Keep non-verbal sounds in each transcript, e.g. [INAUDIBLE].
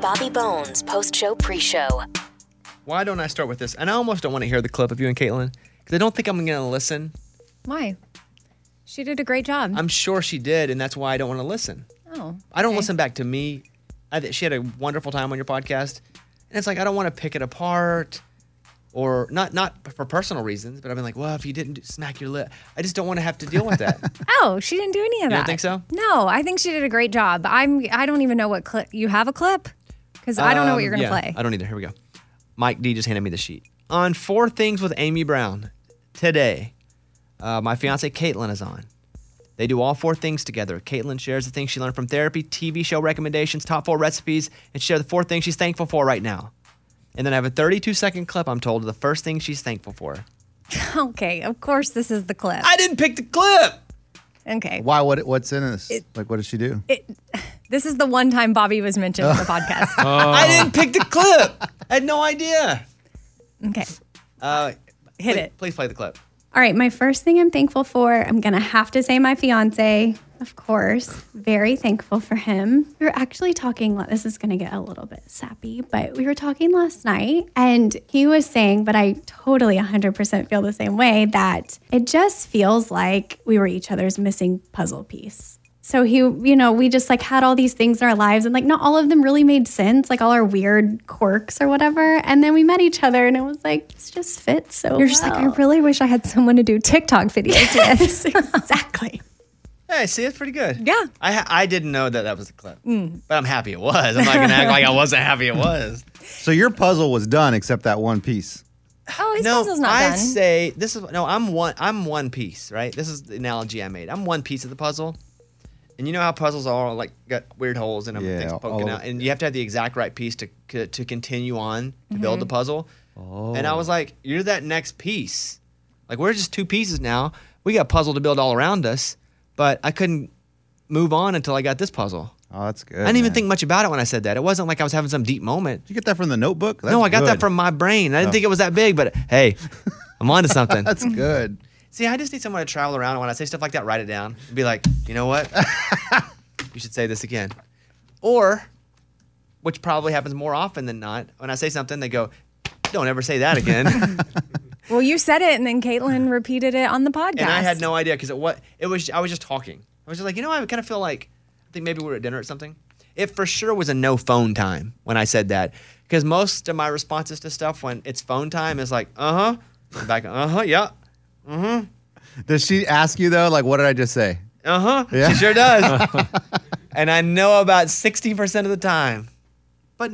Bobby Bones post show pre show. Why don't I start with this? And I almost don't want to hear the clip of you and Caitlin because I don't think I'm going to listen. Why? She did a great job. I'm sure she did, and that's why I don't want to listen. oh. I don't okay. listen back to me. I th- she had a wonderful time on your podcast, and it's like I don't want to pick it apart, or not not for personal reasons, but I've been like, well, if you didn't do- smack your lip, I just don't want to have to deal with that. Oh, she didn't do any of You that. don't think so? No, I think she did a great job. I'm. I don't even know what clip you have a clip because I don't know what Um, you're gonna yeah, play. [LAUGHS] I don't either. Here we go. Mike D just handed me the sheet on four things with Amy Brown today. Uh, my fiance Caitlin is on. They do all four things together. Caitlin shares the things she learned from therapy, TV show recommendations, top four recipes, and share the four things she's thankful for right now. And then I have a 32 second clip. I'm told of the first thing she's thankful for. okay, of course this is the clip. I didn't pick the clip. okay, Why? What? What's in this? like, what does she do? this is the one time Bobby was mentioned [LAUGHS] on the podcast. I didn't pick the clip. I had no idea. Okay, Uh, hit please- it. Please play the clip. All right, my first thing I'm thankful for, I'm gonna have to say my fiance, of course. Very thankful for him. We were actually talking, this is gonna get a little bit sappy, but we were talking last night and he was saying, but I totally 100% feel the same way, that it just feels like we were each other's missing puzzle piece. So he, you know, we just like had all these things in our lives and like not all of them really made sense, like all our weird quirks or whatever. And then we met each other and it was like, this just fits so You're just like I well." really wish I had someone to do [LAUGHS] TikTok videos with. Yes, exactly. Hey, see, it's pretty good. Yeah. I ha- I didn't know that that was the clip, but I'm happy it was. I'm not gonna act like I wasn't happy it was. So your puzzle was done, except that one piece. Oh, his no, puzzle's not I done. say this is no. I'm one. I'm one piece, right? This is the analogy I made. I'm one piece of the puzzle, and you know how puzzles are like got weird holes in them, and Yeah, things all poking over- out, and you have to have the exact right piece to co- to continue on to Mm-hmm. build the puzzle. Oh. And I was like, you're that next piece. Like we're just two pieces now. We got puzzle to build all around us, but I couldn't move on until I got this puzzle. Oh, that's good. I didn't even man. think much about it when I said that. It wasn't like I was having some deep moment. Did you get that from the Notebook? no, That's I got that good. from my brain. I didn't think it was that big, but [LAUGHS] hey, I'm onto something. Oh. That's good. See, I just need someone to travel around. And when I say stuff like that, write it down. And be like, you [LAUGHS] know what? you should say this again. Or, which probably happens more often than not, when I say something, they go, don't ever say that [LAUGHS] again. and well, you said it, and then Caitlin repeated it on the podcast. I had no idea because it what it was. I was just talking. I was just like, you know, I kind of feel like I think maybe we were at dinner or something. It for sure was a no phone time when I said that because most of my responses to stuff when it's phone time is like, uh huh, back, uh huh, yeah, Mm-hmm." Does she ask you though? Like, what did I just say? Uh huh. Yeah. She sure does. and I know about 60% of the time. But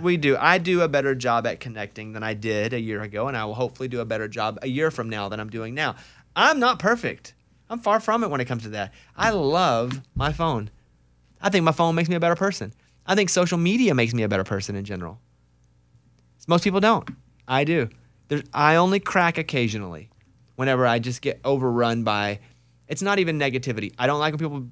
we do. I do a better job at connecting than I did a year ago. And I will hopefully do a better job a year from now than I'm doing now. I'm not perfect. I'm far from it when it comes to that. I love my phone. I think my phone makes me a better person. I think social media makes me a better person in general. Most people don't. I do. There's, I only crack occasionally whenever I just get overrun by. It's not even negativity. I don't like when people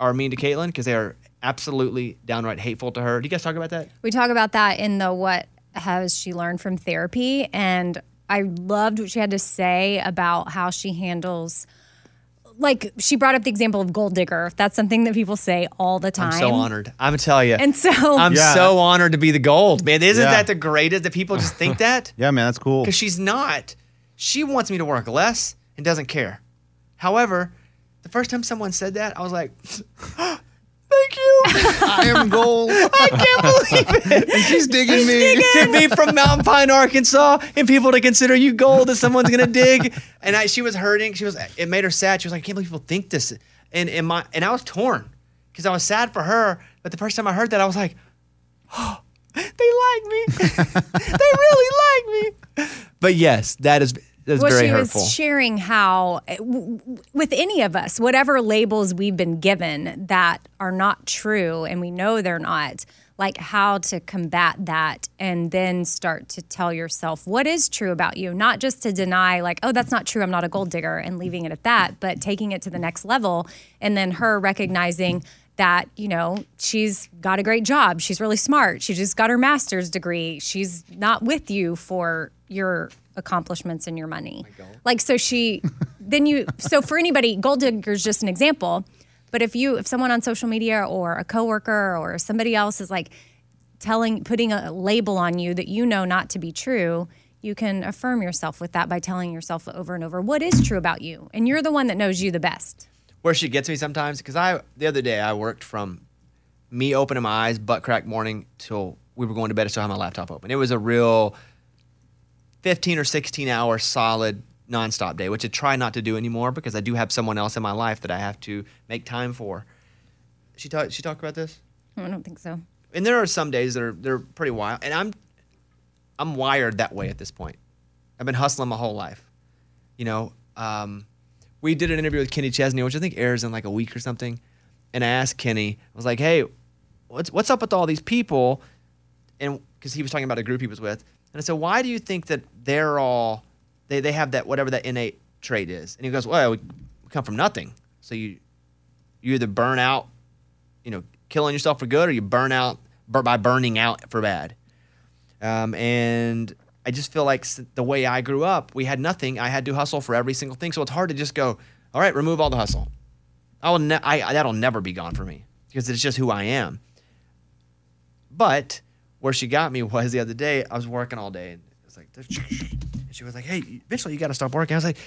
are mean to Caitlyn because they are absolutely downright hateful to her. Do you guys talk about that? We talk about that in the what has she learned from therapy and I loved what she had to say about how she handles like she brought up the example of gold digger. That's something that people say all the time. I'm so [LAUGHS] honored. I'm telling you. And so I'm [LAUGHS] Yeah. so honored to be the gold. Man, isn't Yeah. that the [LAUGHS] greatest that people just think that? [LAUGHS] Yeah, man, that's cool. because she's not. She wants me to work less and doesn't care. However, the first time someone said that, I was like, [LAUGHS] "Thank you." [LAUGHS] I am gold. [LAUGHS] I can't believe it. She's digging me. to be from Mountain Pine, Arkansas, and people to consider you gold that someone's gonna dig. And I, she was hurting. She was. It made her sad. She was like, I can't believe people think this. And and my and I was torn because I was sad for her. But the first time I heard that, I was like, oh, they like me. they really like me. But yes, that is that's well, very she hurtful. was sharing how, eh, w- w- with any of us, whatever labels we've been given that are not true and we know they're not, like how to combat that and then start to tell yourself what is true about you, not just to deny, like, oh, that's not true, I'm not a gold digger, and leaving it at that, but taking it to the next level. And then her recognizing, that you know she's got a great job she's really smart she just got her master's degree she's not with you for your accomplishments and your money like so she then you so for anybody gold digger's just an example but if you if someone on social media or a coworker or somebody else is like telling, putting a label on you that you know not to be true, you can affirm yourself with that by telling yourself over and over what is true about you. And you're the one that knows you the best. where she gets me sometimes because I the other day I worked from me opening my eyes butt crack morning till we were going to bed. I still had my laptop open. It was a real fifteen or sixteen hour solid nonstop day, which I try not to do anymore because I do have someone else in my life that I have to make time for. She talked. She talked about this I don't think so. and there are some days that are they're pretty wild and i'm i'm wired that way at this point i've been hustling my whole life you know um, we did an interview with kenny chesney which i think airs in like a week or something and i asked kenny i was like hey what's, what's up with all these people and because he was talking about a group he was with and i said why do you think that they're all they, they have that whatever that innate trait is and he goes well we come from nothing so you you either burn out you know, killing yourself for good or you burn out bur- by burning out for bad. Um, and I just feel like s- the way I grew up, we had nothing. I had to hustle for every single thing. So it's hard to just go, all right, remove all the hustle. I will ne- I, I- that'll never be gone for me because it's just who I am. But where she got me [LAUGHS] was the other day, I was working all day. And it's like, and she was like, hey, eventually you got to stop working. I was like,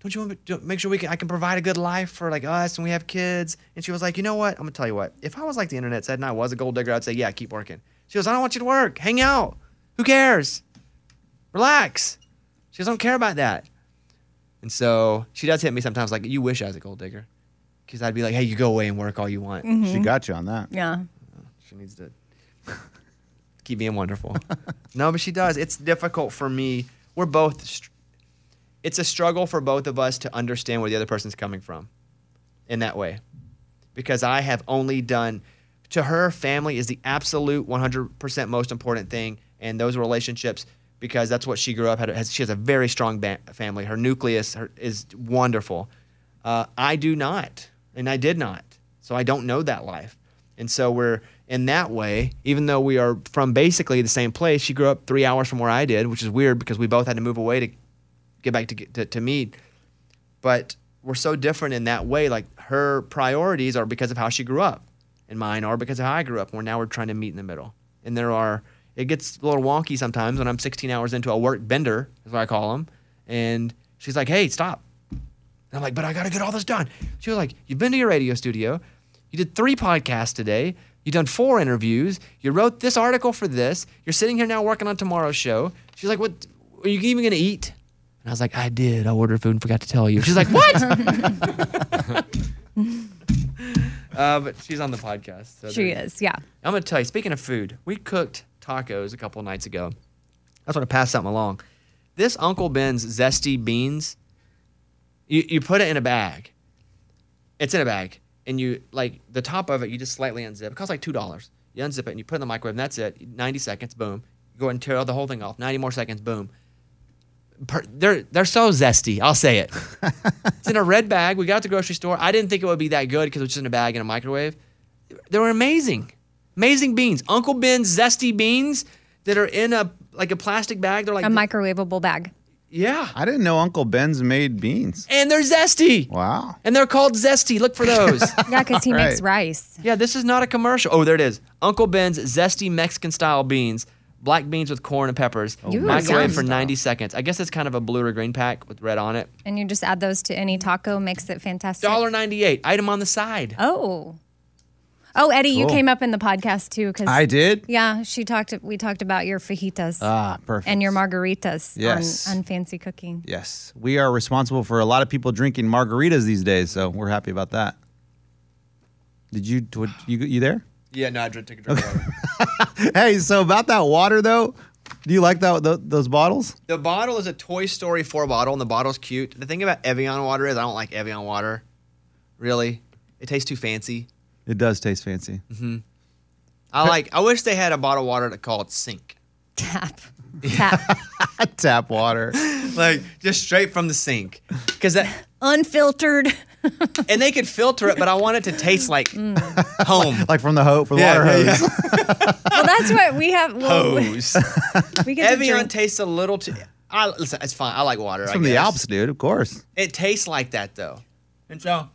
don't you want me to make sure we can, I can provide a good life for like us and we have kids? And she was like, you know what? I'm gonna tell you what. If I was like the internet said and I was a gold digger, I'd say, yeah, keep working. She goes, I don't want you to work. Hang out. Who cares? Relax. She goes, I don't care about that. And so she does hit me sometimes like, you wish I was a gold digger. Because I'd be like, hey, you go away and work all you want. She got you on that. Yeah. She needs to [LAUGHS] keep being wonderful. [LAUGHS] no, but she does. It's difficult for me. We're both. Str- it's a struggle for both of us to understand where the other person's coming from, in that way, because I have only done. To her, family is the absolute 100% most important thing, and those relationships, because that's what she grew up had. Has, she has a very strong ba- family. Her nucleus her, is wonderful. Uh, I do not, and I did not. So I don't know that life. And so we're in that way, even though we are from basically the same place, she grew up three hours from where I did, which is weird because we both had to move away to get back to, get, to, to meet. But we're so different in that way. Like her priorities are because of how she grew up, and mine are because of how I grew up. And we're now we're trying to meet in the middle. And there are, it gets a little wonky sometimes when I'm 16 hours into a work bender, is what I call them. And she's like, hey, stop. And I'm like, but I got to get all this done. She was like, you've been to your radio studio. You did three podcasts today. You've done four interviews. You wrote this article for this. You're sitting here now working on tomorrow's show. She's like, what? Are you even going to eat? And I was like, I did. I ordered food and forgot to tell you. She's like, [LAUGHS] what? uh, but she's on the podcast. So She there- is. Yeah. I'm going to tell you, speaking of food, we cooked tacos a couple nights ago. I just want to pass something along. This Uncle Ben's zesty beans, you, you put it in a bag. It's in a bag. And you, like, the top of it, you just slightly unzip. It costs like $2. You unzip it and you put it in the microwave, and that's it. 90 seconds, boom. You go ahead and tear the whole thing off. 90 more seconds, boom. Per, they're, they're so zesty. I'll say it. it's in a red bag. We got it at the grocery store. I didn't think it would be that good because it was just in a bag in a microwave. They were amazing. Amazing beans. Uncle Ben's zesty beans that are in a like a plastic bag. They're like A microwavable bag. yeah. I didn't know Uncle Ben's made beans. And they're zesty. Wow. And they're called zesty. Look for those. Yeah, because he makes Right. rice. yeah, this is not a commercial. Oh, there it is. Uncle Ben's zesty Mexican style beans. Black beans with corn and peppers. Ooh, Microwave yum. for 90 seconds. I guess it's kind of a blue or green pack with red on it. And you just add those to any taco, makes it fantastic. $1.98. Item on the side. Oh. Oh, Eddie, you Cool. came up in the podcast too because I did? Yeah, she talked. We talked about your fajitas Ah, perfect. and your margaritas Yes. on, on fancy cooking. Yes. [LAUGHS] We are responsible for a lot of people drinking margaritas these days, so we're happy about that. Did you what, you you [LAUGHS] there? Yeah, no, I drink, take a drink of water. Hey, so about that water though, do you like that tho- those bottles? The bottle is a Toy Story 4 bottle, and the bottle's cute. The thing about Evian water is I don't like Evian water, really. It tastes too fancy. It does taste fancy. Mm-hmm. I like. I wish they had a bottle of water to call it sink. [LAUGHS] Tap, tap, [LAUGHS] Tap water. Like just straight from the sink, because that unfiltered. and they could filter it, but I want it to taste like Mm. home [LAUGHS] Like from the ho from the Yeah, water hose. yeah, Well, that's what we have. [LAUGHS] Well, we- hose. we get to Evian drink. tastes a little too. I, listen, it's fine. I like water. It's I from the guess. Alps, dude, of course. It tastes like that though, and so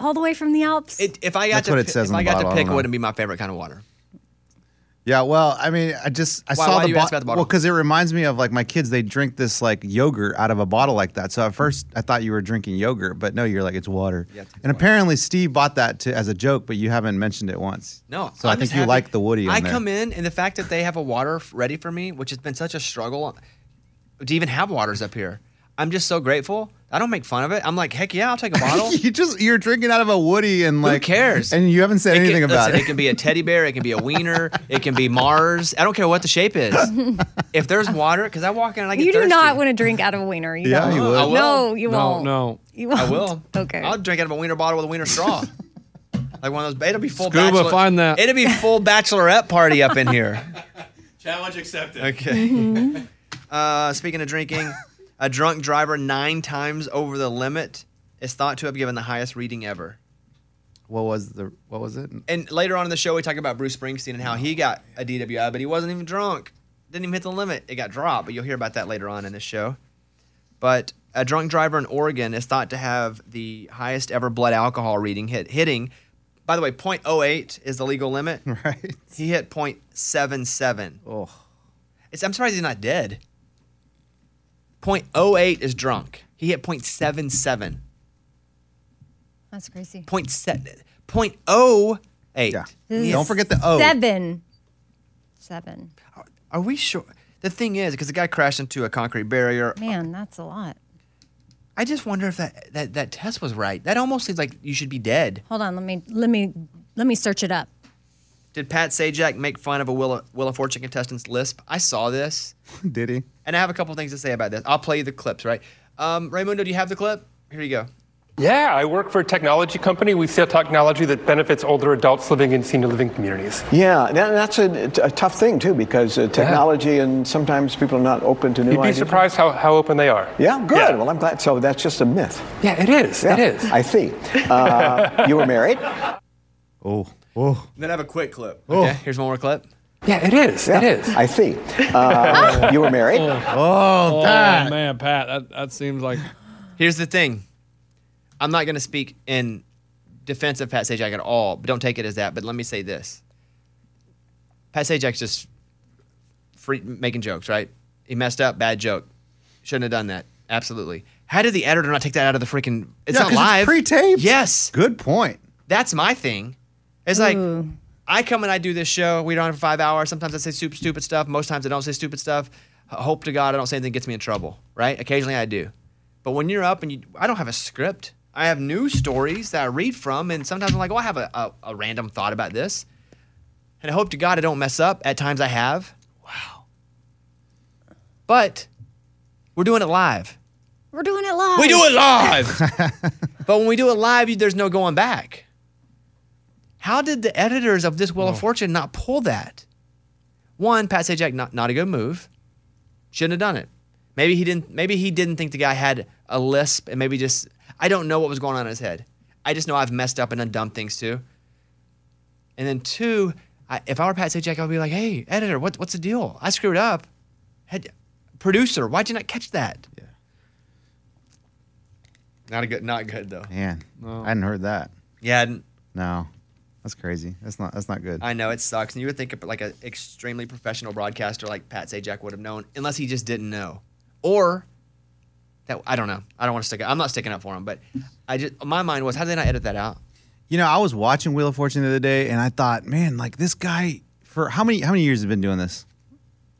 all the way from the Alps. It, if I got That's to, what it pi- says if on I the got bottle, I to pick, don't it know. wouldn't be my favorite kind of water. Yeah, well, I mean, I just I Why- saw why the you bo- ask about the bottle? Well, because it reminds me of like my kids. They drink this like yogurt out of a bottle like that. So at first I thought you were drinking yogurt, but no, you're like it's water. Yeah, it's and apparently Steve bought that to, as a joke, but you haven't mentioned it once. No, So i I'm think just you happy- like the Woody. On I there. come in, and the fact that they have a water f- ready for me, which has been such a struggle to even have waters up here. I'm just so grateful. I don't make fun of it. I'm like, heck yeah, I'll take [LAUGHS] a bottle. you just you're drinking out of a Woody and like cares? And you haven't said It can- anything about listen, it. It can be a teddy bear. It can be a wiener. it can be Mars. I don't care what the [LAUGHS] shape is. if there's water, because I walk in and I get you do thirsty. Uh-huh. not want to drink out of a wiener. [LAUGHS] You Yeah, don't. you would. I will. No, you No, won't. no. you won't. I will. Okay. I'll drink out of a wiener bottle with a wiener straw. like one of those. It'll be full. Scuba, bachelor- find [LAUGHS] that. It'll be full bachelorette party up in here. Challenge accepted. Okay. [LAUGHS] uh, speaking of drinking, a drunk driver nine times over the limit is thought to have given the highest reading ever. What was the what was it? And later on in the show, we talk about Bruce Springsteen and how he got a DWI, but he wasn't even drunk. Didn't even hit the limit. It got dropped, but you'll hear about that later on in this show. But a drunk driver in Oregon is thought to have the highest ever blood alcohol reading hit hitting. By the way, 0.08 is the legal limit. [LAUGHS] Right. He hit 0.77. Oh. It's, I'm surprised he's not dead. 0.08 is drunk. He hit 0.77. That's crazy. 0.7, 0.08. Yeah. This Don't is forget the O. Seven. Seven. oh. Are we sure? The thing is, because the guy crashed into a concrete barrier, Man, that's a lot. I just wonder if that, that, that test was right. That almost seems like you should be dead. Hold on. Let me let me let me search it up. Did Pat Sajak make fun of a Wheel of, Wheel of Fortune contestant's lisp? I saw [LAUGHS] this, Did he? and I have a couple things to say about this. I'll play you the clips, right? Um, Raymundo, do you have the clip? Here you go. Yeah, I work for a technology company. We sell technology that benefits older adults living in senior living communities. Yeah, and that- that's a, a tough thing too because uh, technology and sometimes people are not open to new You'd be ideas. surprised how, how open they are. Yeah, good. Yeah. Well, I'm glad. So that's just a myth. Yeah, it is. Yeah, It is. I see. Uh, you were [LAUGHS] married. Oh. Oh. [LAUGHS] Then I have a quick clip. Oh. Okay, here's one more clip. yeah, it is. Yeah, It is. I see. Uh, you were married. [LAUGHS] Oh, Oh that. man, Pat, that, that seems like Here's the thing. I'm not going to speak in defense of Pat Sajak at all, but don't take it as that. But let me say this. Pat Sajak's just free, making jokes, right? He messed up, bad joke. Shouldn't have done that. Absolutely. How did the editor not take that out of the freaking? It's Yeah, 'cause not it's live. pre-taped. Yes, Good point. that's my thing. It's like I come and I do this show. We don't for five hours. Sometimes I say super stupid stuff. Most times I don't say stupid stuff. H- Hope to God I don't say anything that gets me in trouble. Right? Occasionally I do. But when you're up and you, I don't have a script. I have news stories that I read from, and sometimes I'm like, oh, I have a, a, a random thought about this, and I hope to God I don't mess up. At times I have. Wow. But we're doing it live. We're doing it live. We do it live. [LAUGHS] but when we do it live, you, there's no going back. How did the editors of this Wheel of Fortune not pull that? One, Pat Sajak, not, not a good move. Shouldn't have done it. Maybe he didn't. Maybe he didn't think the guy had a lisp, and maybe just I don't know what was going on in his head. I just know I've messed up and done dumb things too. And then two, I, if I were Pat Sajak, I'd be like, "Hey, editor, what, what's the deal? I screwed up. Head, producer, why'd you not catch that? Yeah. Not a good. Not good though. Man, I hadn't heard that. Yeah, I didn't- No, that's crazy. That's not. That's not good. I know it sucks. And you would think of like an extremely professional broadcaster like Pat Sajak would have known, unless he just didn't know, or that I don't know. I don't want to stick. I'm not sticking up for him, but I just my mind was how did they not edit that out? You know, I was watching Wheel of Fortune the other day, and I thought, man, like this guy for how many how many years has he been doing this?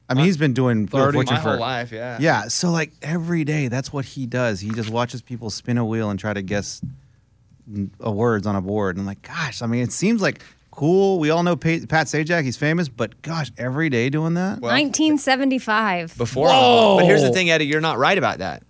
I mean, he's been doing Wheel of 30. Fortune Uh, My for whole life, yeah. Yeah, so like every day, that's what he does. He just watches people spin a wheel and try to guess a words on a board. And I'm like, gosh, I mean, it seems like cool. We all know Pa- Pat Sajak; he's famous, but gosh, every day doing that. 1975. before. all that. But here's the thing, Eddie, you're not right about that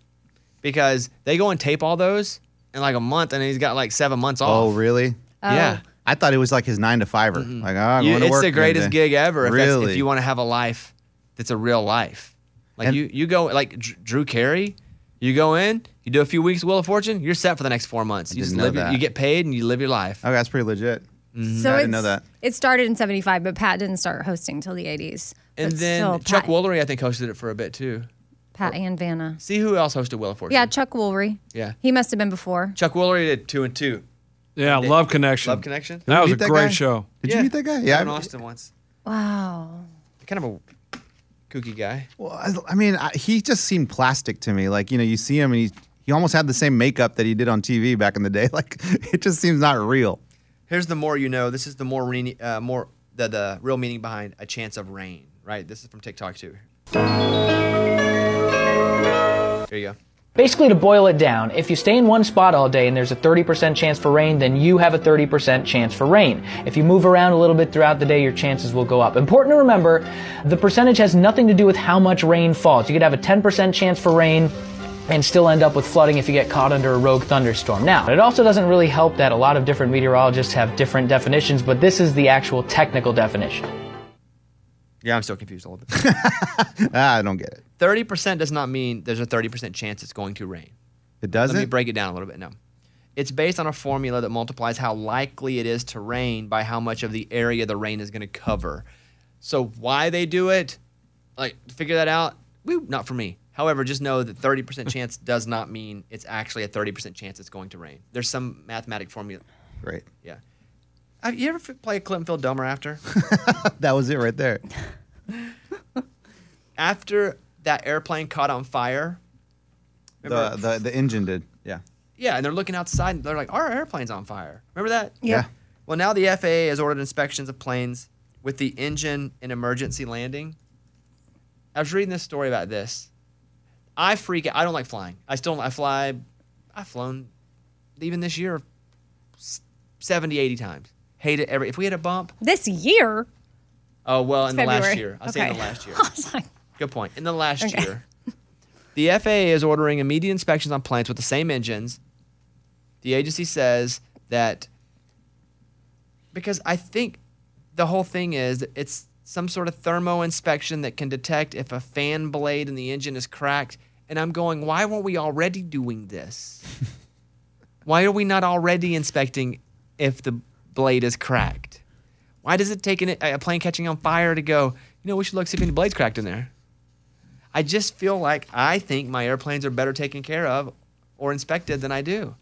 because they go and tape all those in like a month, and he's got like seven months off. oh, really? Yeah. I thought it was like his nine to fiver. Like, ah, I'm You- going to it's work the greatest today. gig ever. If, that's- really? if you want to have a life that's a real life, like And- you, you go like Dr- Drew Carey, you go in, you do a few weeks of Wheel of Fortune, you're set for the next four months. You didn't just know live, your, that. you get paid, and you live your life. Mm-hmm. Okay, that's pretty legit. So I it's, didn't know that. It started in 75, but Pat didn't start hosting till the 80s. and But then still, Chuck Pat, Woolery, I think, hosted it for a bit too. Pat and Vanna. See who else hosted Wheel of Fortune? Yeah, Chuck Woolery. Yeah. He must have been before. Chuck Woolery did two and two. Yeah, Love Connection. Love Connection? Did That we was a meet that great guy? show. Did you meet that guy? Yeah, Yeah, in I- Austin once. Wow. Kind of a kooky guy. Well, I, I mean, I, he just seemed plastic to me. Like you know, you see him and he he almost had the same makeup that he did on TV back in the day. [LAUGHS] Like it just seems not real. [LAUGHS] Here's the more you know. This is the more re- uh, more the the real meaning behind a chance of rain. Right. This is from TikTok too. There you go. Basically, to boil it down, if you stay in one spot all day and there's a 30% chance for rain, then you have a 30% chance for rain. If you move around a little bit throughout the day, your chances will go up. Important to remember, the percentage has nothing to do with how much rain falls. You could have a 10% chance for rain and still end up with flooding if you get caught under a rogue thunderstorm. Now, it also doesn't really help that a lot of different meteorologists have different definitions, but this is the actual technical definition. Yeah, I'm still confused a little [LAUGHS] bit. Ah, I don't get it. Thirty percent does not mean there's a thirty percent chance it's going to rain. It doesn't. Let me break it down a little bit. No. It's based on a formula that multiplies how likely it is to rain by how much of the area the rain is going to cover. So why they do it, like to figure that out, we not for me. However, just know that [LAUGHS] 30% chance does not mean it's actually a 30% chance it's going to rain. There's some mathematic formula. Great. Yeah. Have you ever f- played Clintonfield [LAUGHS] Dumber after? That was it right there. after that airplane caught on fire, The, Remember- the the engine did. Yeah. Yeah, and they're looking outside and they're like, our airplane's on fire. Remember that? Yeah. Well, now the FAA has ordered inspections of planes with the engine in emergency landing. I was reading this story about this. I freak out. I don't like flying. I still I fly. I've flown even this year s- 70, 80 times. Hate it every. If we had a bump, This year, oh, well, in the last February. year. I say in the Okay. last year. [LAUGHS] I was like, Good point. In the last Okay. year, the FAA is ordering immediate inspections on planes with the same engines. The agency says that because I think the whole thing is that it's some sort of thermo inspection that can detect if a fan blade in the engine is cracked. And I'm going, why weren't we already doing this? why are we not already inspecting if the blade is cracked? Why does it take an, a plane catching on fire to go, you know, we should look see if any blades cracked in there? I just feel like I think my airplanes are better taken care of or inspected than I do.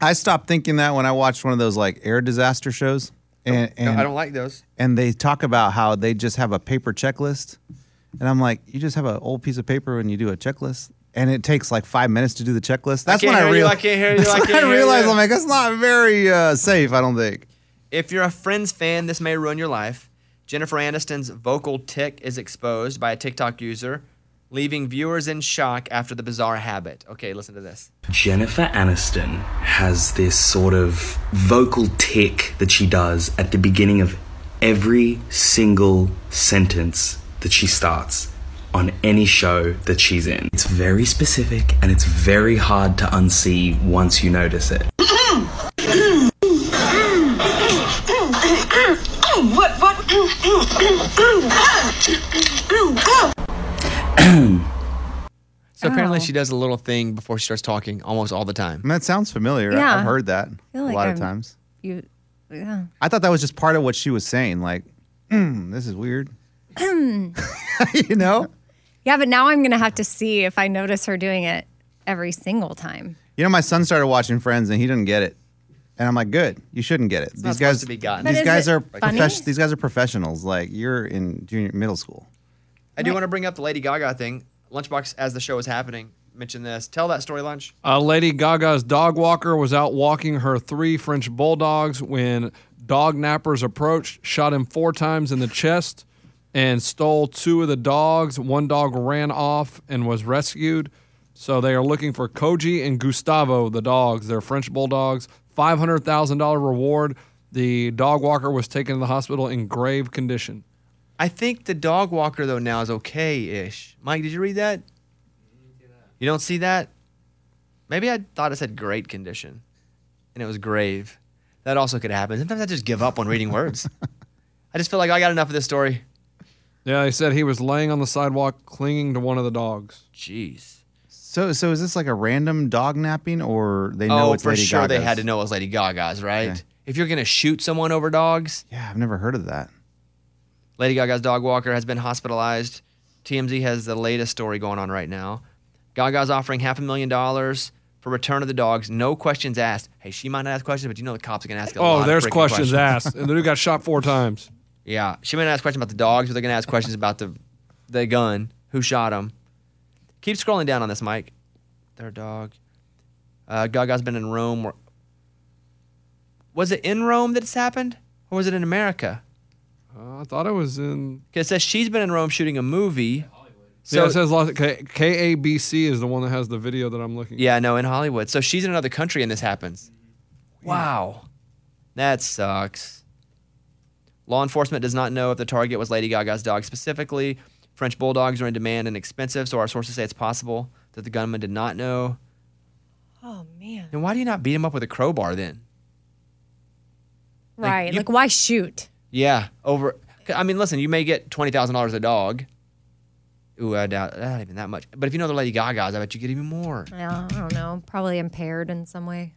I stopped thinking that when I watched one of those like air disaster shows, and, and I don't like those. and they talk about how they just have a paper checklist. And I'm like, you just have an old piece of paper and you do a checklist. And it takes like five minutes to do the checklist. [LAUGHS] That's can't when I hear you, realized. I can't hear you, I can't I hear realized. you. I'm like, that's not very uh, safe. I don't think. If you're a Friends fan, this may ruin your life. Jennifer Aniston's vocal tick is exposed by a TikTok user, leaving viewers in shock after the bizarre habit. Okay, listen to this. Jennifer Aniston has this sort of vocal tick that she does at the beginning of every single sentence that she starts on any show that she's in. It's very specific and it's very hard to unsee once you notice it. what what So apparently, Oh. she does a little thing before she starts talking almost all the time. And that sounds familiar. I- Yeah. I've heard that feel a like lot of I'm- times. you, yeah. I thought that was just part of what she was saying. Like, mm, this is weird. [LAUGHS] you know. Yeah, but now I'm going to have to see if I notice her doing it every single time. You know, my son started watching Friends and he didn't get it. And I'm like, good. You shouldn't get it. these not supposed guys to be gotten. But These is guys it are funny? profes- These guys are professionals. Like you're in junior middle school. I do want to bring up the Lady Gaga thing. Lunchbox, as the show is happening, mentioned this. Tell that story, Lunch. Uh, Lady Gaga's dog walker was out walking her three French bulldogs when dog nappers approached, shot him four times in the chest, and stole two of the dogs. One dog ran off and was rescued. So they are looking for Koji and Gustavo, the dogs. They're French bulldogs. $500,000 reward. The dog walker was taken to the hospital in grave condition. I think the dog walker though now is okay-ish. Mike, did you read that? You don't see that? Maybe I thought it said great condition, and it was grave. That also could happen. Sometimes I just give up on reading [LAUGHS] words. I just feel like I got enough of this story. Yeah, they said he was laying on the sidewalk clinging to one of the dogs. Jeez. So, so is this like a random dog napping, or they know Oh, it's for Lady sure they Gaga's? had to know it was Lady Gaga's, right? If you're gonna shoot someone over dogs, Yeah, I've never heard of that. Lady Gaga's dog walker has been hospitalized. TMZ has the latest story going on right now. Gaga's offering half a million dollars for Return of the Dogs. No questions asked. Hey, she might not ask questions, but you know the cops are gonna ask. A lot Oh, of there's freaking questions, asked. [LAUGHS] And the dude got shot four times. Yeah, she might ask questions about the dogs, but they're gonna ask questions about the the gun, who shot him. Keep scrolling down on this, Mike. Their dog. Uh, Gaga's been in Rome. where- Was it in Rome that it's happened, or was it in America? Uh, I thought it was in. It [LAUGHS] says she's been in Rome shooting a movie. yeah, it says Los- K- KABC is the one that has the video that I'm looking. Yeah, no, in Hollywood. So she's in another country and this happens. Wow. That sucks. Law enforcement does not know if the target was Lady Gaga's dog specifically. French bulldogs are in demand and expensive, so our sources say it's possible that the gunman did not know. Oh man. Then why do you not beat him up with a crowbar then? Right. Like, why shoot? Yeah, over. I mean, listen, you may get twenty thousand dollars a dog. Ooh, I doubt not even that much. But if you know the Lady Gaga's, I bet you get even more. Well, I don't know. Probably impaired in some way.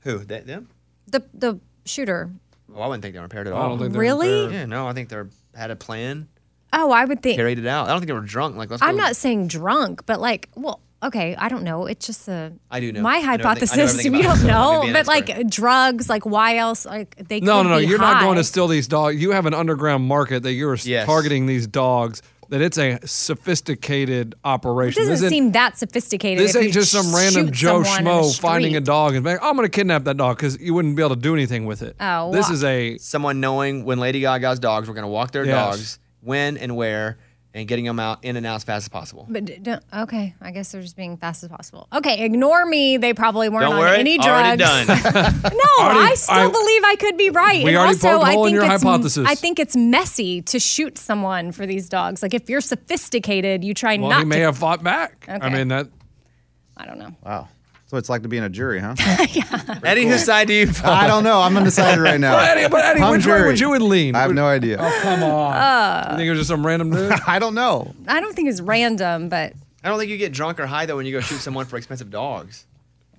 Who? That, them? The the shooter. Oh, I wouldn't think they were impaired at I all. don't think they're Really? impaired. Yeah, no, I think they are had a plan, Oh, I would think. carried it out. I don't think they were drunk. Like, let's I'm go- not saying drunk, but like, well, okay, I don't know. It's just a. I do know. My I know everything- I know hypothesis, [LAUGHS] everything we [LAUGHS] about it, don't so I'm gonna be know, an but expert. like drugs, like why else? Like they No, could no, no. be You're not high. going to steal these dogs. You have an underground market that you're s- targeting these dogs. That it's a sophisticated It operation. doesn't This isn't- seem that sophisticated. This if ain't you just some random shoot Joe someone in the Schmo finding a street. dog and being, I'm going to kidnap that dog because you wouldn't be able to do anything with it. Oh, this wha- is a someone knowing when Lady Gaga's dogs were going to walk their Yes. dogs, when and where, and getting them out in and out as fast as possible. But d- don't, okay, I guess they're just being fast as possible. Okay, ignore me. They probably weren't don't on worry, any drugs. already done. [LAUGHS] [LAUGHS] No, Already- I still I- believe I could be right. We and already also, poked a I hole in think your it's, hypothesis. I think it's messy to shoot someone for these dogs. Like if you're sophisticated, you try well, not he may to. have fought back. I Okay. mean that. I don't know. Wow. So it's like to be in a jury, [LAUGHS] huh? Eddie, whose side do you? fall I don't on? know. I'm undecided right now. [LAUGHS] But Eddie, but Eddie, I'm which way jury. would you would lean? I have no idea. Oh, Come on. Uh, you think it was just some random dude? [LAUGHS] I don't know. I don't think it's random, but I don't think you get drunk or high though when you go shoot someone for expensive dogs.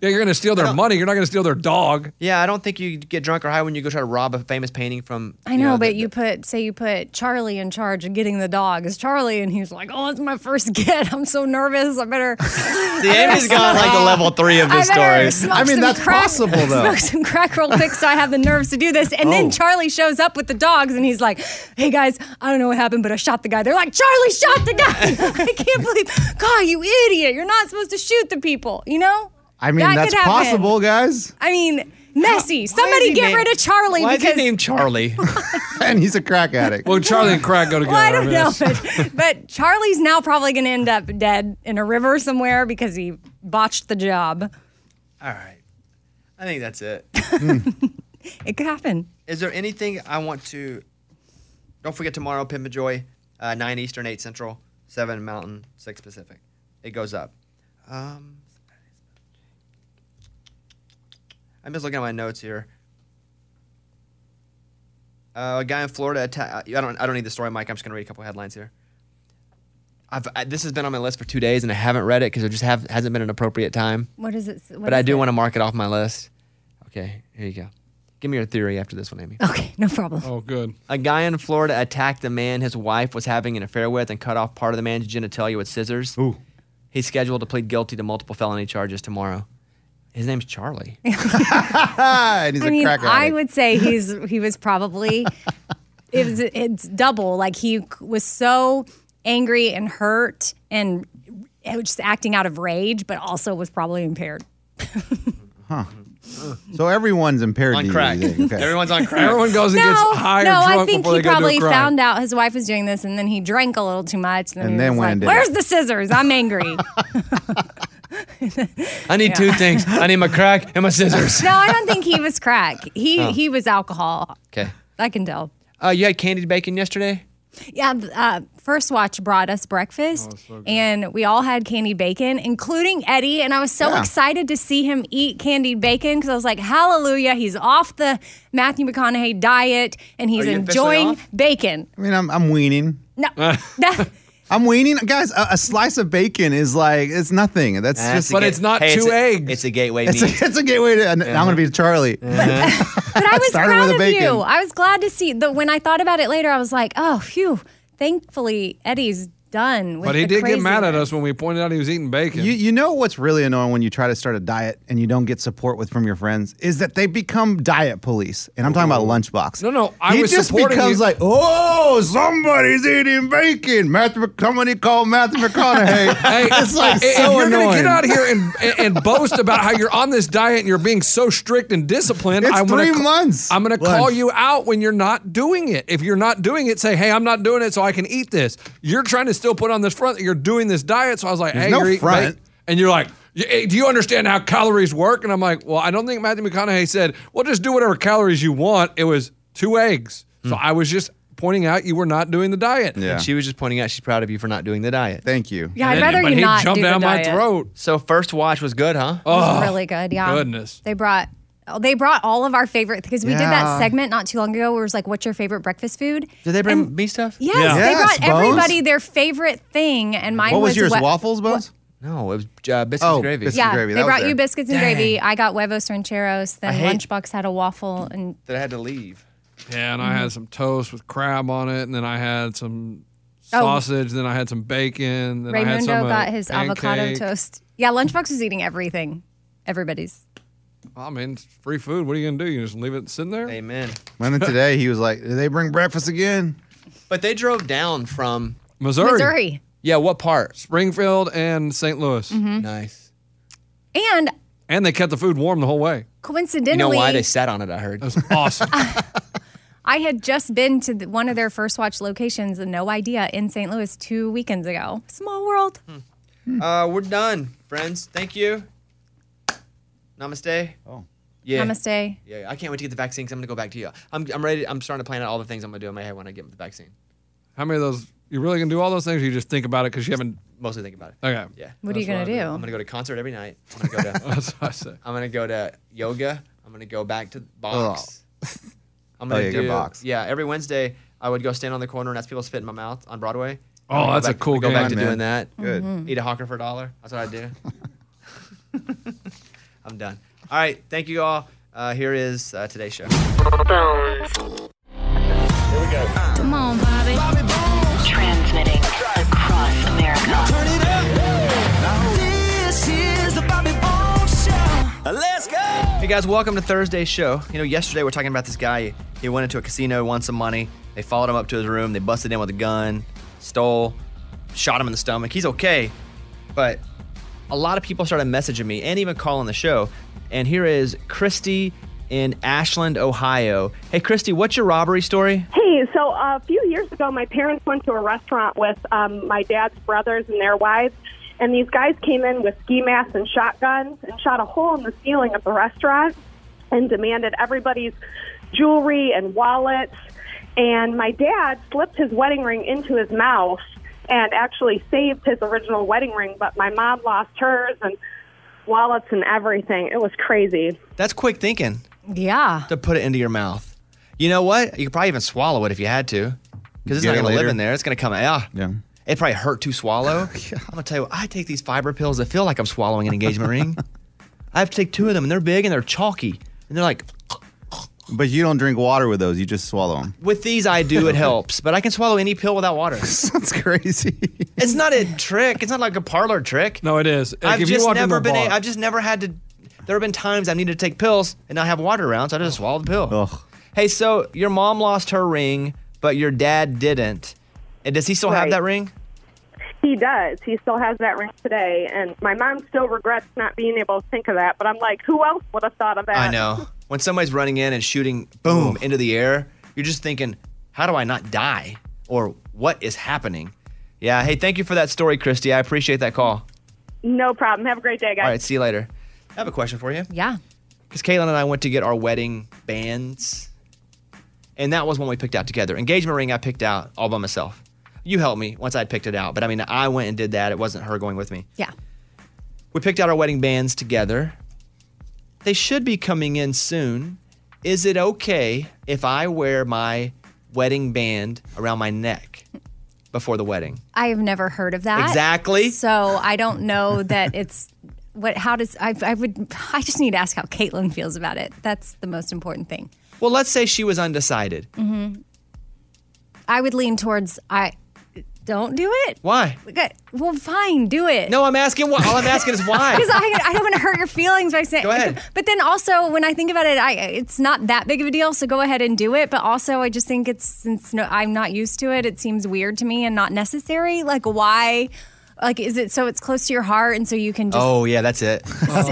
Yeah, you're going to steal their money. You're not going to steal their dog. Yeah, I don't think you get drunk or high when you go try to rob a famous painting from. I know. but you put say you put Charlie in charge of getting the dog. Is Charlie and he's like, oh, it's my first [LAUGHS] kid. I'm so nervous. I [LAUGHS] better. The Amy's got like the level three of this I story. better smoke some crack, Smoke some crack real quick so I have the nerves to do this. And Oh. then Charlie shows up with the dogs and he's like, hey guys, I don't know what happened, but I shot the guy. They're like, Charlie shot the guy. [LAUGHS] I can't believe, God, you idiot. You're not supposed to shoot the people, you know? I mean, That could that's happen. possible, guys. I mean, messy. Somebody he get named- rid of Charlie Why is he because. named [LAUGHS] Charlie? and he's a crack addict. Well, Charlie and crack go together. well, I don't know, guess. but, but Charlie's now probably going to end up dead in a river somewhere because he botched the job. All right, I think that's it. It could happen. Is there anything I want to? Don't forget tomorrow, Pimp and Joy, uh, nine Eastern, eight Central, seven Mountain, six Pacific. It goes up. Um, I'm just looking at my notes here. Uh, a guy in Florida atta- I don't. I don't need the story, Mike. I'm just gonna read a couple headlines here. I've, I, this has been on my list for two days, and I haven't read it because it just have, hasn't been an appropriate time. What is it? what but I is do it? want to mark it off my list. Okay, here you go. Give me your theory after this one, Amy. Okay, no problem. Oh, good. A guy in Florida attacked the man his wife was having an affair with and cut off part of the man's genitalia with scissors. Ooh. He's scheduled to plead guilty to multiple felony charges tomorrow. His name's [LAUGHS] Charlie. and he's I a mean, crack addict. I would say he's he was probably it was it's double. Like he c- was so angry and hurt and it was just acting out of rage, but also was probably impaired. [LAUGHS] so everyone's impaired. On to you, crack. you think? Okay. [LAUGHS] Everyone's on crack. Everyone goes and gets no, high no, or drunk I think before he they go probably do a crime. found out his wife was doing this, and then he drank a little too much, and then, And he then was went and like, did "Where's it." the scissors? I'm angry." I need two things. I need my crack and my [LAUGHS] scissors. no, I don't think he was crack. He Oh. he was alcohol. Okay. I can tell. Uh, you had candied bacon yesterday? Yeah, th- uh, First Watch brought us breakfast, and we all had candied bacon, including Eddie. And I was so Yeah. excited to see him eat candied bacon because I was like, "Hallelujah! He's off the Matthew McConaughey diet, and he's Are you officially enjoying off? bacon." I mean, I'm, I'm weaning. [LAUGHS] No, [LAUGHS] that, I'm weaning, guys. A, a slice of bacon is like it's nothing. That's just. But it's not Hey, two it's a- eggs. It's a gateway It's meat. [LAUGHS] Uh-huh. a, it's a gateway to. and I'm gonna be [LAUGHS] Charlie. but I was Started proud with of the bacon. you. I was glad to see. The, when I thought about it later, I was like, "Oh, phew!" Thankfully, Eddie's done with But he the did get mad at craziness. us when we pointed out he was eating bacon. You, you know what's really annoying when you try to start a diet and you don't get support with from your friends is that they become diet police. And I'm talking about lunchbox. No, no, I he was just supporting becomes you. like, oh, somebody's eating bacon. Matthew McConaughey called Matthew McConaughey. [LAUGHS] Hey, it's like if so you're annoying. gonna get out here [LAUGHS] and, and, and boast about how you're on this diet and you're being so strict and disciplined, It's I'm three gonna, ca- months. I'm gonna Lunch. call you out when you're not doing it. If you're not doing it, say, "Hey, I'm not doing it, so I can eat this." You're trying to still put on this front that you're doing this diet. So I was like, There's "Hey, no you're eating front. bacon." And you're like, "Y- eh, "Do you understand how calories work?" And I'm like, "Well, I don't think Matthew McConaughey said, well, just do whatever calories you want.' It was two eggs. So Hmm. I was just pointing out you were not doing the diet. And she was just pointing out she's proud of you for not doing the diet. Thank you. Yeah, I'd rather but you he not jumped do the down my diet. throat. So first watch was good, huh? It was really good. Yeah. Oh, goodness. They brought oh, they brought all of our favorite because we did Yeah. that segment not too long ago where it was like, what's your favorite breakfast food? Did they bring me stuff? Yes, they brought everybody their favorite thing, and mine What was yours, wef- waffles, Bones? No, it was uh, biscuits and gravy. yeah, they brought you biscuits and Dang. gravy. I got huevos rancheros. Then I hate- lunchbox had a waffle, and That I had to leave. Yeah, and I had some toast with crab on it, and then I had some Oh. sausage, then I had some bacon. Then I had Raymundo some, uh, got his avocado pancake. toast. Yeah, lunchbox was eating everything, everybody's. I mean, it's free food. What are you gonna do? You just leave it sitting there? Amen. And then today he was like, did they bring breakfast again? But they drove down from Missouri. Missouri. Yeah, what part? Springfield and St. Louis. Mhm. Nice. And And they kept the food warm the whole way. coincidentally, sat on it? I heard. That's awesome. [LAUGHS] I had just been to the, one of their first watch locations, and no idea, in St. Louis two weekends ago. Small world. Uh, we're done, friends. Thank you. Namaste. Oh. Yeah. Namaste. Yeah, I can't wait to get the vaccine 'cause I'm gonna go back to you. I'm, I'm ready. I'm starting to plan out all the things I'm gonna do in my head when I get the vaccine. How many of those? You really gonna do all those things? Or you just think about it because you haven't. Mostly think about it. Okay. Yeah. What are you That's gonna I do? I'm gonna go to concert every night. I'm gonna go to. [LAUGHS] That's what I said. I'm gonna go to yoga. I'm gonna go back to box. I'm Oh, gonna yeah, do good box. Yeah, every Wednesday I would go stand on the corner and ask people to spit in my mouth on Broadway. Oh, I'm gonna go that's a back- cool Go game, back to man. doing that. Good. Mhm. Eat a hawker for a dollar. That's what I do. [LAUGHS] I'm done. All right, thank you all. Uh, here is uh, today's show. Here we go. Come on, Bobby. Transmitting across America. turn it up. This is the Bobby Bones Show. Let's go. Hey guys, welcome to Thursday's show. You know, yesterday we are talking about this guy. He went into a casino, won some money. They followed him up to his room. They busted him with a gun, stole, shot him in the stomach. He's okay, but a lot of people started messaging me and even calling the show. And here is Christy in Ashland, Ohio. Hey, Christy, what's your robbery story? Hey, so uh, a few years ago, my parents went to a restaurant with um, my dad's brothers and their wives, and these guys came in with ski masks and shotguns and shot a hole in the ceiling of the restaurant and demanded everybody's jewelry and wallets. And my dad slipped his wedding ring into his mouth and actually saved his original wedding ring, but my mom lost hers and wallets and everything. It was crazy. That's quick thinking. Yeah. To put it into your mouth. You know what? You could probably even swallow it if you had to, because it's Get not it going to live later. in there. It's going to come out. Yeah. It probably hurt to swallow. I'm gonna tell you, what, I take these fiber pills that feel like I'm swallowing an engagement ring. I have to take two of them, and they're big and they're chalky, and they're like. But you don't drink water with those. You just swallow them. With these, I do it helps, but I can swallow any pill without water. Sounds crazy. It's not a trick. It's not like a parlor trick. No, it is. Like, I've if you just walked into never a been. bar- i I've just never had to. There have been times I have needed to take pills and not have water around, so I just swallowed the pill. Hey, so your mom lost her ring, but your dad didn't. And does he still have Right. that ring? He does. He still has that ring today, and my mom still regrets not being able to think of that. But I'm like, who else would have thought of that? I know. When somebody's running in and shooting, boom, into the air, you're just thinking, how do I not die? Or what is happening? Yeah. Hey, thank you for that story, Christy. I appreciate that call. No problem. Have a great day, guys. All right. See you later. I have a question for you. Yeah. Because Caitlin and I went to get our wedding bands, and that was one we picked out together. Engagement ring I picked out all by myself. You helped me once I picked it out, but I mean, I went and did that. It wasn't her going with me. Yeah. We picked out our wedding bands together. They should be coming in soon. Is it okay if I wear my wedding band around my neck before the wedding? I have never heard of that. Exactly. So I don't know that [LAUGHS] it's what. How does I? I would. I just need to ask how Caitlin feels about it. That's the most important thing. Well, let's say she was undecided. hmm I would lean towards I. Don't do it. Why? We got- well, fine, do it. No, I'm asking why. All I'm asking is [LAUGHS] why. Because I, I don't want to hurt your feelings by saying. Go ahead. But then also, when I think about it, I it's not that big of a deal. So go ahead and do it. But also, I just think it's since no, I'm not used to it, it seems weird to me and not necessary. Like why? Like is it so it's close to your heart and so you can just. oh yeah, that's [LAUGHS] it. So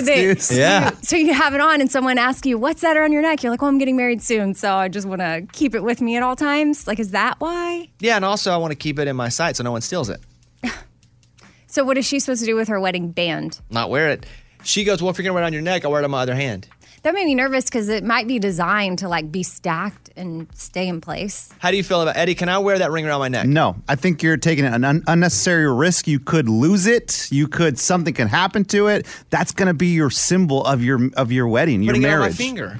they- yeah. you- so you have it on, and someone asks you, "What's that around your neck?" You're like, "Well, I'm getting married soon, so I just want to keep it with me at all times." Like, is that why? Yeah, and also I want to keep it in my sight so no one steals it. So what is she supposed to do with her wedding band? Not wear it. She goes, well, if you're gonna wear it on your neck, I'll wear it on my other hand. That made me nervous because it might be designed to like be stacked and stay in place. How do you feel about Eddie? Can I wear that ring around my neck? No, I think you're taking an un- unnecessary risk. You could lose it. You could something can happen to it. That's going to be your symbol of your of your wedding, your Putting it on marriage. my finger.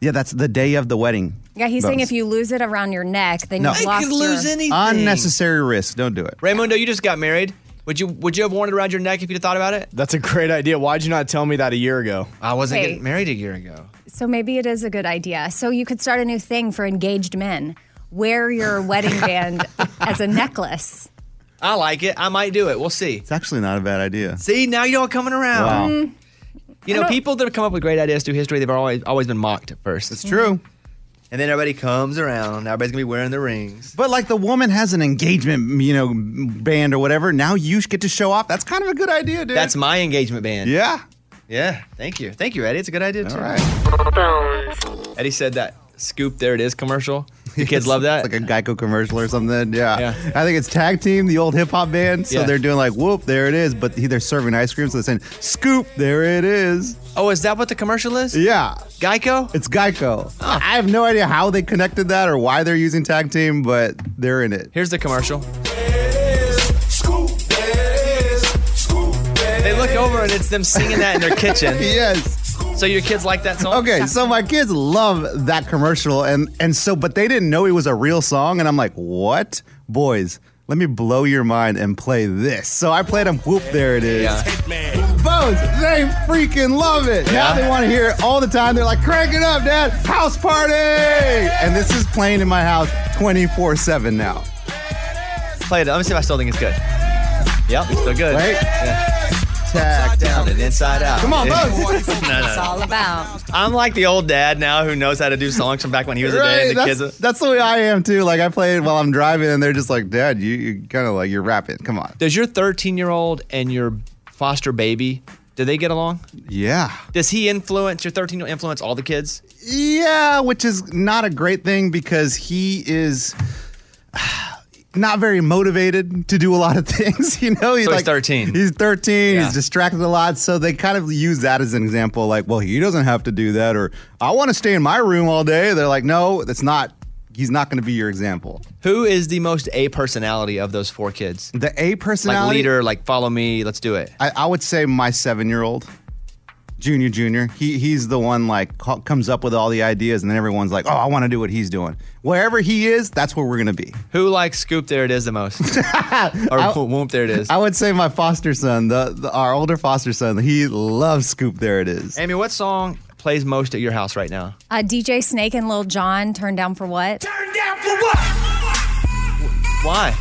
Yeah, that's the day of the wedding. Yeah, he's saying Those. if you lose it around your neck, then No. I you lost could lose your- anything. unnecessary risk. Don't do it. Raymundo, you just got married. Would you would you have worn it around your neck if you'd have thought about it? That's a great idea. Why'd you not tell me that a year ago? I wasn't Hey. getting married a year ago. So maybe it is a good idea. So you could start a new thing for engaged men: wear your wedding [LAUGHS] band as a necklace. I like it. I might do it. We'll see. It's actually not a bad idea. See, now you're all coming around. Wow. You know, people that have come up with great ideas through history, they've always always been mocked at first. It's true. And then everybody comes around. Everybody's gonna be wearing the rings. But like the woman has an engagement, you know, band or whatever. Now you get to show off. That's kind of a good idea, dude. That's my engagement band. Yeah. Yeah. Thank you. Thank you, Eddie. It's a good idea too. All Eddie said that scoop there it is commercial. The kids love [LAUGHS] that. It's like a Geico commercial or something. Yeah. I think it's Tag Team, the old hip hop band. So Yeah. they're doing like, whoop, there it is. But they're serving ice cream. So they're saying, scoop, there it is. Oh, is that what the commercial is? Yeah. Geico? It's Geico. I have no idea how they connected that or why they're using Tag Team, but they're in it. Here's the commercial. They look over and it's them singing that in their kitchen. [LAUGHS] yes. So your kids like that song? Okay, so my kids love that commercial, and and so, but they didn't know it was a real song, and I'm like, what, boys? Let me blow your mind and play this. So I played them. Whoop, there it is. Yeah. Bones, they freaking love it. Now Yeah. they want to hear it all the time. They're like, crank it up, Dad. House party. And this is playing in my house 24 7 now. Play it. Let me see if I still think it's good. Yep, it's still good. Right? Tack down and inside out. Come [LAUGHS] on, Yeah. Bo. No, no, It's no. all about. I'm like the old dad now who knows how to do songs from back when he was a dad. Right, And the that's, kids. that's the way I am too. Like I play it while I'm driving, and they're just like, "Dad, you, you kind of like you're rapping. Come on." Does your 13 year old and your foster baby do they get along? Yeah. Does he influence your 13 year old influence all the kids? Yeah, which is not a great thing because he is [SIGHS] not very motivated to do a lot of [LAUGHS] things. You know, he's So he's like 13. He's thirteen. Yeah. He's distracted a lot, so they kind of use that as an example. Like, well, he doesn't have to do that, or I want to stay in my room all day. They're like, no, that's not. He's not going to be your example. Who is the most A personality of those four kids? The A Like personality. leader, like follow me, let's do it. I, I would say my seven year old, junior, junior. He he's the one like co- comes up with all the ideas, and then everyone's like, "Oh, I want to do what he's doing." Wherever he is, that's where we're gonna be. Who likes Scoop There It Is the most? [LAUGHS] or Whoop There It Is. I would say my foster son, the, the our older foster son, he loves Scoop. There it is. Amy, what song plays most at your house right now? Uh, DJ Snake and Lil Jon turned down for what? Turned down for what? Why?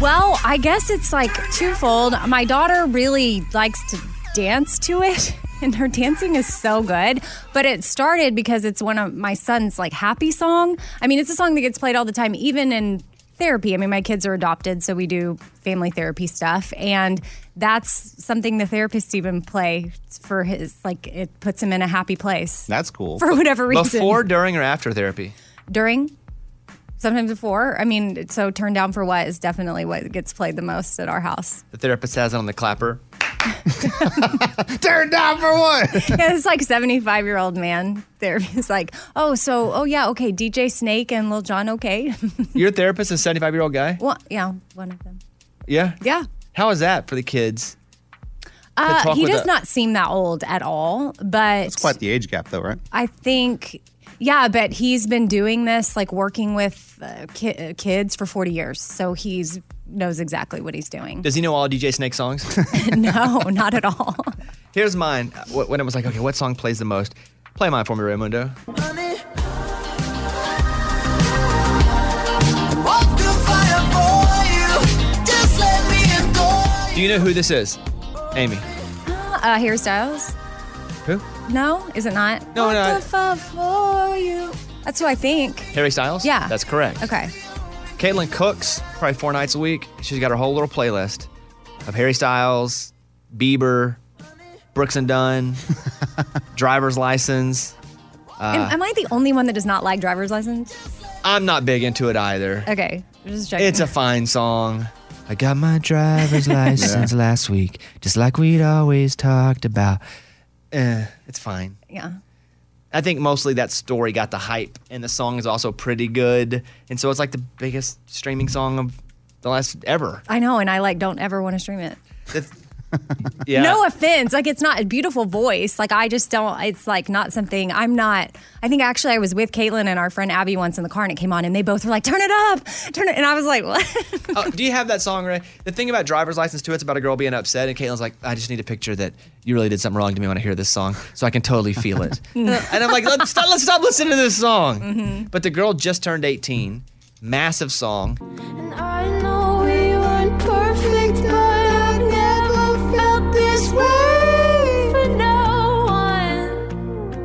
Well, I guess it's like twofold. My daughter really likes to dance to it, [LAUGHS] and her dancing is so good. But it started because it's one of my son's like happy song. I mean, it's a song that gets played all the time, even in therapy. I mean, my kids are adopted, so we do family therapy stuff, and that's something the therapists even play for his like it puts him in a happy place That's cool. For whatever reason. Before, during, or after therapy? during. Sometimes before. I mean, so turn down for what is definitely what gets played the most at our house. The therapist has it on the [LAUGHS] clapper. Turned down for what? yeah, this like 75 year old man therapist like, oh, so, oh, yeah, okay, DJ Snake and Lil Jon, okay. [LAUGHS] Your therapist is a 75 year old guy? well, yeah, one of them. Yeah? Yeah. How is that for the kids? Uh, talk he with does a- not seem that old at all, but It's quite the age gap, though, right? I think, yeah, but he's been doing this, like working with uh, ki- uh, kids for 40 years. So he's knows exactly what he's doing. [LAUGHS] Does he know all DJ Snake [LAUGHS] songs? no, not at all. Here's mine. Wh- When it was like, okay, what song plays the most? Play mine for me, Raymundo. Walk the fire for you. Do you know who this is? Amy. Uh, Harry Styles. Who? No, is it not? No, what no. The fuck for you. That's who I think. Harry Styles? Yeah. That's correct. Okay. Caitlin cooks probably four nights a week. She's got her whole little playlist of Harry Styles, Bieber, Brooks and Dunn, driver's license. am, Uh, am I the only one that does not like driver's license? I'm not big into it either. Okay, just checking. It's a fine song. I got my [LAUGHS] driver's license last week, just like we'd always talked about. Eh, it's fine. yeah. I think mostly that story got the hype, and the song is also pretty good. And so it's like the biggest streaming song of the last ever. I know, and I like don't ever want to stream it. Yeah. No offense. Like it's not a beautiful voice. Like I just don't it's like not something I'm not I think actually I was with Caitlin and our friend Abby once in the car and it came on and they both were like, Turn it up, turn it and I was like, What? [LAUGHS] oh, do you have that song, Ray? The thing about driver's license too, it's about a girl being upset, and Caitlin's like, "I just need a picture that you really did something wrong to me when I hear this song, so I can totally feel it." and I'm like, let's stop, let's stop listening to this song. But the girl just turned 18, massive song. Oh,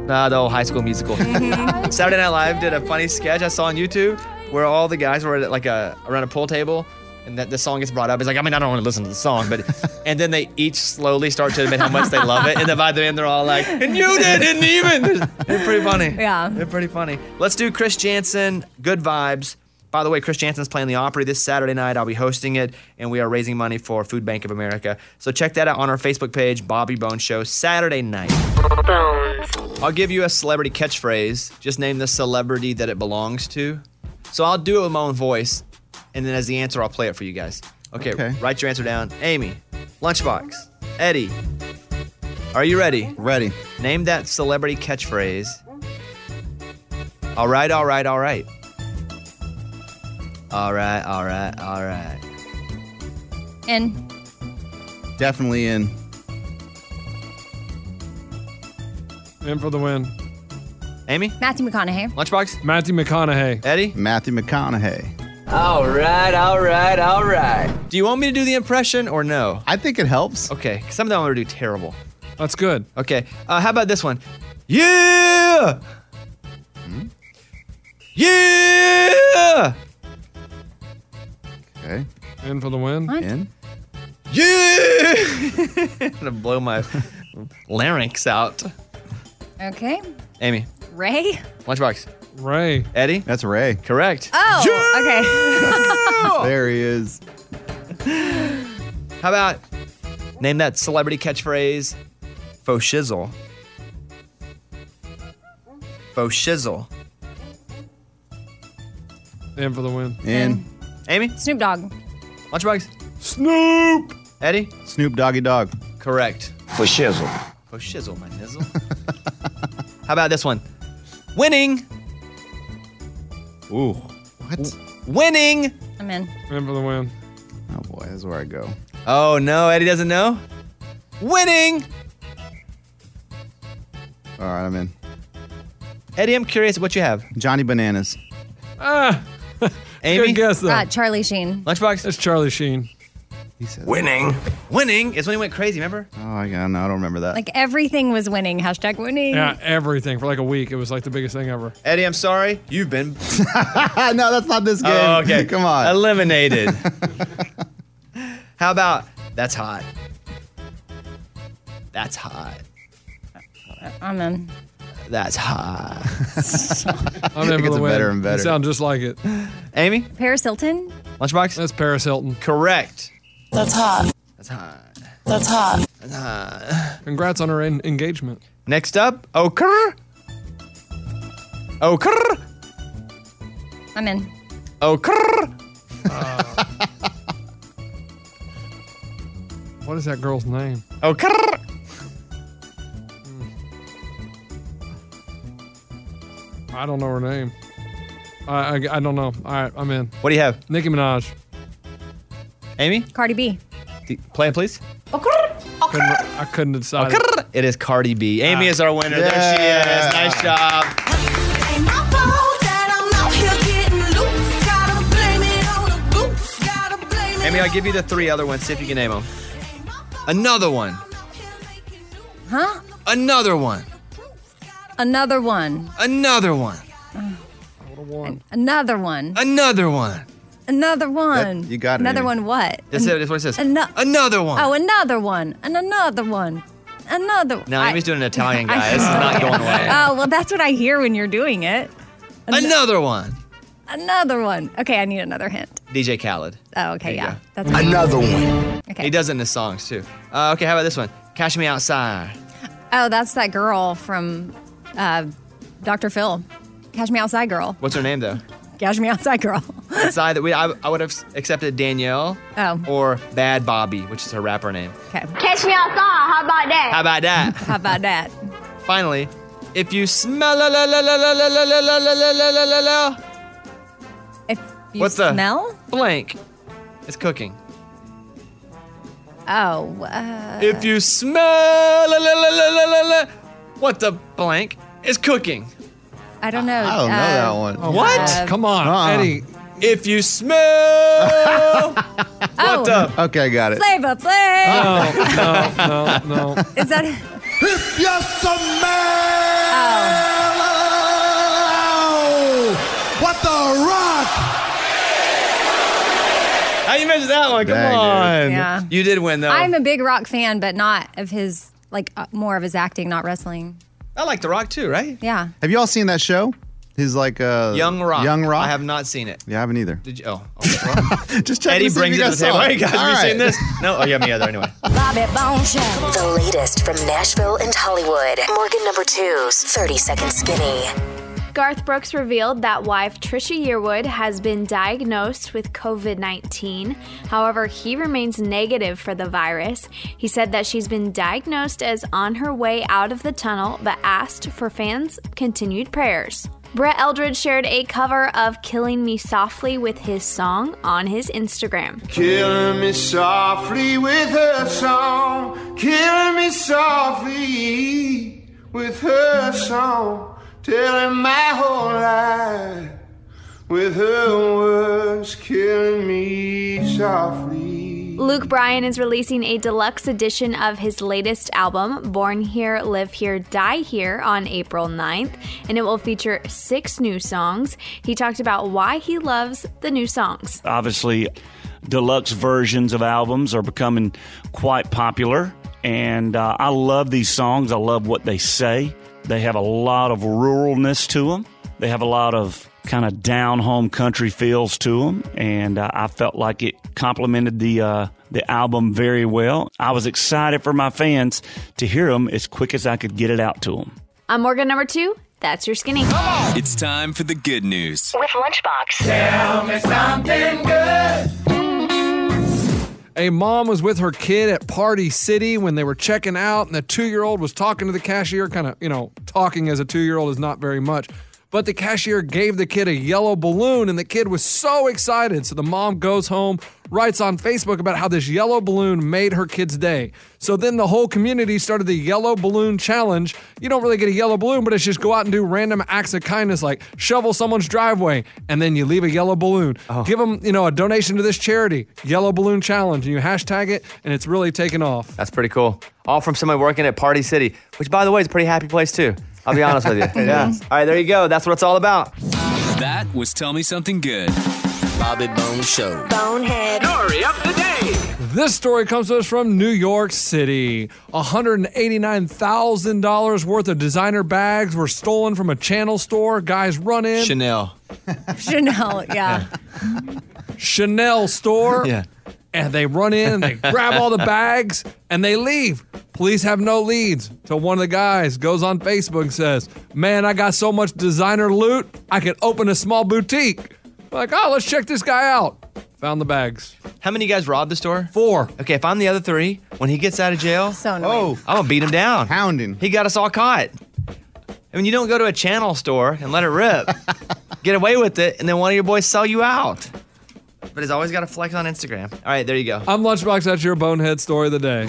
Ah, the old High School Musical. [LAUGHS] Saturday Night Live did a funny sketch I saw on YouTube where all the guys were at like a around a pool table, and that the song gets brought up. It's like I mean I don't want to listen to the song, but and then they each slowly start to admit how much they love it, and then by the end they're all like, and you didn't [LAUGHS] even. They're pretty funny. Yeah. They're pretty funny. Let's do Chris Jansen. Good vibes. By the way, Chris Jansen's playing the Opry this Saturday night. I'll be hosting it, and we are raising money for Food Bank of America. So check that out on our Facebook page, Bobby Bone Show, Saturday night. I'll give you a celebrity catchphrase. Just name the celebrity that it belongs to. So I'll do it with my own voice, and then as the answer, I'll play it for you guys. Okay, Okay. write your answer down. Amy, Lunchbox, Eddie. Are you ready? Ready. Name that celebrity catchphrase. All right, all right, all right. All right, all right, all right. And Definitely in. In for the win. Amy? Matthew McConaughey. Lunchbox? Matthew McConaughey. Eddie? Matthew McConaughey. All right, all right, all right. Do you want me to do the impression or no? I think it helps. Okay, 'cause some of them I'm gonna do terrible. That's good. Okay, uh, how about this one? Yeah! Yeah! Okay. In for the win. In. Yeah! [LAUGHS] I'm gonna blow my larynx out. Okay. Amy, Ray? Lunchbox. Ray. Eddie? That's Ray. Correct. Oh okay. Oh! There he is. How about name that celebrity catchphrase? Faux shizzle. Faux shizzle. In for the win. In. Amy? Snoop Dogg. Lunchbox? Snoop! Eddie? Snoop Doggy Dog. Correct. For shizzle. Faux shizzle, my nizzle. [LAUGHS] How about this one? Winning. Ooh. What? Winning. I'm in. In for the win. Oh boy, this is where I go. Oh no, Eddie doesn't know? Winning. All right, I'm in. Eddie, I'm curious what you have. Johnny Bananas. Ah. Amy? Good guess, though. Uh, Charlie Sheen. Lunchbox? That's Charlie Sheen. He said Winning. Winning is when he went crazy, remember? Oh, I, got- no, I don't remember that. Like everything was winning. Hashtag winning. [LAUGHS] Yeah, everything for like a week. It was like the biggest thing ever. Eddie, I'm sorry. [LAUGHS] You've been no, that's not this game. Oh, okay. Come on. [LAUGHS] Eliminated. How about that's hot? That's hot. Uh, I'm in. [LAUGHS] That's hot. I'm in for the win. You sound just like it. Amy? Paris Hilton? Lunchbox? That's Paris Hilton. Correct. That's hot. That's hot. That's hot. That's hot. Congrats on her en- engagement. Next up, Oker. Oker. I'm in. Oh, Oker. Uh, [LAUGHS] What is that girl's name? Hmm. Oker. I don't know her name. I, I, I don't know. All right, I'm in. What do you have? Nicki Minaj. Amy? Cardi B. Oh, D- Play it, please. Couldn't, I couldn't decide. It is Cardi B. Ah. Amy is our winner. There she Yeah. is. Nice job. Amy, I'll give you the three other ones. See if you can name them. Another one. Huh? Another one. Another one. Another one. Another one. Another one. Another one. you got it, Another Amy. one. What? That's it. That's what it says. Ano- another one. Oh, another one. And another one. Another. Now [LAUGHS] I- Amy's doing an Italian guy. I- this is not going away. Oh well, that's what I hear when you're doing it. [LAUGHS] An- Another one. Another one. Okay, I need another hint. DJ Khaled. Oh, okay, yeah. That's Another one. Okay. He does it in his songs too. Uh, okay, how about this one? Cash me outside. Oh, that's that girl from uh, Dr. Phil. Cash me outside, girl. What's her name [GASPS] though? Cash me outside, girl. it's either we I, I would have accepted Danielle Oh, or Bad Bobby, which is her rapper name. okay. Catch me outside. How about that? How about that? How about that? Finally, if you smell la la la la la la la la la la la la la la la. If you What's the smell? blank? It's cooking. Oh, uh, if you smell la la la la la la la, what the blank is cooking? I don't know. uh, I don't know that one. Oh, What? uh, Come on, Uh-uh. Eddie. If you smell. Oh, Okay, I got it. Flavor Flav. Oh. no, [LAUGHS] no, no. [LAUGHS] Is that? If you Oh. smell what the rock. How you missed that one? Come Dang, on. dude. Yeah. You did win though. I'm a big rock fan, but not of his like uh, more of his acting, not wrestling. I like The Rock too, right? Yeah. Have you all seen that show? He's like uh, Young Rock. Young Rock. I have not seen it. Yeah, I haven't either. Did you? Oh. [LAUGHS] Just check Eddie to see if brings you it to the guys table. saw it. Hey guys, have All you right. seen this? No. Oh yeah, me either. Anyway. Bobby Bone Show. The latest from Nashville and Hollywood. Morgan number two's 30 Second Skinny. Garth Brooks revealed that wife Trisha Yearwood has been diagnosed with COVID 19. However, he remains negative for the virus. He said that she's been diagnosed as on her way out of the tunnel, but asked for fans' continued prayers. Brett Eldred shared a cover of Killing Me Softly with his song on his Instagram. Killing me softly with her song. Killing me softly with her song. Telling my whole life with her words. Killing me softly. Luke Bryan is releasing a deluxe edition of his latest album, Born Here, Live Here, Die Here, on April 9th, and it will feature six new songs. He talked about why he loves the new songs. Obviously, deluxe versions of albums are becoming quite popular, and uh, I love these songs. I love what they say. They have a lot of ruralness to them. They have a lot of kind of down home country feels to them, and uh, I felt like it complemented the uh, the album very well. I was excited for my fans to hear them as quick as I could get it out to them. I'm Morgan number two. That's your skinny. It's time for the good news. With Lunchbox. Tell me something good. A mom was with her kid at Party City when they were checking out, and the two year old was talking to the cashier, kind of, you know, talking as a two year old is not very much. But the cashier gave the kid a yellow balloon, and the kid was so excited. So the mom goes home, writes on Facebook about how this yellow balloon made her kid's day. So then the whole community started the yellow balloon challenge. You don't really get a yellow balloon, but it's just go out and do random acts of kindness, like shovel someone's driveway, and then you leave a yellow balloon. Give them, you know, a donation to this charity, yellow balloon challenge, and you hashtag it, and it's really taken off. That's pretty cool. All from somebody working at Party City, which, by the way, is a pretty happy place too. I'll be honest with you. [LAUGHS] It yeah. is. All right, there you go. That's what it's all about. That was Tell Me Something Good. Bobby Bone Show. Bonehead. Story of the day. This story comes to us from New York City. $189,000 worth of designer bags were stolen from a channel store. Guys run in. Chanel. [LAUGHS] Chanel, yeah. Chanel store. Yeah. And they run in and [LAUGHS] they grab all the bags and they leave. Police have no leads. Till one of the guys goes on Facebook and says, Man, I got so much designer loot, I could open a small boutique. Like, oh, let's check this guy out. Found the bags. How many guys robbed the store? Four. Okay, if I'm the other three, when he gets out of jail, so oh, I'm gonna beat him down. Hound him. He got us all caught. I mean, you don't go to a channel store and let [LAUGHS] it rip, get away with it, and then one of your boys sell you out. But he's always got to flex on Instagram. All right, there you go. I'm Lunchbox. That's your bonehead story of the day.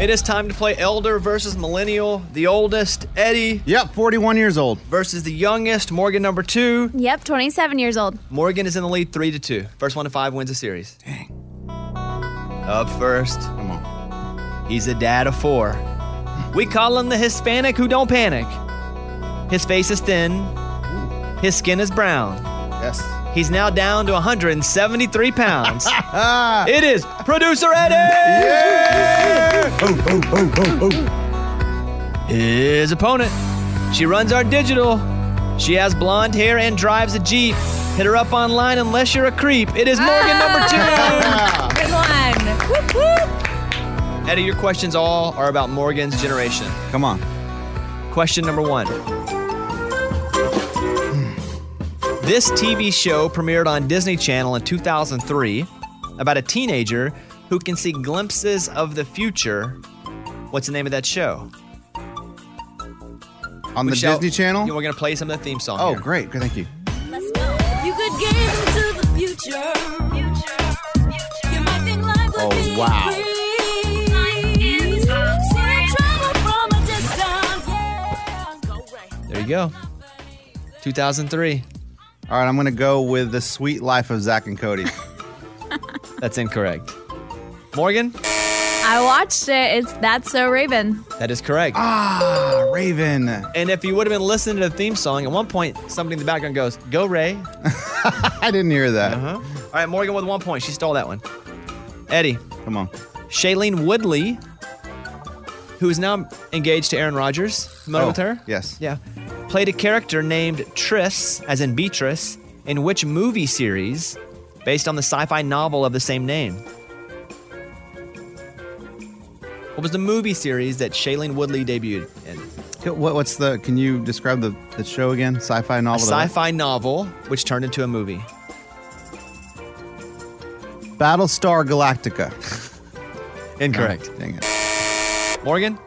It is time to play Elder versus Millennial. The oldest, Eddie. Yep, 41 years old. Versus the youngest, Morgan, number two. Yep, 27 years old. Morgan is in the lead three to two. First one to five wins the series. Dang. Up first. Come on. He's a dad of four. We call him the Hispanic who don't panic. His face is thin. His skin is brown. Yes. He's now down to 173 pounds. [LAUGHS] it is producer Eddie. Oh, oh, oh, oh, oh. His opponent. She runs our digital. She has blonde hair and drives a Jeep. Hit her up online unless you're a creep. It is Morgan Good one. Whoop, whoop. number two. Eddie, your questions all are about Morgan's generation. Come on. Question number one. This TV show premiered on Disney Channel in 2003 about a teenager who can see glimpses of the future. What's the name of that show? On We the shall- Disney Channel? We're going to play some of the theme song. Oh, here. great. Good, Thank you. You could gaze into the future. You might think life would Oh, be wow. free. Seeing trouble from a distance. There you go. 2003. All right, I'm going to go with The Sweet Life of Zach and Cody. [LAUGHS] That's incorrect. Morgan? I watched it. It's That's So Raven. That is correct. Ah, Raven. And if you would have been listening to the theme song, at one point somebody in the background goes, "Go Ray." [LAUGHS] I didn't hear that. Uh-huh. All right, Morgan with one point. She stole that one. Eddie, come on. Shailene Woodley, who is now engaged to Aaron Rodgers, familiar Oh, with her? Yes. Yeah. Played a character named Triss, as in Beatrice, in which movie series based on the sci fi novel of the same name? What was the movie series that Shailene Woodley debuted in? Co- What, what's the? Can you describe the, the show again? Sci-fi A novel. sci fi novel which turned into a movie. Battlestar Galactica. [LAUGHS] Incorrect. Oh, dang it. Morgan?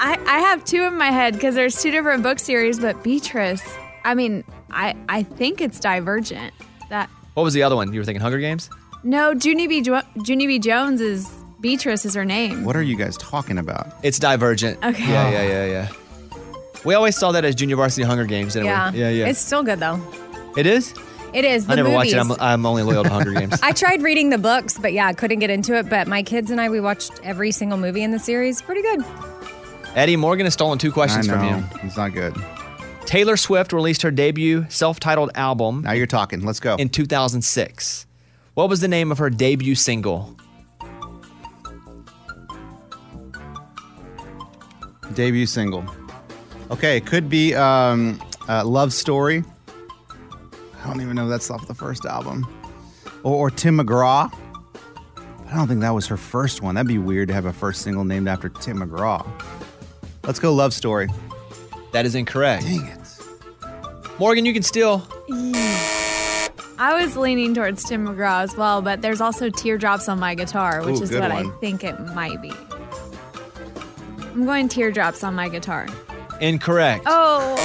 I, I have two in my head because there's two different book series, but Beatrice, I mean, I, I think it's Divergent. That What was the other one? You were thinking Hunger Games? No, Junie B. Jo- Junie B. Jones is Beatrice is her name. What are you guys talking about? It's Divergent. Okay. Yeah, yeah, yeah, yeah. We always saw that as junior varsity Hunger Games, didn't Yeah. we? Yeah, yeah. It's still good though. It is? It is. The I never movies. watched it. I'm, I'm only loyal to [LAUGHS] Hunger Games. I tried reading the books, but yeah, I couldn't get into it. But my kids and I, we watched every single movie in the series. Pretty good. Eddie Morgan has stolen two questions I know. from you. It's not good. Taylor Swift released her debut self-titled album. Now you're talking. Let's go. In 2006. What was the name of her debut single? Debut single. Okay, it could be um, uh, Love Story. I don't even know if that's off the first album, or, or Tim McGraw. I don't think that was her first one. That'd be weird to have a first single named after Tim McGraw. Let's go, Love Story. That is incorrect. Dang it. Morgan, you can steal. I was leaning towards Tim McGraw as well, but there's also Teardrops on My Guitar, which Ooh, is good what I one. think it might be. I'm going Teardrops on My Guitar. Incorrect. Oh,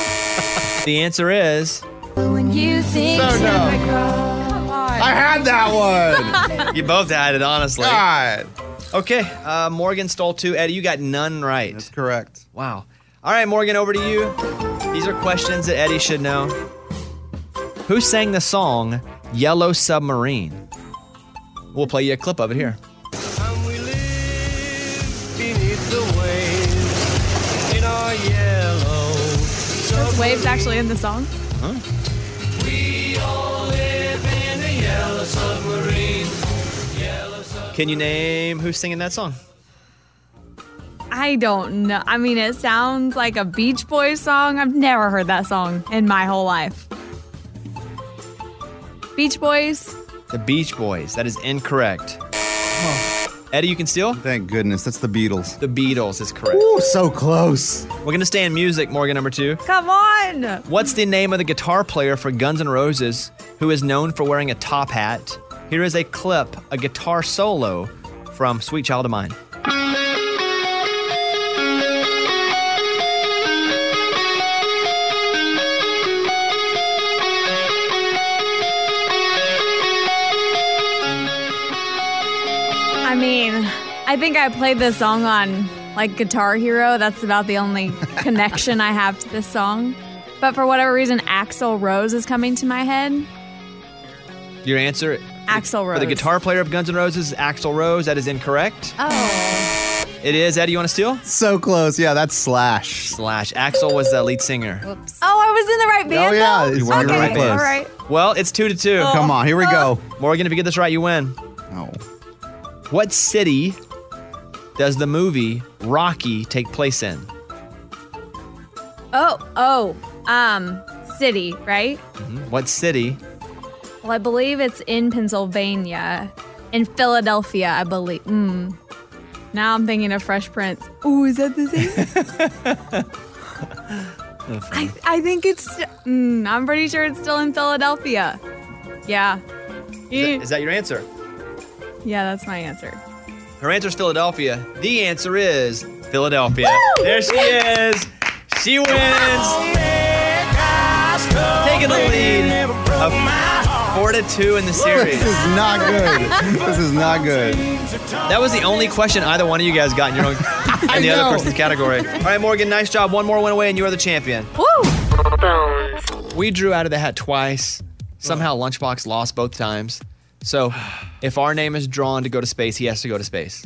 The answer is You think So Tim dumb. McGraw. I had that [LAUGHS] one. you both had it, honestly. God. Okay, uh, Morgan stole two. Eddie, you got none right. That's correct. Wow. All right, Morgan, over to you. These are questions that Eddie should know. Who sang the song Yellow Submarine? We'll play you a clip of it here. Beneath the waves in our yellow. those waves actually in the song? We all live in a yellow submarine. Yellow submarine. Can you name who's singing that song? I don't know. I mean, it sounds like a Beach Boys song. I've never heard that song in my whole life. Beach Boys. The Beach Boys. That is incorrect. Eddie, you can steal? Thank goodness. That's the Beatles. The Beatles is correct. Ooh, so close. We're going to stay in music, Morgan, number two. Come on. What's the name of the guitar player for Guns N' Roses who is known for wearing a top hat? Here is a clip, a guitar solo from Sweet Child of Mine. I mean, I think I played this song on like Guitar Hero. That's about the [LAUGHS] only connection I have to this song. But for whatever reason, Axl Rose is coming to my head. Your answer? for Axl Rose. For the guitar player of Guns N' Roses, Axl Rose. That is incorrect. Oh. It is. Eddie, you want to steal? So close. Yeah, that's Slash. Slash. Axl was the lead singer. Oh, I was in the right band. Oh, yeah, though? you were in the okay, right place. All right. Well, it's two to two. Oh. Come on, here we go. Morgan, if you get this right, you win. Oh. What city does the movie Rocky take place in? Oh, oh, um, city, right? What city? Well, I believe it's in Pennsylvania, in Philadelphia, I believe. Mm. Now I'm thinking of Fresh Prince. Ooh, is that the same? I, I think it's. Mm, I'm pretty sure it's still in Philadelphia. Yeah, Is that- is that your answer? yeah, that's my answer. Her answer's Philadelphia. The answer is Philadelphia. There she is. She wins. Taking the lead of four to two in the series. This is not good. this is not good. That was the only question either one of you guys got in your [LAUGHS] own in the know. other person's category. All right, Morgan, nice job. One more win away, and you are the champion. We drew out of the hat twice. Somehow Lunchbox lost both times. So [SIGHS] if our name is drawn to go to space, he has to go to space.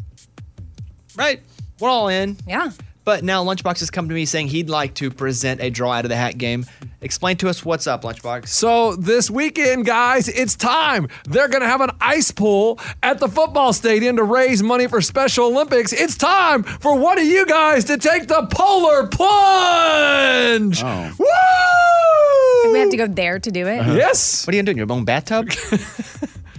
Right? We're all in. Yeah. But now Lunchbox has come to me saying he'd like to present a draw out of the hat game. Explain to us what's up, Lunchbox. So this weekend, guys, it's time. They're going to have an ice pool at the football stadium to raise money for Special Olympics. It's time for one of you guys to take the polar plunge. Oh. Woo! We have to go there to do it. Uh-huh. Yes. What are you doing? Your [LAUGHS] own bathtub? what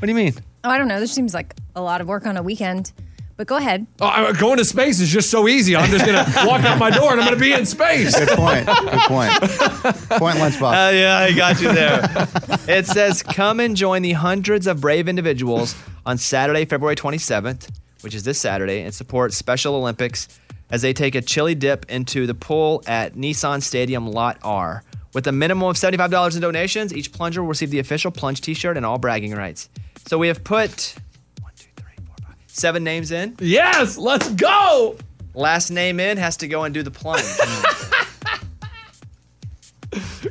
do you mean? Oh, I don't know. This seems like a lot of work on a weekend. But go ahead. Oh, I- going to space is just so easy. I'm just [LAUGHS] going to walk out my door and I'm going to be in space. Good point. Good point. Point [LAUGHS] lunchbox. Oh, yeah, I got you there. it says, come and join the hundreds of brave individuals on Saturday, February 27th, which is this Saturday, and support Special Olympics as they take a chili dip into the pool at Nissan Stadium Lot R. With a minimum of $75 in donations, each plunger will receive the official plunge t shirt and all bragging rights. So we have put seven names in. Yes, let's go. Last name in has to go and do the plunge. [LAUGHS]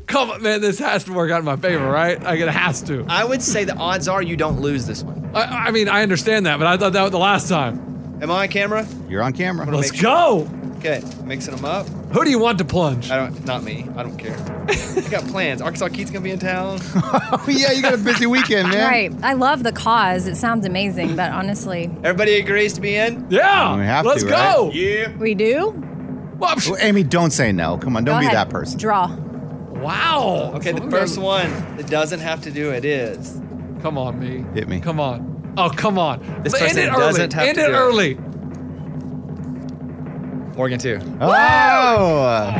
Come on, man. This has to work out in my favor, right? I it has to. I would say the odds are you don't lose this one. I, I mean, I understand that, but I thought that was the last time. Am I on camera? [LAUGHS] You're on camera. Let's go. Okay, mixing them up. Who do you want to plunge? I don't. Not me. I don't care. I got plans. Arkansas Keith's gonna be in town. [LAUGHS] oh, yeah, you got a busy weekend, man. Right. I love the cause. It sounds amazing, but honestly, Everybody agrees to be in. Yeah. We have Let's to, go. right? Yeah. we do. Well, Amy, don't say no. Come on, Go don't be ahead. that person. Draw. Wow. Okay, the first one that doesn't have to do it is. Come on, me. Hit me. Come on. Oh, come on. This End person it doesn't early. End have to it do it. early. Morgan too. Oh.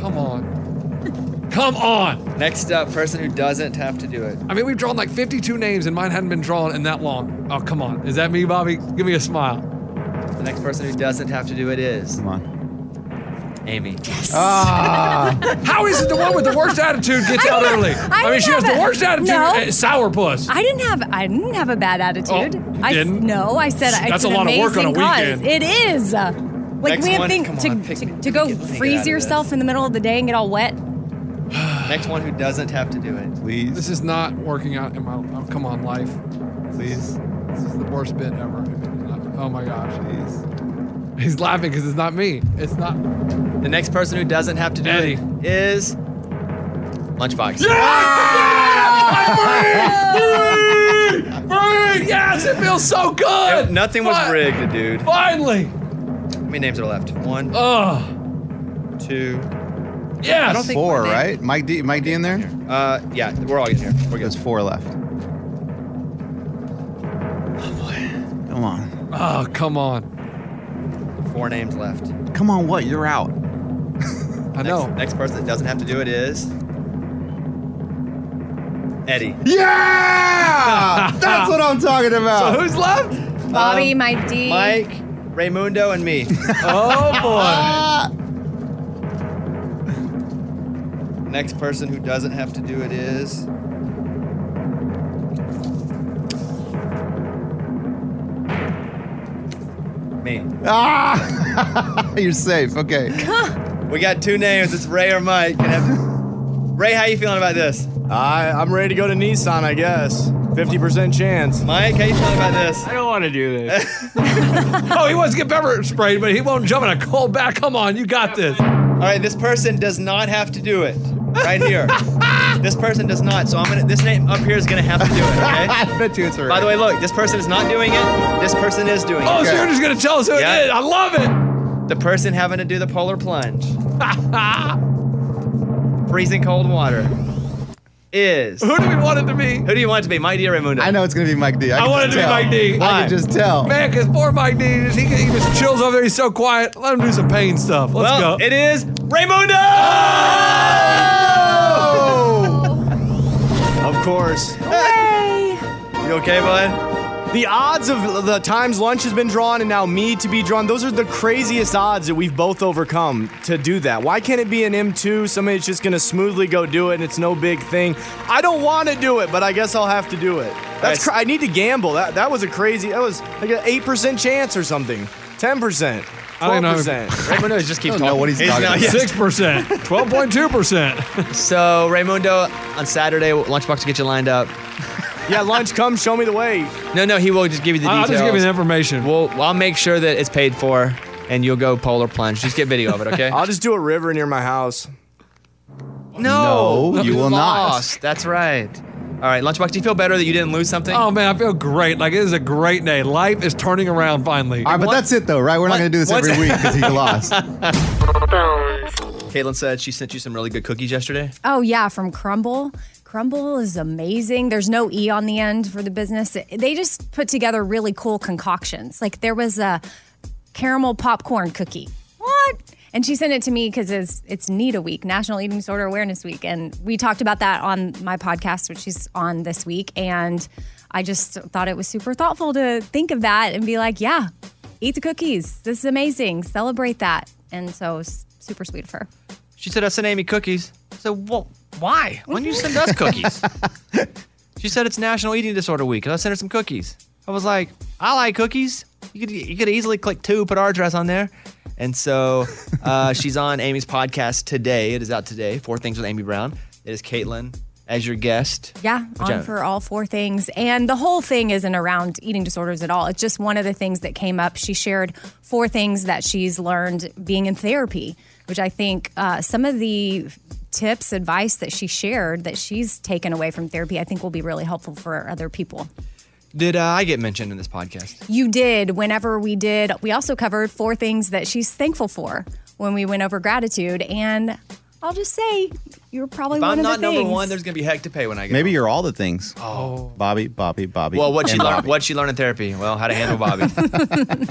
Come on. Come on. Next up, person who doesn't have to do it. I mean, we've drawn like 52 names and mine hadn't been drawn in that long. Oh, come on. Is that me, Bobby? Give me a smile. The next person who doesn't have to do it is Come on. Amy. Ah. How is it the one with the worst attitude gets out early? I, mean, didn't she has have the a- worst attitude. No. eh, Sourpuss. [SIGHS] I didn't have I didn't have a bad attitude. Oh, you I didn't? no, I said it's That's an a lot of work on a amazing cause. weekend. It is. Uh, Like Next we one, think come to, on, to, to go out of freeze yourself in the middle of the day and get all wet. Next one who doesn't have to do it. Please, This is not working out in my. Oh, come on, life. please, This is the worst bit ever. Oh my gosh. please. He's laughing because it's not me. It's not. The next person who doesn't have to do Eddie. it is Lunchbox. Free! Free! Yes, it feels so good. Nothing was Fi- rigged, dude. How Finally. many names are left? One, Oh, two. yes. I don't think- Four, right? Mike D. Mike D. in there. Uh, yeah, we're all in here. We're good. There's four left. Oh boy. Come on. Oh, come on. Four names left. Come on. What? You're out. I know. Next person that doesn't have to do it is Eddie. [LAUGHS] Yeah. That's what I'm talking So about. who's left? Uh, Bobby, Mike D. Um, Mike, Raymundo, and me. Oh boy. [LAUGHS] Ah. [LAUGHS] Next person who doesn't have to do it is. Me. Ah! You're safe. [LAUGHS] Okay. We got two names. It's Ray or Mike. And if- Ray, how you feeling about this? I, I'm ready to go to Nissan, I guess. 50% chance. Mike, how you feeling about this? I don't want to do this. [LAUGHS] oh, he wants to get pepper sprayed, but he won't jump in a cold bath. Come on, you got this. All right, this person does not have to do it right here. this person does not. So I'm gonna. This name up here is gonna have to do it. Okay. I bet you it's By the way, look, this person is not doing it. This person is doing it. Oh, so you're just gonna tell us who it is. I love it. The person having to do the polar plunge, [LAUGHS] freezing cold water, is. Who do we want it to be? Who do you want it to be, Mike D or Raimundo? I know it's gonna be Mike D. I I can want it just to be tell. Mike D. I can just tell. Man, because poor Mike D, he, he just chills over there. He's so quiet. Let him do some pain stuff. Let's well, go. it is Raimundo. Oh! [LAUGHS] Of course. You okay, bud? The odds of the times lunch has been drawn and now me to be drawn, those are the craziest odds that we've both overcome to do that. Why can't it be an M2? Somebody's just going to smoothly go do it and it's no big thing. I don't want to do it, but I guess I'll have to do it. That's cra- I need to gamble. That that was a crazy. That was like an 8% chance or something. 10%. I don't know. [LAUGHS] 12%. Raimundo just keeps I don't know talking. what he's talking not- about. yeah. Six percent, twelve point two percent. [LAUGHS] So Raimundo on Saturday, Lunchbox will get you lined up. yeah, lunch, come show me the way. No, no, he will just give you the I'll details. just give you the information. We'll, I'll make sure that it's paid for, and you'll go polar plunge. Just get video of [LAUGHS] it, okay? I'll just do a river near my house. no, No, you will not. lost. That's right. All right, Lunchbox, do you feel better that you didn't lose something? Oh man, I feel great. Like it is a great day. Life is turning around finally. All right, but that's it though, right? We're not gonna do this Once- every week [LAUGHS] because he lost. Caitlin said she sent you some really good cookies yesterday. Oh, yeah, from Crumble. Crumble is amazing. There's no E on the end for the business. They just put together really cool concoctions. Like there was a caramel popcorn cookie. What? And she sent it to me because it's, it's NEDA week, National Eating Disorder Awareness Week. And we talked about that on my podcast, which she's on this week. And I just thought it was super thoughtful to think of that and be like, yeah, eat the cookies. This is amazing. Celebrate that. And so s- super sweet of her. She said, I sent Amy cookies. I said, well, why? When do you send us cookies? she said, it's National Eating Disorder Week, and I sent her some cookies. I was like, I like cookies. You could, you could easily click two, put our address on there. And so uh, she's on Amy's podcast today. It is out today, Four Things with Amy Brown. It is Caitlin as your guest. Yeah, Which I- on for all four things. And the whole thing isn't around eating disorders at all. It's just one of the things that came up. She shared four things that she's learned being in therapy, which I think uh, some of the tips, advice that she shared that she's taken away from therapy, I think will be really helpful for other people. Did uh, I get mentioned in this podcast? You did whenever we did. We also covered four things that she's thankful for when we went over gratitude. And I'll just say, you're probably If one I'm of not the number things. one, there's going to be heck to pay when I get Maybe home. you're all the things. Oh, Bobby, Bobby, Bobby. Well, what she and learned? Bobby. What she learned in therapy? Well, how to handle Bobby.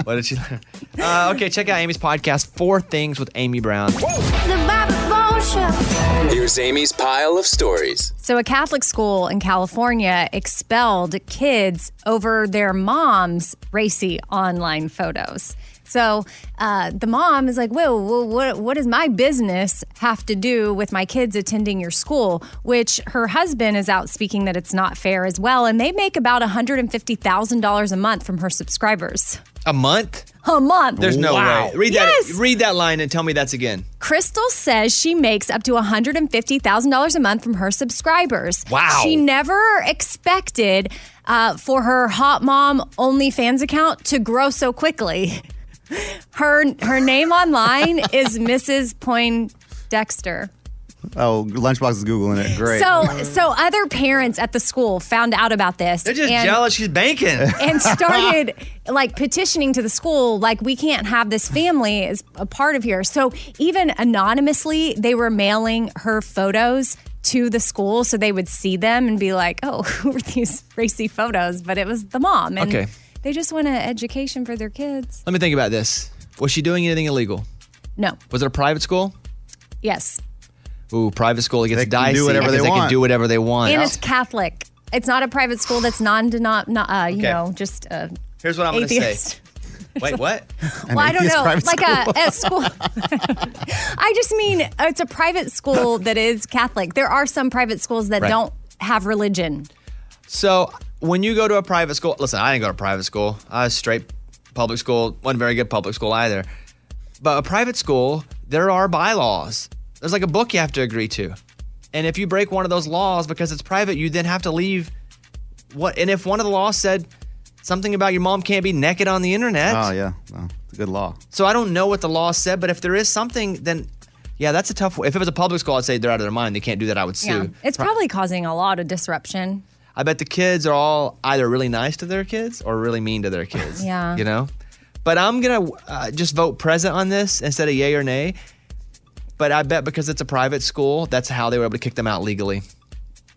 what did she learn? Uh, okay, check out Amy's podcast, Four Things with Amy Brown. The Bobby Bones Show. Here's Amy's pile of stories. So, a Catholic school in California expelled kids over their mom's racy online photos. So, uh, the mom is like, whoa, whoa, what, what does my business have to do with my kids attending your school? Which her husband is out speaking that it's not fair as well. And they make about $150,000 a month from her subscribers. A month? A month. There's no way. Read Yes. that. Read that line and tell me that's again. Crystal says she makes up to $150,000 a month from her subscribers. Wow. She never expected uh, for her Hot Mom OnlyFans account to grow so quickly. [LAUGHS] Her, her [LAUGHS] name online is Mrs. Poindexter. [LAUGHS] Oh, Lunchbox is googling it. Great. [LAUGHS] So, so other parents at the school found out about this. They're just and- jealous. She's banking. [LAUGHS] and started like petitioning to the school like we can't have this family as a part of here so even anonymously they were mailing her photos to the school so they would see them and be like oh [LAUGHS] who are these racy photos but it was the mom and Okay. they just want an education for their kids Let me think about this. Was she doing anything illegal? no Was it a private school? yes Ooh, private school. It gets can do dicey. whatever because they they can want. do whatever they want. and it's catholic it's not a private school that's non-denom not, uh, you Okay. know just uh, Here's what I'm going to atheist. say. Wait, [LAUGHS] what? Well, I don't know. Like uh, a, a school. [LAUGHS] I just mean uh, it's a private school that is Catholic. There are some private schools that Right. don't have religion. So when you go to a private school, listen, I didn't go to private school. I was straight public school, wasn't very good public school either. But a private school, there are bylaws. There's like a book you have to agree to. And if you break one of those laws because it's private, you then have to leave. What? And if one of the laws said something about your mom can't be naked on the internet, Oh yeah, [LAUGHS] no, it's a good law. so I don't know what the law said, but if there is something, then yeah, that's a tough. If it was a public school, I'd say they're out of their mind. They can't do that. I would sue. Yeah. It's Pro- probably causing a lot of disruption. I bet the kids are all either really nice to their kids or really mean to their kids. [LAUGHS] Yeah. You know? But I'm going to uh, just vote present on this instead of yay or nay. But I bet because it's a private school, that's how they were able to kick them out legally.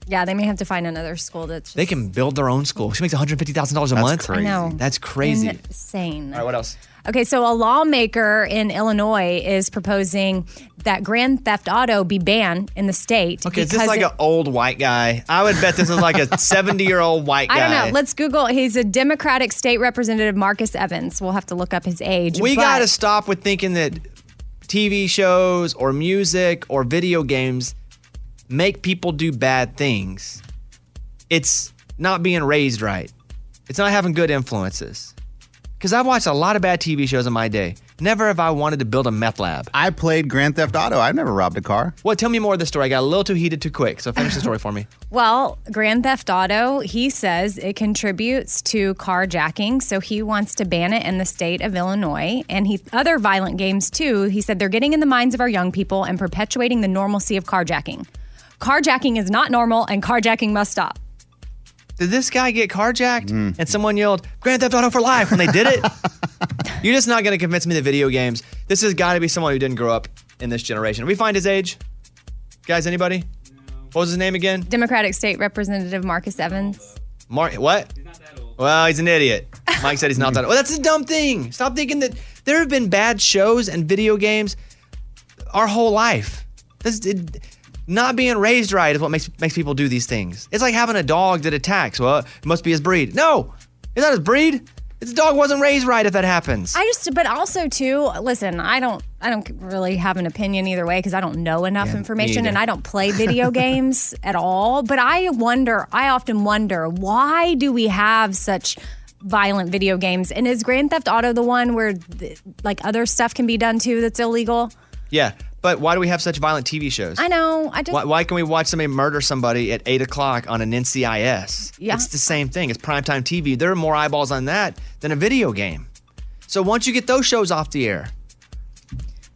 Yeah, they may have to find another school that's They can build their own school. She makes $150,000 a That's month. crazy. I know. That's crazy. insane. All right, what else? Okay, so a lawmaker in Illinois is proposing that Grand Theft Auto be banned in the state. Okay, is because this like it- an old white guy? I would bet this is like [LAUGHS] a 70 year old white guy. I don't know. Let's Google. He's a Democratic state representative, Marcus Evans. We'll have to look up his age. We but- got to stop with thinking that TV shows or music or video games make people do bad things. It's not being raised right. It's not having good influences. Because I've watched a lot of bad TV shows in my day. Never have I wanted to build a meth lab. I played Grand Theft Auto. I never robbed a car. Well, tell me more of the story. I got a little too heated too quick. So finish the story for me. Well, Grand Theft Auto, he says it contributes to carjacking, so he wants to ban it in the state of Illinois. And he other violent games too. He said they're getting in the minds of our young people and perpetuating the normalcy of carjacking. Carjacking is not normal, and carjacking must stop. Did this guy get carjacked? And someone yelled, Grand Theft Auto for life when they did it? [LAUGHS] You're just not going to convince me the video games. This has got to be someone who didn't grow up in this generation. Did we find his age? Guys, anybody? What was his name again? Democratic State Representative Marcus Evans. Mark, what? He's not that old. Well, he's an idiot. Mike said he's not that old. Well, that's a dumb thing. Stop thinking that there have been bad shows and video games our whole life. This, it, not being raised right is what makes makes people do these things. It's like having a dog that attacks. Well, it must be his breed. No, it's not his breed. This dog wasn't raised right if that happens. I just, but also too. Listen, I don't, I don't really have an opinion either way because I don't know enough information either. and I don't [LAUGHS] play video games at all. But I wonder, I often wonder, why do we have such violent video games? And is Grand Theft Auto the one where th- like other stuff can be done too that's illegal? yeah, but why do we have such violent TV shows? I know. I just, Why, why can we watch somebody murder somebody at eight o'clock on an NCIS? Yeah. It's the same thing. It's primetime TV. There are more eyeballs on that than a video game. So once you get those shows off the air,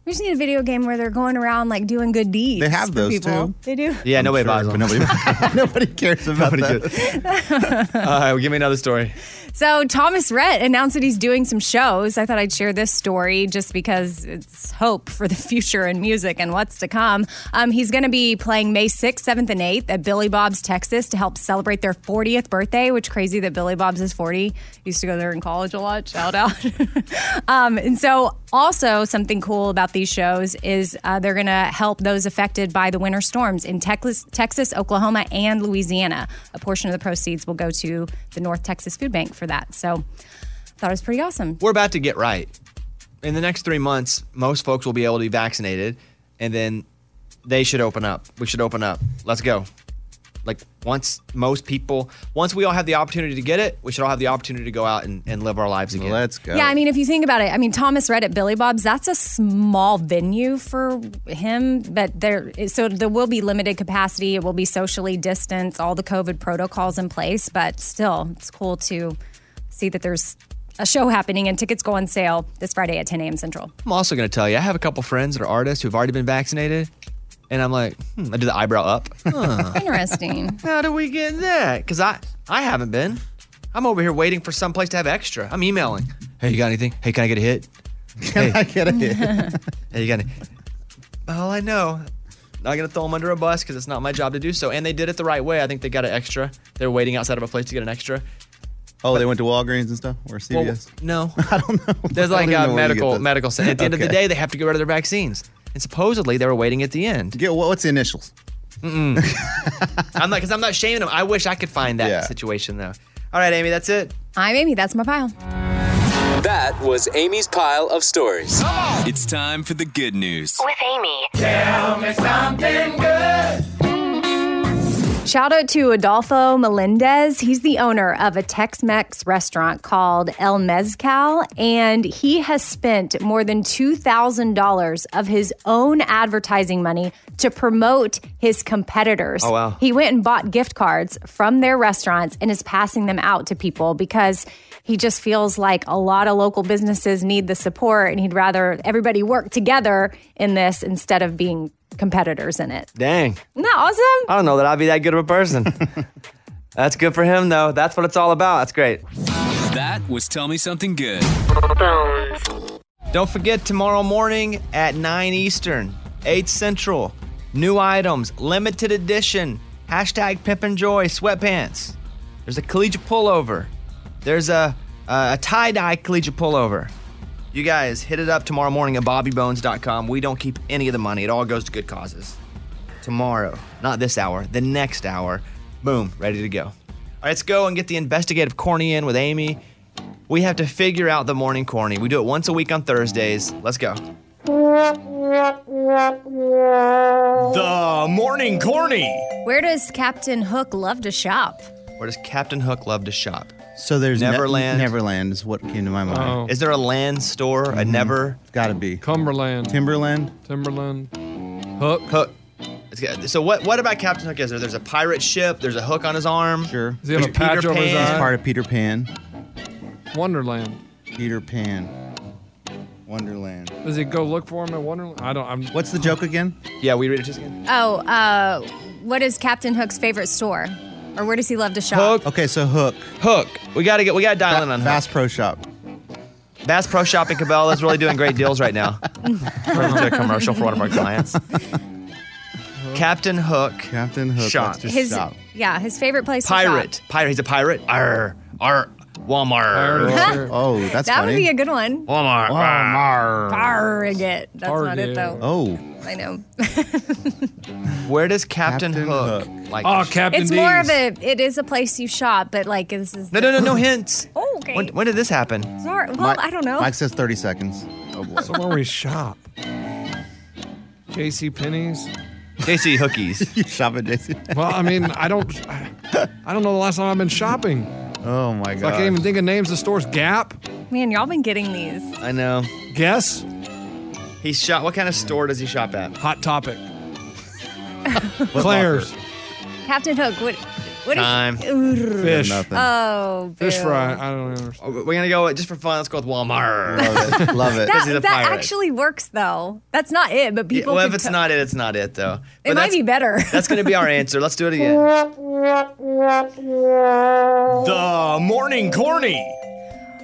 we just need a video game where they're going around like doing good deeds. They have for those, people. too. They do. yeah, nobody buys them. [LAUGHS] Nobody, cares about that. All right, well, give me another story. So Thomas Rhett announced that he's doing some shows. I thought I'd share this story just because it's hope for the [LAUGHS] future in music and what's to come. Um, he's going to be playing May 6th, 7th, and 8th at Billy Bob's, Texas to help celebrate their 40th birthday, which crazy that Billy Bob's is 40. Used to go there in college a lot. Shout out. Um, and so, also something cool about these shows is uh, they're going to help those affected by the winter storms in Texas, Texas, Oklahoma, and Louisiana. A portion of the proceeds will go to the North Texas Food Bank for that. So, thought it was pretty awesome. We're about to get right. In the next three months, most folks will be able to be vaccinated, and then they should open up. We should open up. Let's go. Like once most people, once we all have the opportunity to get it, we should all have the opportunity to go out and, and live our lives again. Let's go. Yeah, I mean, if you think about it, I mean, Thomas Red at Billy Bob's, that's a small venue for him, but there, so there will be limited capacity. It will be socially distanced, all the COVID protocols in place, but still, it's cool to see that there's a show happening and tickets go on sale this Friday at 10 a.m. Central. I'm also going to tell you, I have a couple friends that are artists who've already been vaccinated, and I'm like, hmm, I do the eyebrow up. Huh. Interesting. How do we get that? Because I, I haven't been. I'm over here waiting for some place to have extra. I'm emailing. Hey, you got anything? Hey, can I get a hit? Can I get a hit? [LAUGHS] hey, you got any? Well, I know. Not going to throw them under a bus because it's not my job to do so. And they did it the right way. I think they got an extra. They're waiting outside of a place to get an extra. Oh, they went to Walgreens and stuff or Well, CVS. no, I don't know. [LAUGHS] There's I like don't even a know where you get medical this. medical center. At the end of the Okay. day, they have to get rid of their vaccines, and supposedly they were waiting at the end. Get what's the initials? [LAUGHS] Mm-mm. I'm not because I'm not shaming them. I wish I could find that situation though. All right, Amy, [LAUGHS] that's it. I'm Amy. That's my pile. That was Amy's pile of stories. It's time for the good news. With Amy. Tell me something good. Shout out to Adolfo Melendez. He's the owner of a Tex Mex restaurant called El Mezcal, and he has spent more than $2,000 of his own advertising money to promote his competitors. Oh, wow. He went and bought gift cards from their restaurants and is passing them out to people because he just feels like a lot of local businesses need the support, and he'd rather everybody work together in this instead of being competitors in it. Dang. Isn't that awesome? I don't know that I'd be that good of a person. That's good for him, though. That's what it's all about. That's great. That was Tell Me Something Good. Don't forget tomorrow morning at 9 Eastern, 8 Central. New items, limited edition. Hashtag Pimp and Joy sweatpants. There's a collegiate pullover. There's a, a, a tie dye collegiate pullover. You guys, hit it up tomorrow morning at bobbybones.com. We don't keep any of the money, it all goes to good causes. Tomorrow, not this hour, the next hour. Boom, ready to go. All right, let's go and get the investigative corny in with Amy. We have to figure out the morning corny. We do it once a week on Thursdays. Let's go. The morning corny. Where does Captain Hook love to shop? Where does Captain Hook love to shop? So there's ne- Neverland. Neverland is what came to my mind. Oh. Is there a land store? A never? Mm-hmm. It's got to be. Cumberland. Timberland. Timberland. Hook. Hook. It's got- So what? What about Captain Hook? Is there? There's a pirate ship. There's a hook on his arm. Sure. Does he have a patch Peter over his Pan. eye? He's part of Peter Pan. Wonderland. Peter Pan. Wonderland. Does he go look for him at Wonderland? I don't. I'm. What's the joke again? Yeah, we read it just again. Oh, uh, what is Captain Hook's favorite store? Or where does he love [LAUGHS] to shop? Okay, so Hook. Hook. We gotta get. We gotta dial in on Bass Pro Shop. Bass Pro Shop in Cabela is really doing great deals right now. Turn into a commercial for one of our [LAUGHS] clients. Captain Hook. Captain Hook. Shop. [LAUGHS] His, yeah, his favorite place to Pirate. Pirate. He's a pirate. Arr. Arr. Walmart. Arr. oh, shop. [LAUGHS] that would be a good one. Walmart. Walmart. Target. That's not it, though. Oh. I know. Where does Captain, Hook, like? Oh, Captain it's more of a, it is a place you shop, but like this is. No, no, no, no hints. [LAUGHS] Oh, okay. When, when did this happen? Sorry. Well, I don't know. Mike says 30 seconds. Oh boy. Somewhere we shop. J.C. Penney's. JC [LAUGHS] Hookies. you shop at JC. Well, I mean, I don't. I don't know the last time I've been shopping. Oh my I god. can't even think of names of stores. Gap. Man, y'all been getting these. I know. Guess. He shop. What kind of store does he shop at? Hot Topic. Claire's. Captain Hook, what? What is? Time. Urgh. Fish. Nothing. Oh, Fish boo. fry. I don't understand. Oh, We're gonna go with- just for fun. Let's go with Walmart. Love [LAUGHS] it. Love it. Because he's a That, that pirate. actually works though. That's not it, but Yeah, people. well, could if it's co- not it, it's not it though. But it might that's- be better. That's gonna [LAUGHS] be our answer. Let's do it again. The morning corny.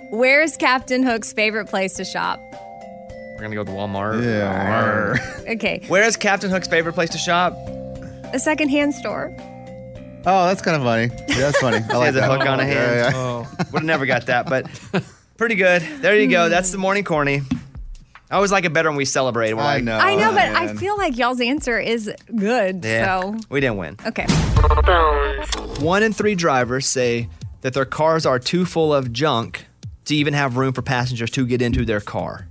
Where's Captain Hook's favorite place to shop? We're gonna go with Walmart. Yeah. Okay, Where is Captain Hook's favorite place to shop? a secondhand store. Oh, that's kind of funny. Yeah, that's funny. I She like has a that. hook on a Yeah, hand. yeah. Oh. [LAUGHS] Would have never got that, but pretty good. There you go. That's the morning corny. I always like it better when we celebrate. We're I like, know. oh, I know, but I feel like y'all's answer is good. Yeah, So we didn't win. okay. One in three drivers say that their cars are too full of junk to even have room for passengers to get into their car.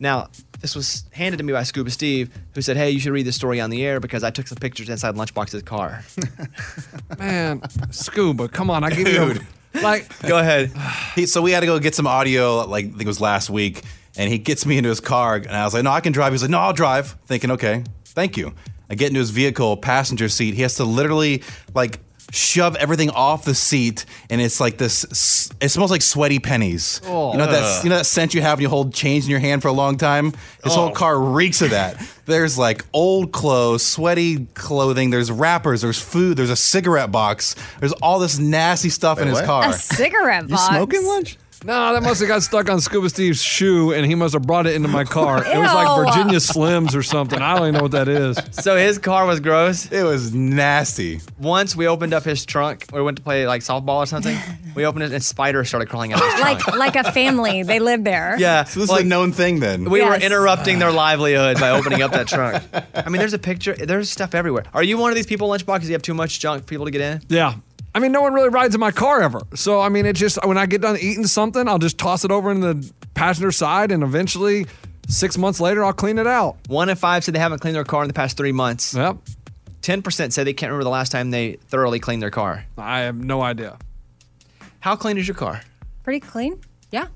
Now, this was handed to me by Scuba Steve, who said, Hey, you should read this story on the air because I took some pictures inside Lunchbox's car. Man, scuba. Come on, I give you. A, [LAUGHS] like, go ahead. He, so we had to go get some audio. Like I think it was last week, and he gets me into his car, and I was like, "No, I can drive." He's like, "No, I'll drive." Thinking, "Okay, thank you." I get into his vehicle, passenger seat. He has to literally like shove everything off the seat, and it's like this. s- It smells like sweaty pennies. Oh. You know Ugh. that you know that scent you have when you hold change in your hand for a long time. His whole car reeks of that. There's like old clothes, sweaty clothing. There's wrappers. There's food. There's a cigarette box. There's all this nasty stuff in his car. A cigarette box. lunch? No, Ah, that must have got stuck on Scuba Steve's shoe, and he must have brought it into my car. It was Ew. like Virginia Slims or something. I don't even know what that is. So his car was gross. It was nasty. Once we opened up his trunk, we went to play like softball or something. we opened it and spiders started crawling out of his trunk. [LAUGHS] like like a family, they live there. Yeah. So this is a known thing then. Uh. We Yes. were interrupting their livelihood by opening up [LAUGHS] that trunk. I mean, there's a picture, there's stuff everywhere. Are you one of these people, Lunchbox, is you have too much junk for people to get in? Yeah. I mean, no one really rides in my car ever. So, I mean, it just, when I get done eating something, I'll just toss it over in the passenger side, and eventually, six months later, I'll clean it out. One in five said they haven't cleaned their car in the past three months. Yep. 10% say they can't remember the last time they thoroughly cleaned their car. I have no idea. How clean is your car? Pretty clean. Yeah.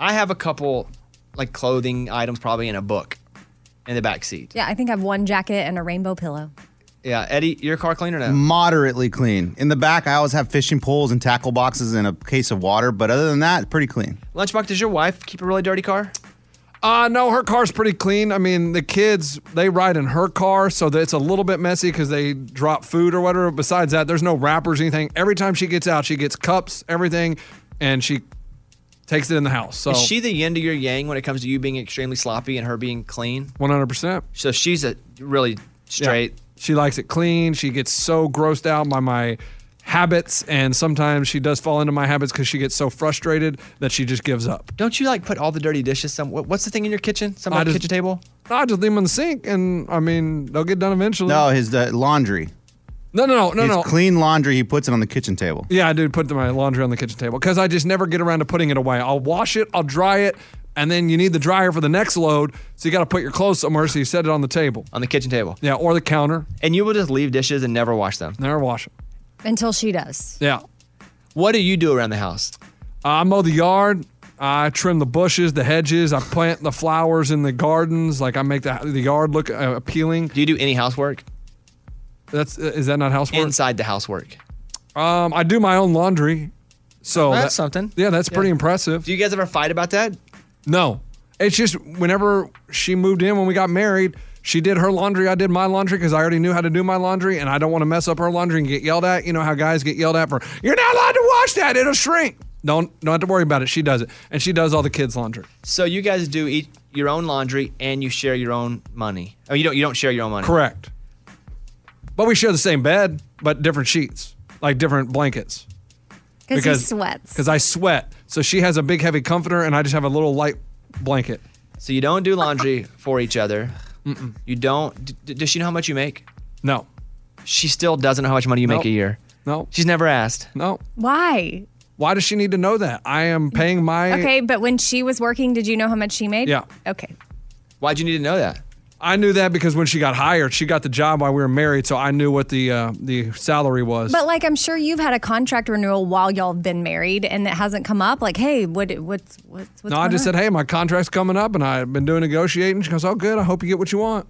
I have a couple like clothing items probably in a book in the back seat. Yeah. I think I have one jacket and a rainbow pillow. Yeah, Uh, Eddie, your car clean or no? Moderately clean. In the back, I always have fishing poles and tackle boxes and a case of water, but other than that, pretty clean. Lunchbox, does your wife keep a really dirty car? Uh, no, her car's pretty clean. I mean, the kids, they ride in her car, so that it's a little bit messy because they drop food or whatever. Besides that, there's no wrappers, anything. Every time she gets out, she gets cups, everything, and she takes it in the house. So Is she the yin to your yang when it comes to you being extremely sloppy and her being clean? 100%. So she's a really straight. She likes it clean. She gets so grossed out by my habits, and sometimes she does fall into my habits because she gets so frustrated that she just gives up. Don't you like put all the dirty dishes some? what- What's the thing in your kitchen? Some I on the just- kitchen table? I just leave them in the sink, and I mean, they'll get done eventually. No, his uh, laundry. No, no, no, no, his no. clean laundry, he puts it on the kitchen table. Yeah, I do put my laundry on the kitchen table because I just never get around to putting it away. I'll wash it, I'll dry it, and then you need the dryer for the next load. So you got to put your clothes somewhere. So you set it on the table, on the kitchen table. Yeah, or the counter. And you will just leave dishes and never wash them. Never wash them. Until she does. Yeah. What do you do around the house? I mow the yard. I trim the bushes, the hedges. I plant the flowers in the gardens. Like I make the, the yard look uh, appealing. Do you do any housework? That's uh, is that not housework? Inside the housework. Um, I do my own laundry. So That's that- something. Yeah, that's pretty impressive. Do you guys ever fight about that? No. It's just whenever she moved in when we got married, she did her laundry, I did my laundry because I already knew how to do my laundry and I don't want to mess up her laundry and get yelled at. You know how guys get yelled at for, you're not allowed to wash that, it'll shrink. Don't don't have to worry about it. She does it. And she does all the kids' laundry. So you guys do each your own laundry and you share your own money. Oh, you don't you don't share your own money. Correct. But we share the same bed, but different sheets, like different blankets. 'Cause he sweats. Because I sweat. So she has a big heavy comforter and I just have a little light blanket. So you don't do laundry for each other. You don't. d- d- does she know how much you make? No. She still doesn't know how much money you Nope. make a year. No. She's never asked. No. Why? Why does she need to know that? I am paying my okay, but when she was working, did you know how much she made? Yeah. Okay. Why'd you need to know that? I knew that because when she got hired, she got the job while we were married, so I knew what the uh, the salary was. But like, I'm sure you've had a contract renewal while y'all have been married, and it hasn't come up. Like, hey, what, what's, what's, what's no, I going just on? said, "Hey, my contract's coming up, and I've been doing negotiating." She goes, "Oh, good. I hope you get what you want."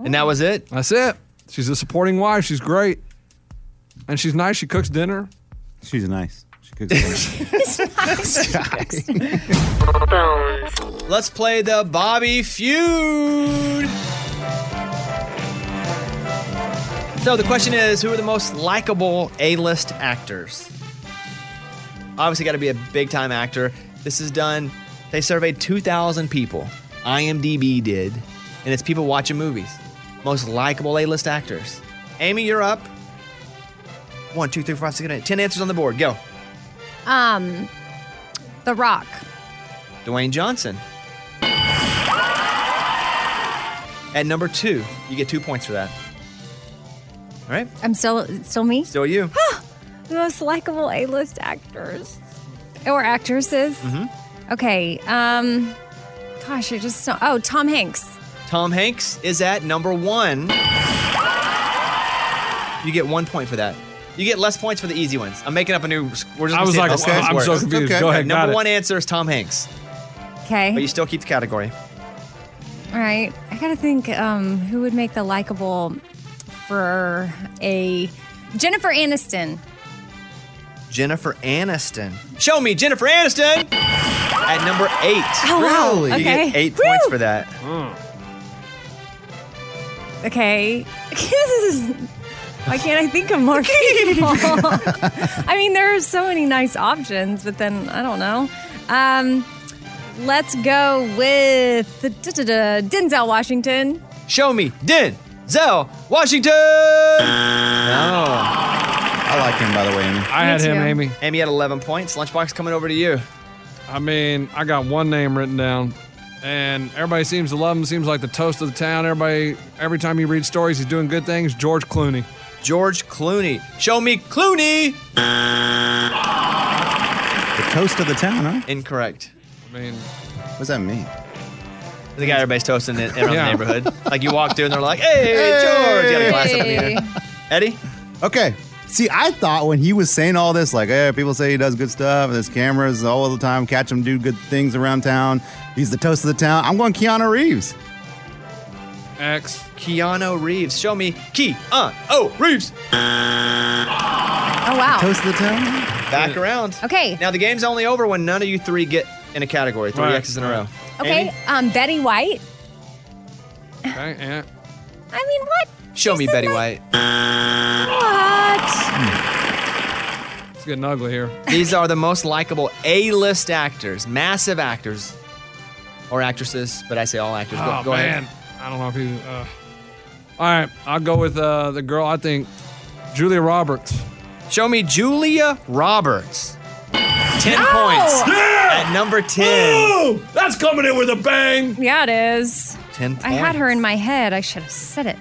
And that was it. That's it. She's a supporting wife. She's great, and she's nice. She cooks dinner. She's nice. She cooks dinner. [LAUGHS] Let's play the Bobby feud. So the question is, who are the most likable A-list actors? Obviously, got to be a big-time actor. This is done. They surveyed 2,000 people. IMDb did, and it's people watching movies. Most likable A-list actors. Amy, you're up. One, two, three, four, five, six, seven, eight. Ten answers on the board. Go. um, The Rock, Dwayne Johnson. At number two, you get two points for that. All right, I'm still still me. still you. The most likable A-list actors or actresses. Mm-hmm. Okay. Um, gosh, I just don't- oh Tom Hanks. Tom Hanks is at number one. You get one point for that. You get less points for the easy ones. I'm making up a new. We're just I was gonna like, say how okay, this I'm works. so confused. Go ahead, got Number it. one answer is Tom Hanks, Okay. but you still keep the category. All right. I gotta think um, who would make the likable for a Jennifer Aniston. Jennifer Aniston. Show me Jennifer Aniston at number eight. Oh, wow. You Okay. get eight points for that. Okay. [LAUGHS] Why can't I think [LAUGHS] of more people? [LAUGHS] I mean, there are so many nice options, but then I don't know. Um, let's go with da-da-da, Denzel Washington. Show me Denzel Washington. Oh. No. I like him, by the way, Amy. I had him, Amy. Amy had 11 points. Lunchbox coming over to you. I mean, I got one name written down, and everybody seems to love him. Seems like the toast of the town. Everybody, every time you read stories, he's doing good things. George Clooney. George Clooney. Show me Clooney. the toast of the town, huh? Incorrect. I mean, What does that mean? It The guy everybody's toasting in, around Yeah. the neighborhood. Like you walk through and they're like, "Hey, George!" You got a glass up in the air. Eddie? Okay. See, I thought when he was saying all this, like, hey, people say he does good stuff, and there's cameras all the time, catch him do good things around town. He's the toast of the town. I'm going Keanu Reeves. X. Keanu Reeves. Show me Key. Uh, oh, Reeves. Oh, wow. Toast of the town. Back around. Okay. Now the game's only over when none of you three get in a category. Three Right. X's in a row. Okay, um, Betty White. Okay, yeah. I mean, what? Show me Betty White. What? It's getting ugly here. These are the most likable A-list actors, massive actors or actresses, but I say all actors. Go, Oh, go man. ahead. I don't know if he's. Uh... All right, I'll go with uh, the girl I think, Julia Roberts. Show me Julia Roberts. Ten No! points Oh! Yeah! at number ten. that's coming in with a bang. Yeah, it is. Ten points. Mm. I had her in my head. I should have said it.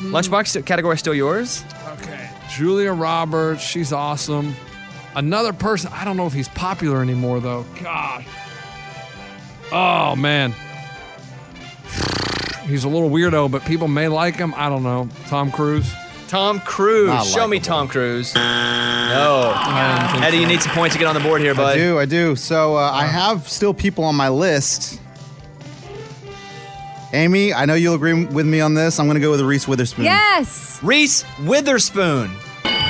Lunchbox category still yours? Okay. Julia Roberts, she's awesome. Another person, I don't know if he's popular anymore though. Gosh. Oh man. He's a little weirdo, but people may like him. I don't know. Tom Cruise. Tom Cruise. Show me Tom Cruise. No. Eddie, you need some points to get on the board here, bud. I do, I do. So uh, I have still people on my list. Amy, I know you'll agree with me on this. I'm going to go with Reese Witherspoon. Yes. Reese Witherspoon.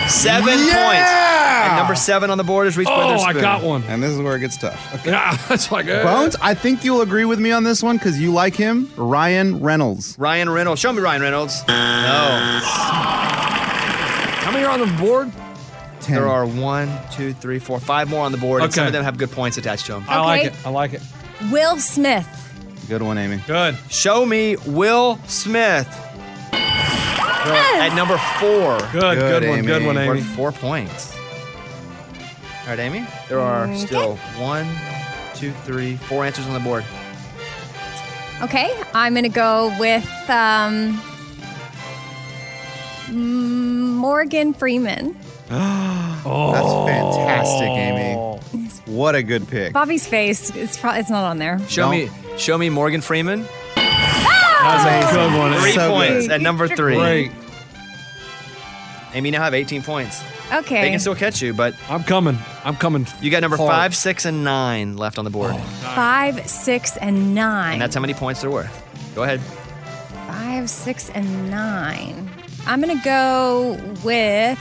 Seven points. And number seven on the board is Reese Witherspoon. Oh, one. And this is where it gets tough. Okay. Yeah, [LAUGHS] that's like eh. Bones, I think you'll agree with me on this one because you like him. Ryan [GASPS] Reynolds. Ryan Reynolds. Show me Ryan Reynolds. No. How many are on the board? Ten. There are one, two, three, four, five more on the board. And some of them have good points attached to them. I like Okay. it. I like it. Will Smith. Good one, Amy. Good. Show me Will Smith. At number four. Good, good Good, one, good Amy. one, Amy. Worth Four points. All right, Amy. There are Okay. still one, two, three, four answers on the board. Okay, I'm gonna go with um, mm, Morgan Freeman. oh, that's fantastic, Amy. What a good pick. Bobby's face is pro- it's not on there. Show me, show me Morgan Freeman. That's a good one. Three So points good. at number three. Great. Amy now have 18 points. Okay. They can still catch you, but I'm coming. I'm coming. You got number hard. Oh, five, six, and nine left on the board, Five, six, and nine. and that's how many points there were. Go ahead. Five, six, and nine. I'm gonna go with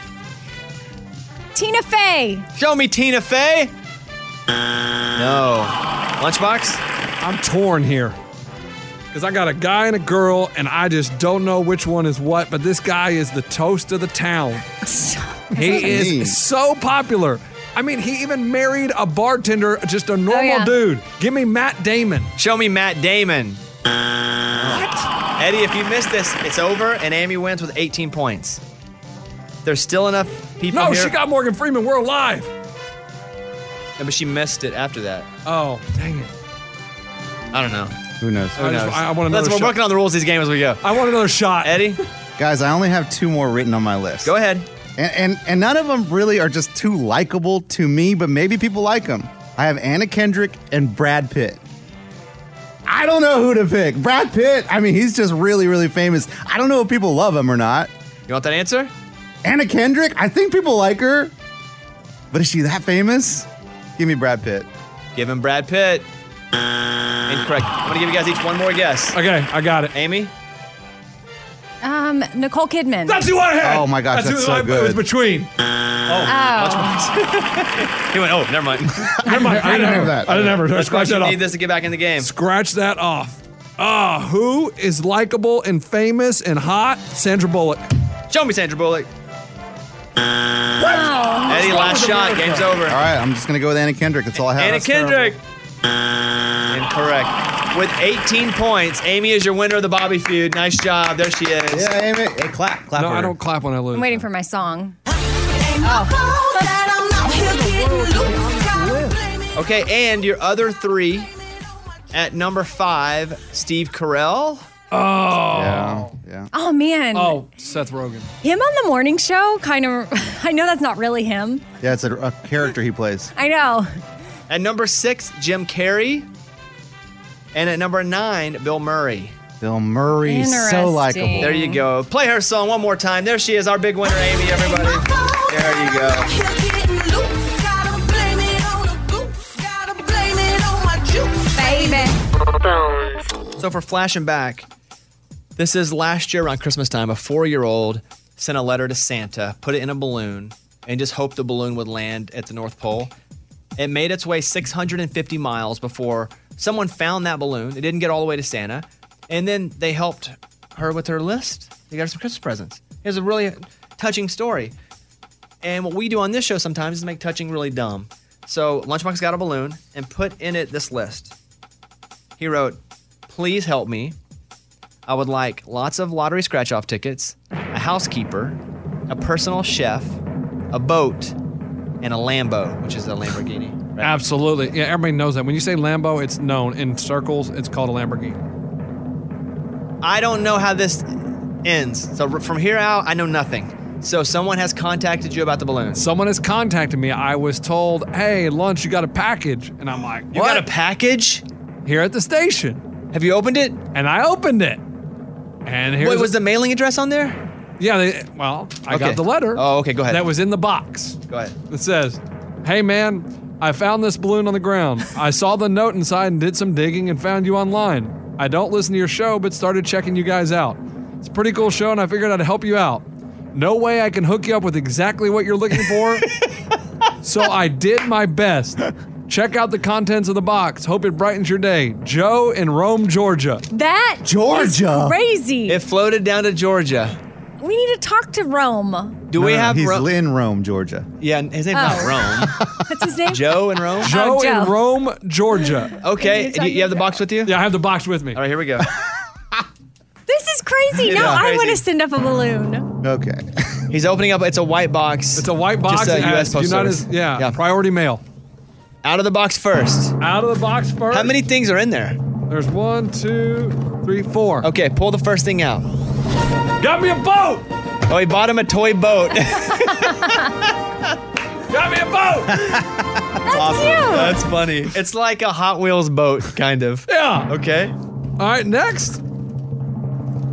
Tina Fey. Show me Tina Fey. No. Lunchbox? I'm torn here. Because I got a guy and a girl, and I just don't know which one is what, but this guy is the toast of the [LAUGHS] town. That's he is mean. so popular. I mean, he even married a bartender, just a normal yeah. dude. Give me Matt Damon. Oh, Show me Matt Damon. Eddie, if you missed this, it's over, and Amy wins with 18 points. There's still enough people No, here. she got Morgan Freeman. We're alive. No, but she missed it after that. Oh, dang it. I don't know. Who knows? Who knows? Listen, we're working on the rules of these games as we go. I want another shot. Eddie? Guys, I only have two more written on my list. Go ahead. And and, and none of them really are just too likable to me, but maybe people like them. I have Anna Kendrick and Brad Pitt. I don't know who to pick. Brad Pitt, I mean, he's just really, really famous. I don't know if people love him or not. You want that answer? Anna Kendrick, I think people like her. But is she that famous? Give me Brad Pitt. Give him Brad Pitt. Incorrect. I'm going to give you guys each one more guess. Okay, I got it. Amy? Um, Nicole Kidman. That's who I had. Oh my gosh, that's, so who I- good. It was between. He went, oh, never mind. [LAUGHS] Never mind. I didn't have that. I didn't have her. Let's Scratch go. that You off. need this to get back in the game. Scratch that off. Ah, who is likable and famous and hot? Sandra Bullock. Show me Sandra Bullock. Wow. Eddie, last shot. Game's over. All right, I'm just going to go with Anna Kendrick. That's all I have. Anna That's terrible. Kendrick. Incorrect. With 18 points, Amy is your winner of the Bobby feud. Nice job. There she is. Yeah, Amy. Hey, clap, clap. No, I don't clap when I Oh. [LAUGHS] I'm lose. waiting for my song. Oh. Okay, and your other three at number five, Steve Carell. Oh. Yeah. Oh man. Oh, Seth Rogen. Him on the morning show kind of [LAUGHS] I know that's not really him. Yeah, it's a, a character he plays. I know. At number six, Jim Carrey. And at number nine, Bill Murray. Bill Murray, so likable. There you go. Play her song one more time. There she is, our big winner, Amy, everybody. There you go. Baby. So for flashing back, this is last year around Christmas time. A four-year-old sent a letter to Santa, put it in a balloon, and just hoped the balloon would land at the North Pole. It made its way 650 miles before someone found that balloon. It didn't get all the way to Santa, and then they helped her with her list. They got her some Christmas presents. It was a really touching story. And what we do on this show sometimes is make touching really dumb. So Lunchbox got a balloon and put in it this list. He wrote, Please help me. I would like lots of lottery scratch off tickets, a housekeeper, a personal chef, a boat, and a Lambo, which is a Lamborghini. Absolutely. Yeah, everybody knows that. When you say Lambo, it's known in circles. It's called a Lamborghini. I don't know how this ends. So r- from here out, I know nothing. So someone has contacted you about the balloon. Someone has contacted me. I was told, "Hey, lunch, you got a package," and I'm like, "You got a package here at the station? Have you opened it?" And I opened it. And here Wait, was the mailing address on there? Yeah, they, well, I Okay. got the letter. Oh, okay, go ahead. That was in the box. Go ahead. It says, Hey, man, I found this balloon on the ground. I saw the note inside and did some digging and found you online. I don't listen to your show, but started checking you guys out. It's a pretty cool show, and I figured I'd help you out. No way I can hook you up with exactly what you're looking [LAUGHS] for. so I did my best. Check out the contents of the box. Hope it brightens your day. Joe in Rome, Georgia. That is crazy. It floated down to Georgia. we need to talk to Rome. Do we have He's Ro- in Rome, Georgia. Yeah, his name's not Rome. What's his [LAUGHS] name? Joe in Rome. Joe, in Rome, Georgia. Okay, do you, you have the box with you? Yeah, I have the box with me. All right, here we [LAUGHS] go. This is crazy. Yeah. Now I Crazy. want to send up a balloon. Okay. He's opening up. It's a white box. It's a white box. Just a It has U.S. Postal United- Service. yeah, priority mail. Out of the box first. Out of the box first. How many things are in there? There's one, two, three, four. Okay, pull the first thing out. Got me a boat. Oh, he bought him a [LAUGHS] toy boat. Got me [LAUGHS] a boat. That's awesome. That's funny. It's like a Hot Wheels boat, kind of. Yeah. Okay. All right, next.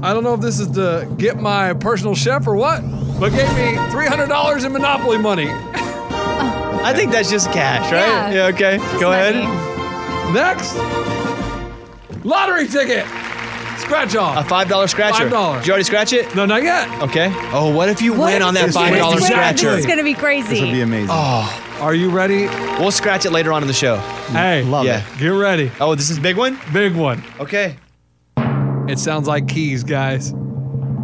I don't know if this is to get my personal chef or what, but gave me $300 in Monopoly money. I think that's just cash, Yeah. right? Yeah, okay. Go ahead. Next. Lottery ticket. Scratch off. A $5 scratcher. $5. Did you already scratch it? No, not yet. Okay. Oh, what if you What win if on you that $5 win? This is gonna- scratcher? This is going to be crazy. amazing. Oh. Are you ready? We'll scratch it later on in the show. Hey, Love yeah. Get ready. Oh, this is big one? Big one. Okay. It sounds like keys, guys.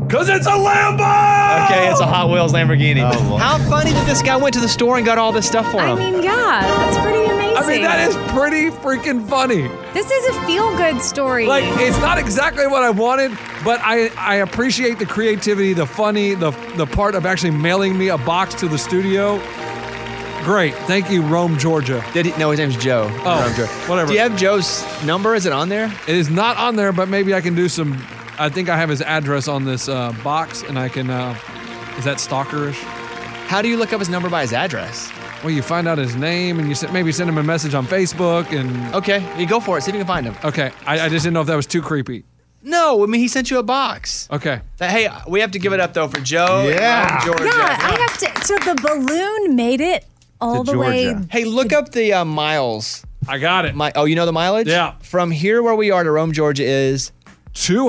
Cause it's a Lambo. Okay, it's a Hot Wheels Lamborghini. How funny that this guy went to the store and got all this stuff for I him. mean, yeah, that's pretty amazing. I mean, that is pretty freaking funny. This is a feel good story. Like it's not exactly what I wanted, but I I appreciate the creativity, the funny, the the part of actually mailing me a box to the studio. Great, thank you, Rome, Georgia. Did he, no, his name's Joe. Oh, Joe. whatever. Do you have Joe's number? Is it on there? It is not on there, but maybe I can do some. I think I have his address on this uh, box, and I can. Uh, is that stalkerish? How do you look up his number by his address? Well, you find out his name, and you se- maybe send him a message on Facebook, and Okay, you go for it. See if you can find him. okay, I, I just didn't know if that was too creepy. No, I mean he sent you a box. Okay, That- Hey, we have to give it up though for Joe. and Yeah. Georgia. yeah, I have to. So the balloon made it all the way. Hey, look up the uh, miles. I got it. My, oh, you know the mileage? Yeah. From here where we are to Rome, Georgia is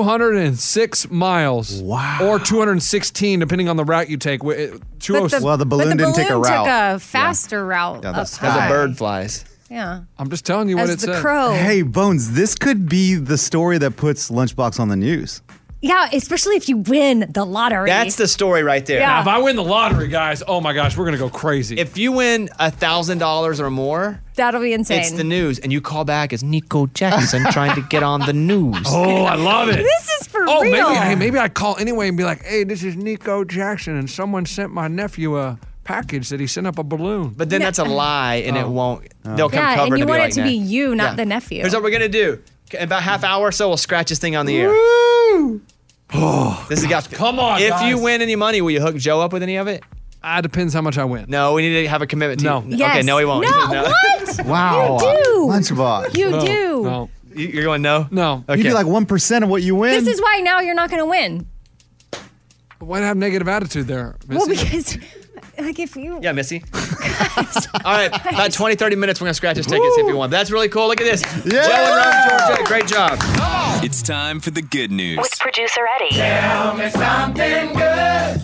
206 miles. Wow. Or 216, depending on the route you take. Wh- it- 206. but oh the balloon Took a faster route. up as high. a bird flies. Yeah. I'm just telling you what what As it it the said. crow. Hey, Bones, this could be the story that puts Lunchbox on the news. Yeah, especially if you win the lottery. That's the story right there. Now, if I win the lottery, guys, oh my gosh, we're going to go crazy. If you win a thousand dollars or more, That'll be insane. it's the news, and you call back as Nico Jackson trying to get on the news. [LAUGHS] oh, I love it. This is for oh, real. maybe, hey, maybe I call anyway and be like, hey, this is Nico Jackson, and someone sent my nephew a package that he sent up a balloon. Oh. But then that's a lie, and it won't. Oh. They'll come yeah, covered and you to want be it like to be that. you, not Yeah. the nephew. Here's what we're gonna do. Okay, In about half hour or so, we'll scratch this thing on the air. this has got. Come on, If guys. you win any money, will you hook Joe up with any of it? Ah, depends how much I win. No, we need to have a commitment. To No. [LAUGHS] You. Okay, [LAUGHS] no, he won't. No, what? Wow. You do. Lunchbox. You do. No. You- You're going no? No. You'd be like one percent of what you win. This is why now you're not going to win. Why have negative attitude there? Well, because [LAUGHS] like if you Yeah, Missy. [LAUGHS] All right, about 20, 30 minutes. We're going to scratch his tickets if you want. That's really cool. Look at this. Yeah. Joe and Rob, Georgia. Great job. It's time for the good news. With producer Eddie. Tell me something good.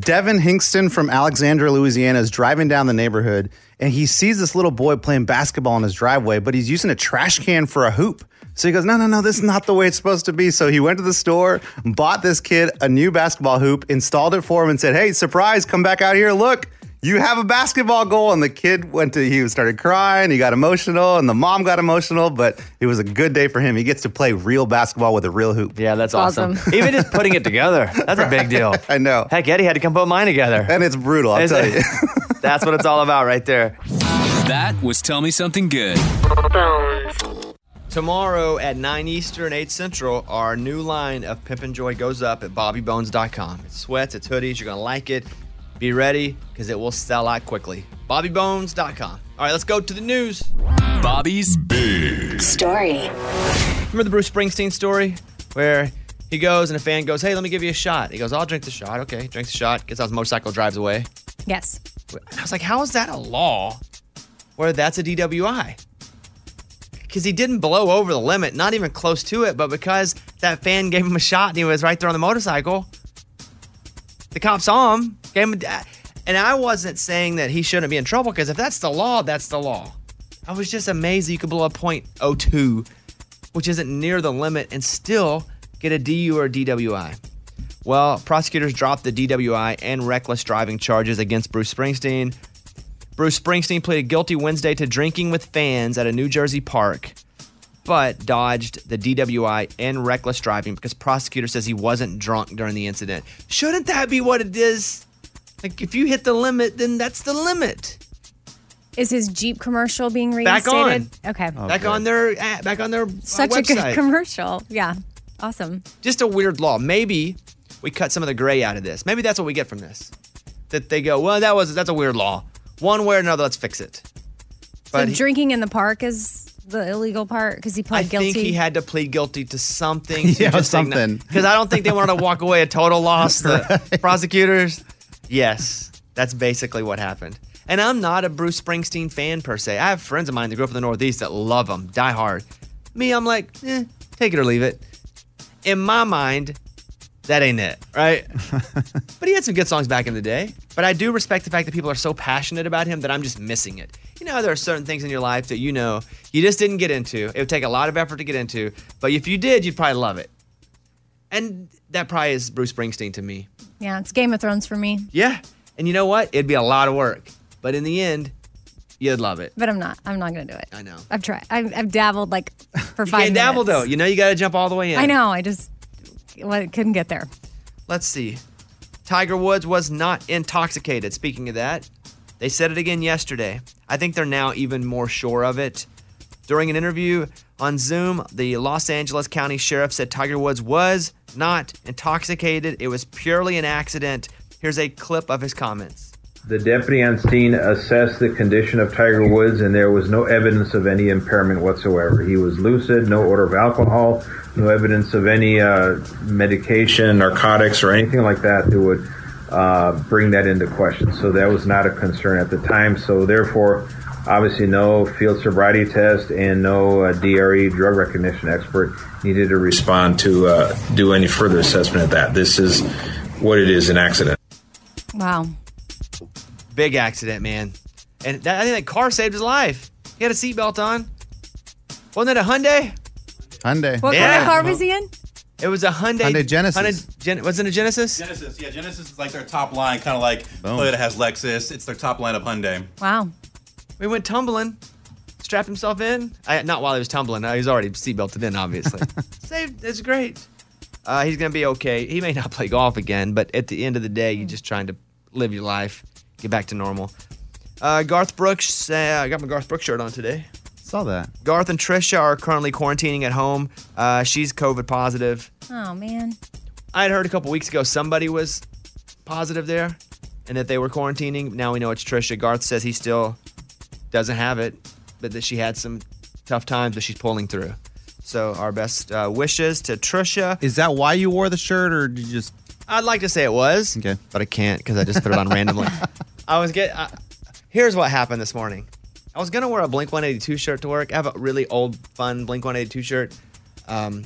Devin Hingston from Alexandria, Louisiana, is driving down the neighborhood and he sees this little boy playing basketball in his driveway, but he's using a trash can for a hoop. So he goes, No, no, no, this is not the way it's supposed to be. So he went to the store, bought this kid a new basketball hoop, installed it for him, and said, Hey, surprise, come back out here. Look, you have a basketball goal. And the kid went to, he started crying, he got emotional, and the mom got emotional, but it was a good day for him. He gets to play real basketball with a real hoop. Yeah, that's awesome. [LAUGHS] Even just putting it together, that's a big deal. [LAUGHS] I know. Heck, Eddie had to come put mine together. And it's brutal, I'll tell [LAUGHS] you. that's what it's all about right there. That was Tell Me Something Good. Tomorrow at 9 Eastern, 8 Central, our new line of Pimp and Joy goes up at bobbybones.com. It's sweats, it's hoodies. You're going to like it. Be ready because it will sell out quickly. Bobbybones.com. All right, let's go to the news. Bobby's Big Story. Remember the Bruce Springsteen story where he goes and a fan goes, Hey, let me give you a shot. He goes, I'll drink the shot. Okay, he drinks the shot, gets out his motorcycle, drives away. Yes. I was like, how is that a law where that's a DWI? Because he didn't blow over the limit, not even close to it, but because that fan gave him a shot and he was right there on the motorcycle, the cop saw him, gave him a. da- And I wasn't saying that he shouldn't be in trouble because if that's the law, that's the law. I was just amazed that you could blow a .02, which isn't near the limit, and still get a DU or a DWI. Well, prosecutors dropped the DWI and reckless driving charges against Bruce Springsteen. Bruce Springsteen pleaded guilty Wednesday to drinking with fans at a New Jersey park, but dodged the DWI and reckless driving because prosecutor says he wasn't drunk during the incident. Shouldn't that be what it is? Like if you hit the limit, then that's the limit. Is his Jeep commercial being Back reinstated? on. Okay. Back on their app, back on their uh, Such a good website. commercial. Yeah. Awesome. just a weird law. Maybe we cut some of the gray out of this. Maybe that's what we get from this. That they go, well, that was that's a weird law. One way or another, let's fix it. So he- drinking in the park is the illegal part because he I pled guilty. think he had to plead guilty to something. Yeah, something. Because I don't think they wanted to walk away a total loss. The prosecutors. Yes, that's basically what happened. And I'm not a Bruce Springsteen fan per se. I have friends of mine that grew up in the Northeast that love him, die hard. Me, I'm like, eh, take it or leave it. In my mind, that ain't it, right? but he had some good songs back in the day. But I do respect the fact that people are so passionate about him that I'm just missing it. You know, how there are certain things in your life that you know you just didn't get into. It would take a lot of effort to get into, but if you did, you'd probably love it. And that probably is Bruce Springsteen to me. yeah, it's Game of Thrones for me, Yeah. And you know what? It'd be a lot of work, but in the end, you'd love it. but I'm not. I'm not going to do it. I know. I've tried. I've, I've dabbled [LAUGHS] like for You five can't dabble though. minutes. You know you got to jump all the way in. I know. I just well, couldn't get there. Let's see. Tiger Woods was not intoxicated. Speaking of that, they said it again yesterday. I think they're now even more sure of it. During an interview on Zoom, the Los Angeles County Sheriff said Tiger Woods was not intoxicated. It was purely an accident. Here's a clip of his comments. The deputy on scene assessed the condition of Tiger Woods, and there was no evidence of any impairment whatsoever. He was lucid, no odor of alcohol, no evidence of any uh, medication, narcotics, or anything like that that would uh, bring that into question. So that was not a concern at the time. So therefore, obviously, no field sobriety test and no uh, DRE drug recognition expert needed to respond to uh, do any further assessment of that. This is what it is—an accident. Wow. Big accident, man. And that, I think that car saved his life. He had a seatbelt on. Wasn't it a Hyundai? Hyundai. What kind of car was he in? It was a Hyundai. Hyundai Genesis. Hyundai Gen- wasn't it a Genesis? Genesis, yeah, Genesis is like their top line, kind of like Toyota has Lexus. It's their top line of Hyundai. Wow. We went tumbling, strapped himself in. I, not while he was tumbling. uh, He was already seatbelted in, [LAUGHS] obviously. Saved. It's great. Uh, he's going to be okay. He may not play golf again, but at the end of the day, you're just trying to live your life, get back to normal. Uh, Garth Brooks, uh, I got my Garth Brooks shirt on today. Saw that. Garth and Trisha are currently quarantining at home. Uh, she's COVID positive. Oh man. I had heard a couple weeks ago somebody was positive there and that they were quarantining. Now we know it's Trisha. Garth says he still doesn't have it, but that she had some tough times, but she's pulling through. So our best uh, wishes to Trisha. Is that why you wore the shirt, or did you just? I'd like to say it was. Okay, but I can't because I just put it [LAUGHS] on randomly. I was get. I, here's what happened this morning. I was gonna wear a Blink 182 shirt to work. I have a really old, fun Blink 182 shirt um,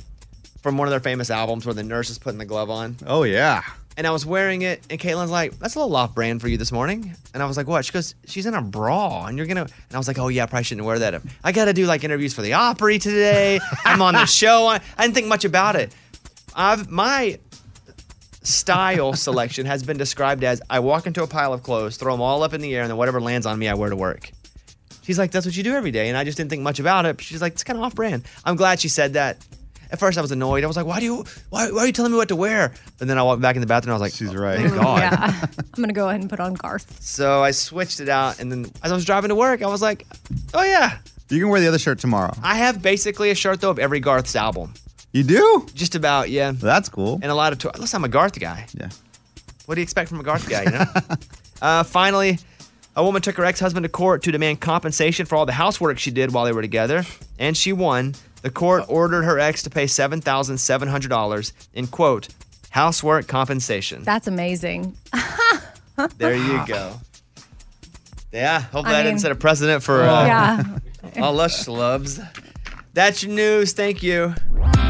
from one of their famous albums where the nurse is putting the glove on. [LAUGHS] Oh yeah. And I was wearing it, and Caitlin's like, "That's a little off-brand for you this morning." And I was like, "What?" She goes, "She's in a bra, and you're gonna." And I was like, "Oh yeah, I probably shouldn't wear that. I gotta do like interviews for the Opry today. I'm on the show. I I didn't think much about it. I've my style selection has been described as I walk into a pile of clothes, throw them all up in the air, and then whatever lands on me, I wear to work. She's like, that's what you do every day. And I just didn't think much about it. She's like, it's kind of off brand. I'm glad she said that. At first, I was annoyed. I was like, why do you, why, why are you telling me what to wear? And then I walked back in the bathroom. I was like, she's right. Thank God. Yeah. I'm gonna go ahead and put on Garth. So I switched it out. And then as I was driving to work, I was like, oh yeah. You can wear the other shirt tomorrow. I have basically a shirt though of every Garth's album. You do? Just about, yeah. That's cool. And a lot of, to- listen, I'm a Garth guy. Yeah. What do you expect from a Garth guy, [LAUGHS] you know? uh, finally, a woman took her ex husband to court to demand compensation for all the housework she did while they were together, and she won. The court ordered her ex to pay $7,700 in, quote, housework compensation. That's amazing. There you go. Yeah, hopefully I, I mean- didn't set a precedent for uh, Yeah. all us schlubs. That's your news. Thank you.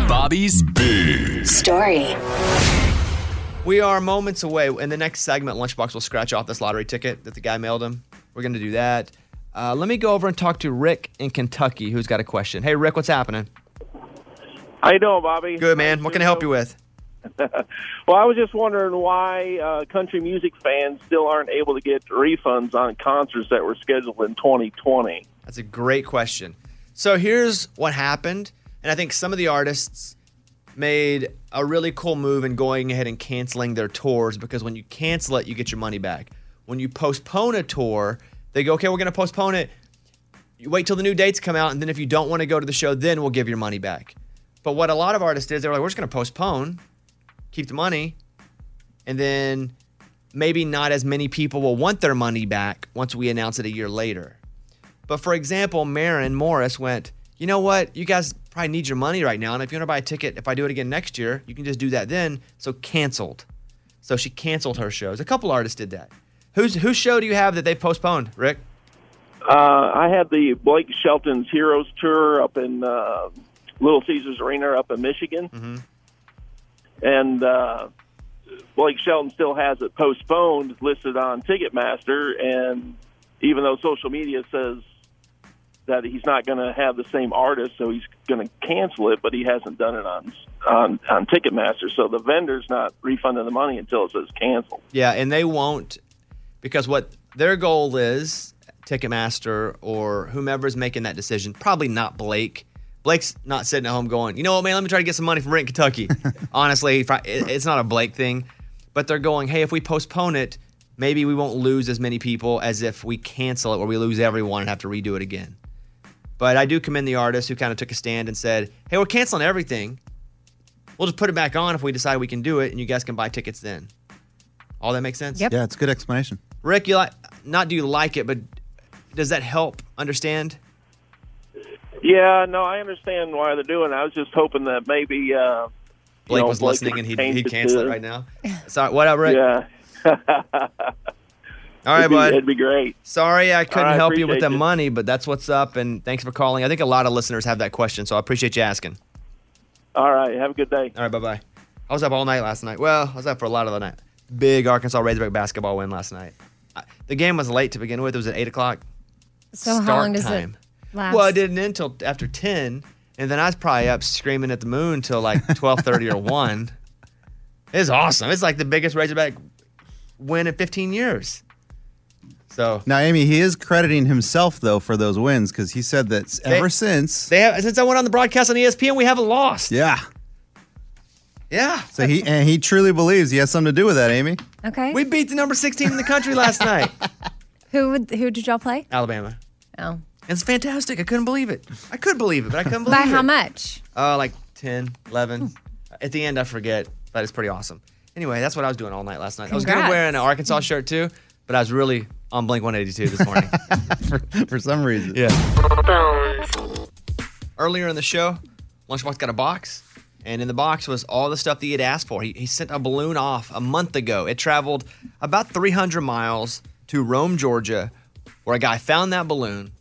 Bobby's Big Story. We are moments away. In the next segment, Lunchbox will scratch off this lottery ticket that the guy mailed him. We're going to do that. Uh, let me go over and talk to Rick in Kentucky, who's got a question. Hey, Rick, what's happening? How you doing, Bobby? Good, man. What can I help you with? [LAUGHS] Well, I was just wondering why uh, country music fans still aren't able to get refunds on concerts that were scheduled in 2020. That's a great question. So here's what happened, and I think some of the artists made a really cool move in going ahead and canceling their tours because when you cancel it, you get your money back. When you postpone a tour, they go, okay, we're going to postpone it. You wait till the new dates come out, and then if you don't want to go to the show, then we'll give your money back. But what a lot of artists did, they were like, we're just going to postpone, keep the money, and then maybe not as many people will want their money back once we announce it a year later. But for example, Marin Morris went, you know what? You guys probably need your money right now. And if you want to buy a ticket, if I do it again next year, you can just do that then. So canceled. So she canceled her shows. A couple artists did that. Who's, whose show do you have that they postponed, Rick? Uh, I had the Blake Shelton's Heroes Tour up in uh, Little Caesars Arena up in Michigan. And uh, Blake Shelton still has it postponed listed on Ticketmaster. And even though social media says that he's not going to have the same artist, so he's going to cancel it, but he hasn't done it on, on, on Ticketmaster. So the vendor's not refunding the money until it says cancel. Yeah, and they won't because what their goal is, Ticketmaster or whomever's making that decision, probably not Blake. Blake's not sitting at home going, you know what, man, let me try to get some money from Rent Kentucky. Honestly, if I- it- it's not a Blake thing, but they're going, hey, if we postpone it, maybe we won't lose as many people as if we cancel it where we lose everyone and have to redo it again. But I do commend the artist who kind of took a stand and said, hey, we're canceling everything. We'll just put it back on if we decide we can do it, and you guys can buy tickets then. All that makes sense? Yeah, it's a good explanation. Rick, you like not do you like it, but does that help understand? Yeah, no, I understand why they're doing. it. I was just hoping that maybe uh, Blake you know, was listening and he changed he canceled it to- right now. Sorry, what up, Rick? [LAUGHS] Yeah. All [LAUGHS] right, it'd be, bud. It'd be great. Sorry, I couldn't All right, help you with appreciate the you. money, but that's what's up. And thanks for calling. I think a lot of listeners have that question, so I appreciate you asking. All right, have a good day. All right, bye bye. I was up all night last night. Well, I was up for a lot of the night. Big Arkansas Razorback basketball win last night. I, the game was late to begin with. It was at eight o'clock. So how Start long does time. it last? Well, it didn't end until after ten, and then I was probably up screaming at the moon till like twelve thirty [LAUGHS] or one. It's awesome. It's like the biggest Razorback win in fifteen years. So Now, Amy, he is crediting himself though for those wins because he said that They- ever since they have since I went on the broadcast on E ESPN, we haven't lost. Yeah. Yeah. So he and he truly believes he has something to do with that, Amy. [LAUGHS] Okay. We beat the number sixteen in the country last night. [LAUGHS] Who would, who did y'all play? Alabama. Oh. It's fantastic. I couldn't believe it. I could believe it, but I couldn't believe By it. how much? Uh, like 10, 11. At the end, I forget, but it's pretty awesome. Anyway, that's what I was doing all night last night. I was going Congrats. to wear an Arkansas shirt too, but I was really on Blink 182 this morning. [LAUGHS] for some reason. Yeah. earlier in the show, Lunchbox got a box, and in the box was all the stuff that he had asked for. He, he sent a balloon off a month ago. It traveled about 300 miles to Rome, Georgia, where a guy found that balloon,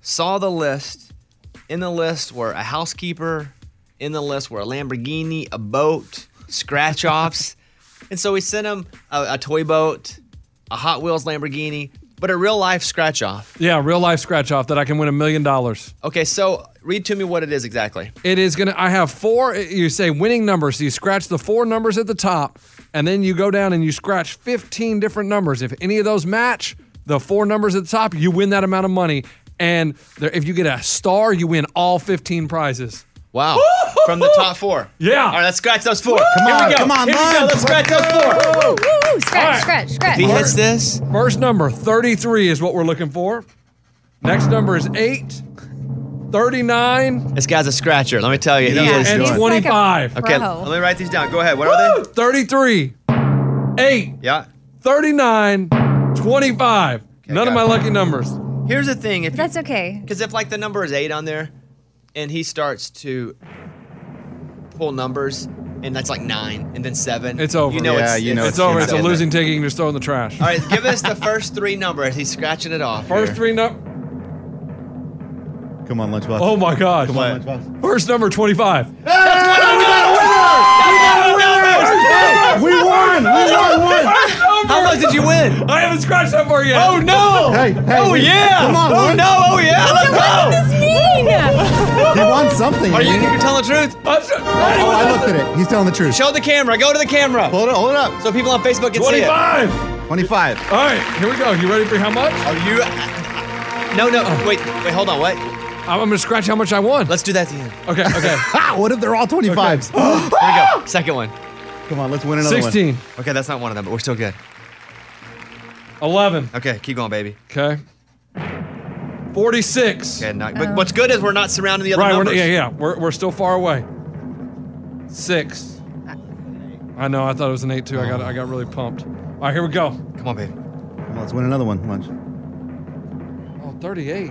saw the list. In the list were a housekeeper, in the list were a Lamborghini, a boat, scratch offs. [LAUGHS] and so we sent him a, a toy boat, a Hot Wheels Lamborghini, but a real life scratch off. Yeah, real life scratch off that I can win a million dollars. Okay, so read to me what it is exactly. It is gonna. I have four. You say winning numbers. So you scratch the four numbers at the top, and then you go down and you scratch fifteen different numbers. If any of those match the four numbers at the top, you win that amount of money. And there, if you get a star, you win all fifteen prizes. Wow! From the top four. Yeah. All right, let's scratch those four. Come Here on, we go. come on, Here we go. Lon. Let's scratch those four. Woo, woo, woo. Scratch, All right. scratch, scratch. this, first number 33 is what we're looking for. Next number is 8, 39, This guy's a scratcher. Let me tell you, he Yeah, is and he's doing- like a 25. okay, pro. let me write these down. Go ahead. What are they? 33, 8, yeah. 39, 25. None of my lucky numbers. Here's the thing. If That's okay. Because if like the number is eight on there, and he starts to pull numbers, and that's like nine, and then seven, It's over. You know, it's, it's, over. It's a losing ticket. You can just throw in the trash. All right, give us the first three numbers. He's scratching it off. First here. three numbers. Come on, Lunchbox. Oh my gosh. Come on, Lunchbox. First number 25. That's what I got. We won! We won one! How much did you win? I haven't scratched that far yet. Oh, no. Hey, hey, Oh, hey, yeah. come on, Oh, Lon. no. Oh, yeah. Let's Let's go. does this mean? He wants something. Are you, you telling the truth? Oh, I looked at it. He's telling the truth. Show the camera. Go to the camera. Hold it. Hold it up. So people on Facebook can see it. 25. 25. All right, here we go. You ready for how much? Are you? uh, No, no. Wait, wait. Hold on. What? I'm gonna scratch how much I won. Let's do that at the end. Okay. [LAUGHS] Okay. what if they're all 25s? Here we go. Second one. [GASPS] Come on, let's win another one. 16. Okay, that's not one of them, but we're still good. 11. Okay, keep going, baby. Okay. 46. Okay, not, but what's good is we're not surrounding the other right, numbers. We're, yeah, yeah. We're, we're still far away. Six. Uh, I know. I thought it was an eight too. I got I got really pumped. All right, here we go. Come on, baby. Come on, let's win another one. Lunch. Oh, 38.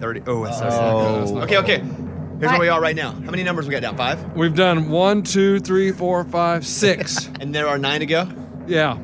30. Oh, that's Oh. that's not good. Okay, okay. Here's where Right. we are right now. How many numbers we got down? Five? We've done one, two, three, four, five, [LAUGHS] six. And there are nine to go? yeah.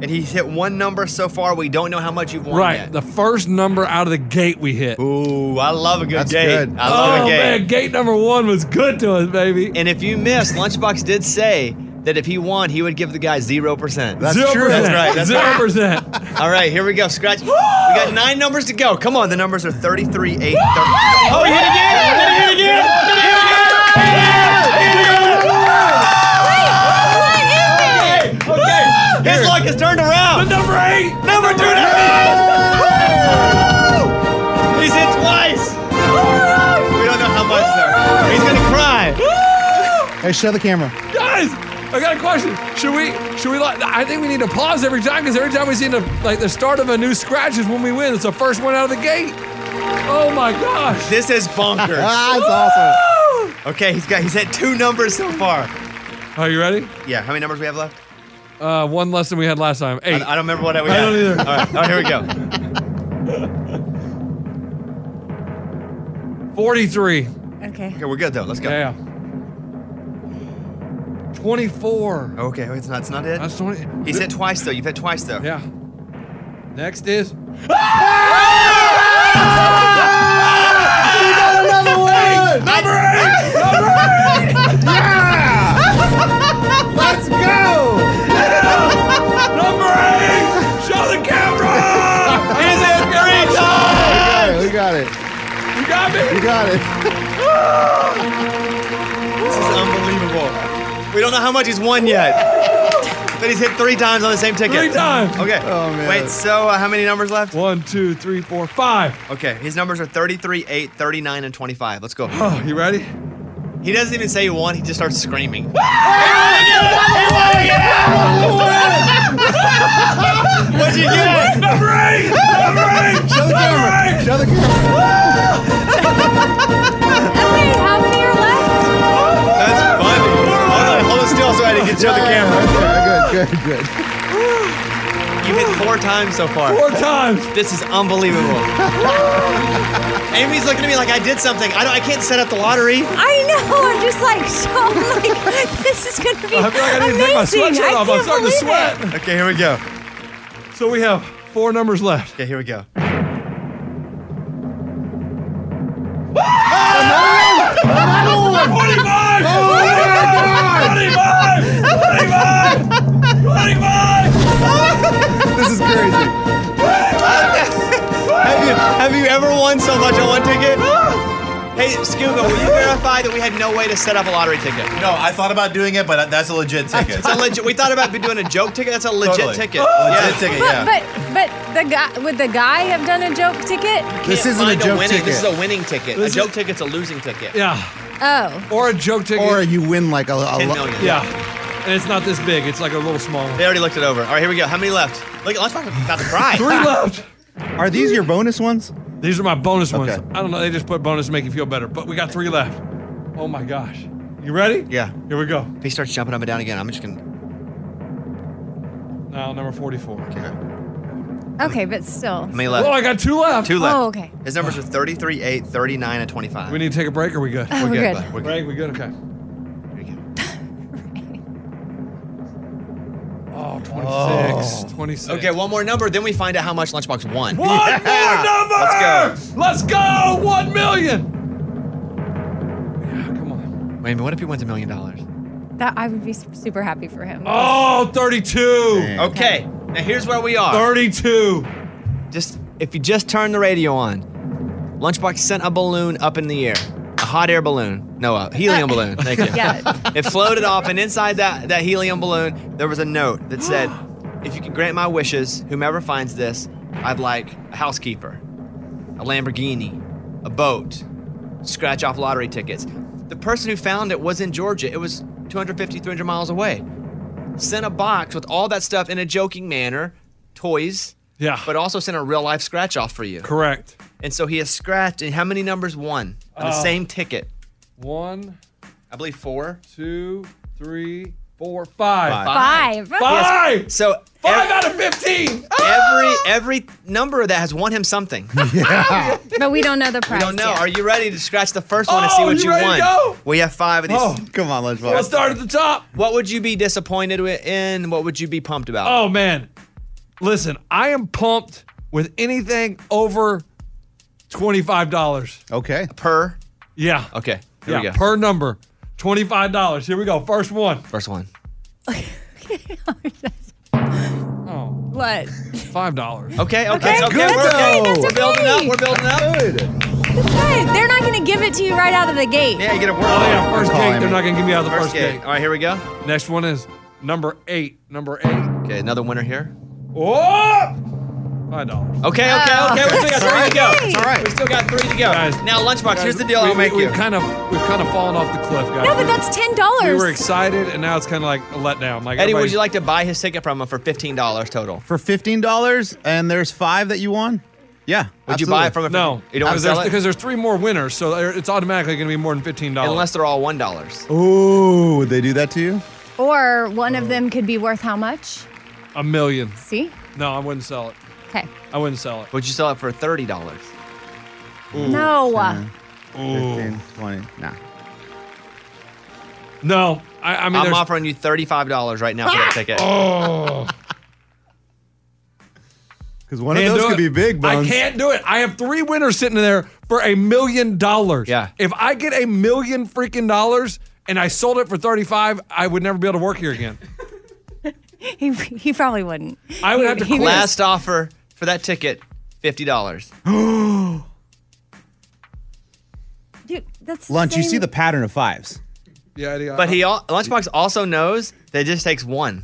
And he's hit one number so far. We don't know how much you've won Right. yet. The first number out of the gate we hit. Ooh, I love a good That's gate. good. I love a oh, gate. man. Gate number one was good to us, baby. And if you missed, Lunchbox did say that if he won, he would give the guy 0%. That's Zero true. percent. That's right. That's right. Zero percent. All right, here we go. Scratch. we got nine numbers to go. Come on, the numbers are 33, 8, 30. Oh, he hit again! Did he hit again? Did he hit again? Did he hit again? Okay, okay. His luck has turned around. The number eight. Number two to eight. He's hit twice. We don't know how much though. He's gonna [LAUGHS] cry. Hey, show the camera. Guys, I got a question. Should we? Should we? Like, I think we need to pause every time because every time we see the like the start of a new scratch is when we win. It's the first one out of the gate. Oh my gosh! This is bonkers. That's awesome. Okay, he's got he's hit two numbers so far. Are you ready? Yeah, how many numbers we have left? Uh, one less than we had last time. I, I Eight. don't remember what we I had. don't either. All right, all right, here we go. [LAUGHS] Forty-three. Okay. Okay, we're good though. Let's go. Yeah. Twenty-four. Okay, wait, it's not it's not it. That's twenty. He's hit twice though. You've hit twice though. Yeah. Next is another one. Number eight. Number eight. Yeah. Let's go. number eight. Show the camera. He's hit three times. Hey, we got it. You got me. We got it. This is unbelievable. We don't know how much he's won yet. But he's hit three times on the same ticket. Three times. Okay. Oh, man. Wait, so uh, how many numbers left? One, two, three, four, five. Okay, his numbers are 33, 8, 39, and 25. Let's go. Oh, you ready? Ah! He doesn't even say one, he just starts screaming. What'd you get? Number eight. Number eight. Show the camera. Show the camera. Wait, how many are left? That's funny. Hold on, hold it still so I can show the Yeah, camera. yeah, yeah. Okay, Good, good, good. You hit four times so far. Four times. This is unbelievable. Amy's looking at me like I did something. I don't. I can't set up the lottery. [GASPS] I know. I'm just like [LAUGHS] so. Like this is gonna be I feel like I need to amazing. take my sweatshirt I off. I'm can't starting to believe it. Okay, here we go. So we have four numbers left. Okay, here we go. Oh, This is crazy. Have you, have you ever won so much on one ticket? Hey, Scuba, will you verify that we had no way to set up a lottery ticket? No, I thought about doing it, but that's a legit ticket. It's a legit. We thought about doing a joke ticket. That's a legit Totally. ticket. Legit ticket, But, but but the guy would the guy have done a joke ticket? Can't find winning- This is a winning ticket. This a joke ticket's a losing ticket. Yeah. Oh. Or a joke ticket. Or you win like a, a 10 lo- million. Yeah. And it's not this big. It's like a little small one. They already looked it over. All right, here we go. How many left? Look, Lunchbox is about to cry. Three left. [LAUGHS] Are these your bonus ones? These are my bonus ones. Okay. I don't know. They just put bonus to make you feel better. But we got three left. Oh my gosh. You ready? Yeah. Here we go. He starts jumping up and down again. I'm just gonna. Now number forty-four. Okay. Okay, but How still. many left? Oh, I got two left. Two left. Oh, okay. His numbers are 33, 8, 39, and 25. We need to take a break. Or are we good? Oh, we're good. bud. We're good. Break. We good? Okay. [LAUGHS] Oh, 26. 26. Oh. Okay, one more number, then we find out how much Lunchbox won. One [LAUGHS] more number. Let's go. Let's go. One million. Wait a minute, what if he wins a million dollars? That I would be su- super happy for him. Oh, 32. Okay, now here's where we are. 32. Just if you just turn the radio on, Lunchbox sent a balloon up in the air. A hot air balloon. No, a helium balloon. Thank you. Yeah. It floated off, and inside that, that helium balloon, there was a note [GASPS] that said, If you can grant my wishes, whomever finds this, I'd like a housekeeper, a Lamborghini, a boat, scratch off lottery tickets. The person who found it was in Georgia. It was 250, 300 miles away. Sent a box with all that stuff in a joking manner, toys. Yeah. But also sent a real life scratch off for you. Correct. And so he has scratched. And how many numbers won on the Uh, same ticket? One, I believe four. Two, three, four, five. Five. Five. Yes. So Five out of Ah! 15. Every every number of that has won him something. Yeah. But we don't know the We price. don't know. yet. Are you ready to scratch the first one and see Oh, what you you, ready to won? go? We have five of these. Oh, come on, let's Let's start at the top. What would you be disappointed wi- in? What would you be pumped about? Oh man. Listen, I am pumped with anything over twenty-five dollars. Okay. Per. Yeah. Okay. Here Yeah. we go. Per number. Twenty-five dollars. Here we go. First one. First one. oh. What? Five dollars. Okay, okay, That's okay, good, we're okay, though. that's We're building okay. up, we're building up. Good. Hey, they're not going to give it to you right out of the gate. Yeah, you get a word. Oh yeah, first cake. They're not gonna give me out of the First first, cake. cake. All right, here we go. Next one is number eight. Number eight. Okay, another winner here. Oh! Five dollars. Okay, okay, Oh. okay. We still got It's all three right. to go. It's all right. We still got three to go. Guys, now, lunchbox. guys, here's the deal. we- I'll make we, you. We've kind of we've kind of fallen off the cliff, guys. No, but that's ten dollars. We were excited, and now it's kind of like a letdown. Like Eddie, would everybody's- you like to buy his ticket from him for fifteen dollars total? For fifteen dollars, and there's five that you won. Yeah. Would you buy it from absolutely. him? you don't want because to sell there's, it because there's three more winners, so there- it's automatically going to be more than fifteen dollars. unless they're all one dollars. Ooh, would they do that to you? Or one of them could be worth how much? A million. See? No, I wouldn't sell it. [LAUGHS] Okay. I wouldn't sell it. Would you sell it for thirty dollars? No. Ooh. 15, 20. Nah. No, I, I mean, I'm there's- Ah! offering you thirty-five dollars right now for that ticket. Oh. Because one Can't of those do could be it. big, Bones. I can't do it. I have three winners sitting there for a million dollars. Yeah. If I get a million freaking dollars and I sold it for 35, I would never be able to work here again. He, he [GASPS] probably wouldn't. I would have to He- he quit. would- Last offer for that ticket, fifty dollars. Dude, that's the Lunch, you same- see the pattern of fives. Yeah, Eddie. uh, But he al- Lunchbox also knows that it just takes one.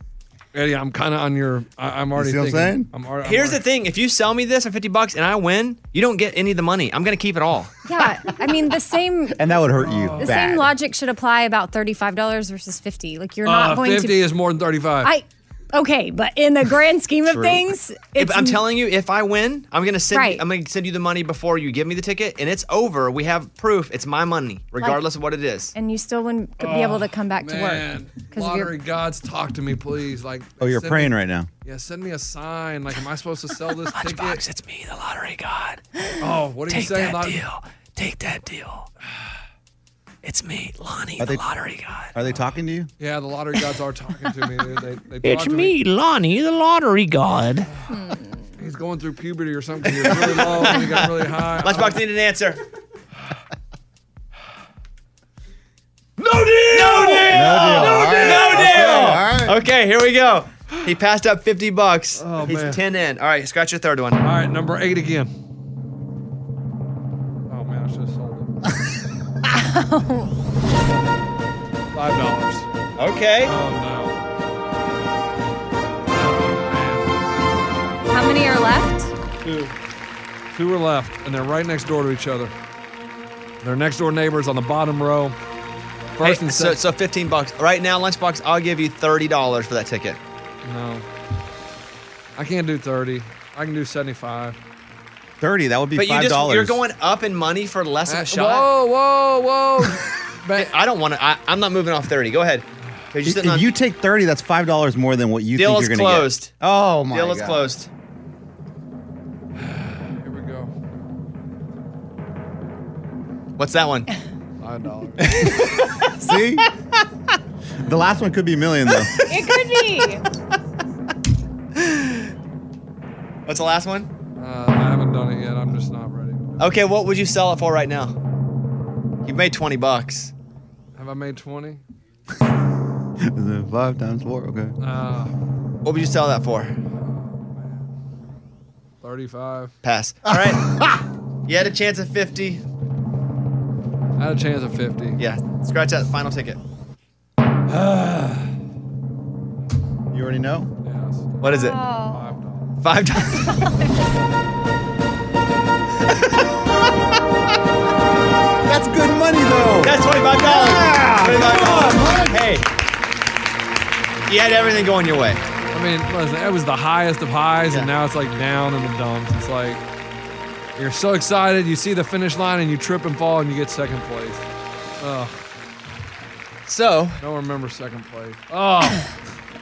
[LAUGHS] Eddie, I'm kind of on your. I, I'm already see what I'm thinking. saying? I'm already. Here's the thing: if you sell me this for fifty bucks and I win, you don't get any of the money. I'm gonna keep it all. Yeah, I mean the same. And that would hurt you The same logic should apply about thirty-five dollars versus fifty. Like you're not Uh, going 50 to. is more than 35. I Okay, but in the grand scheme of True. things, If- it's I'm telling you, if I win, I'm gonna send. Right. I'm gonna send you the money before you give me the ticket, and it's over. We have proof. It's my money, regardless of what it is. and you still wouldn't be able to come back to Oh, Man, work of your lottery gods, talk to me, please. Like, Oh, you're send me- praying right now. Yeah, send me a sign. Like, am I supposed to sell this ticket? it's me, the lottery god. Oh, what are you saying? Lon- Take that deal. It's me, Lonnie, Are they- Are they talking to you? Yeah, the lottery gods are talking to me. dude. They, they It's talk to me, Lonnie, the lottery god. He's going through puberty or something. He was really low and he got really high. Lunchbox needed an answer. No deal! No deal! No deal! Okay, here we go. He passed up 50 bucks. He's 10 in. All right, scratch your third one. All Oh, right, number eight again. Oh, man, I should have sold it. Five dollars. Okay. Oh, How many are left? no. Two. Two are left, and they're right next door to each other. Their next door neighbors on the bottom row. First Hey, and so, second. so 15 bucks. Right now, Lunchbox, I'll give you $30 for that ticket. No. I can't do 30. I can do 75. 30, that would but you just, you're going up in money for less of Uh, a shot. whoa, whoa, whoa. [LAUGHS] I don't want to. I'm not moving off 30. Go ahead. You're just If sitting on- you take 30, that's $5 more than what you Deal think is you're going to get. closed. Oh, my Deal God. is closed. [SIGHS] Here we go. What's that one? Five [LAUGHS] dollars. [LAUGHS] See? The last one could be a million, though. it could be. What's the last one? Uh, I haven't done it yet. I'm just not ready. Okay, what would you sell it for right now? You've made 20 bucks. Have I made 20? Five times four, okay. Uh, What would you sell that for? 35. Pass. [LAUGHS] All right. you had a chance at 50. I had a chance at 50. Yeah. Scratch that final ticket. [LAUGHS] you already know? What is it? Five dollars. Oh. That's good money, though. That's $25. $25. Hey. You had everything going your way. I mean, listen, it was the highest of highs, and now it's like down in the dumps. It's like you're so excited, you see the finish line, and you trip and fall, and you get second place. Ugh. So don't remember second place. Oh,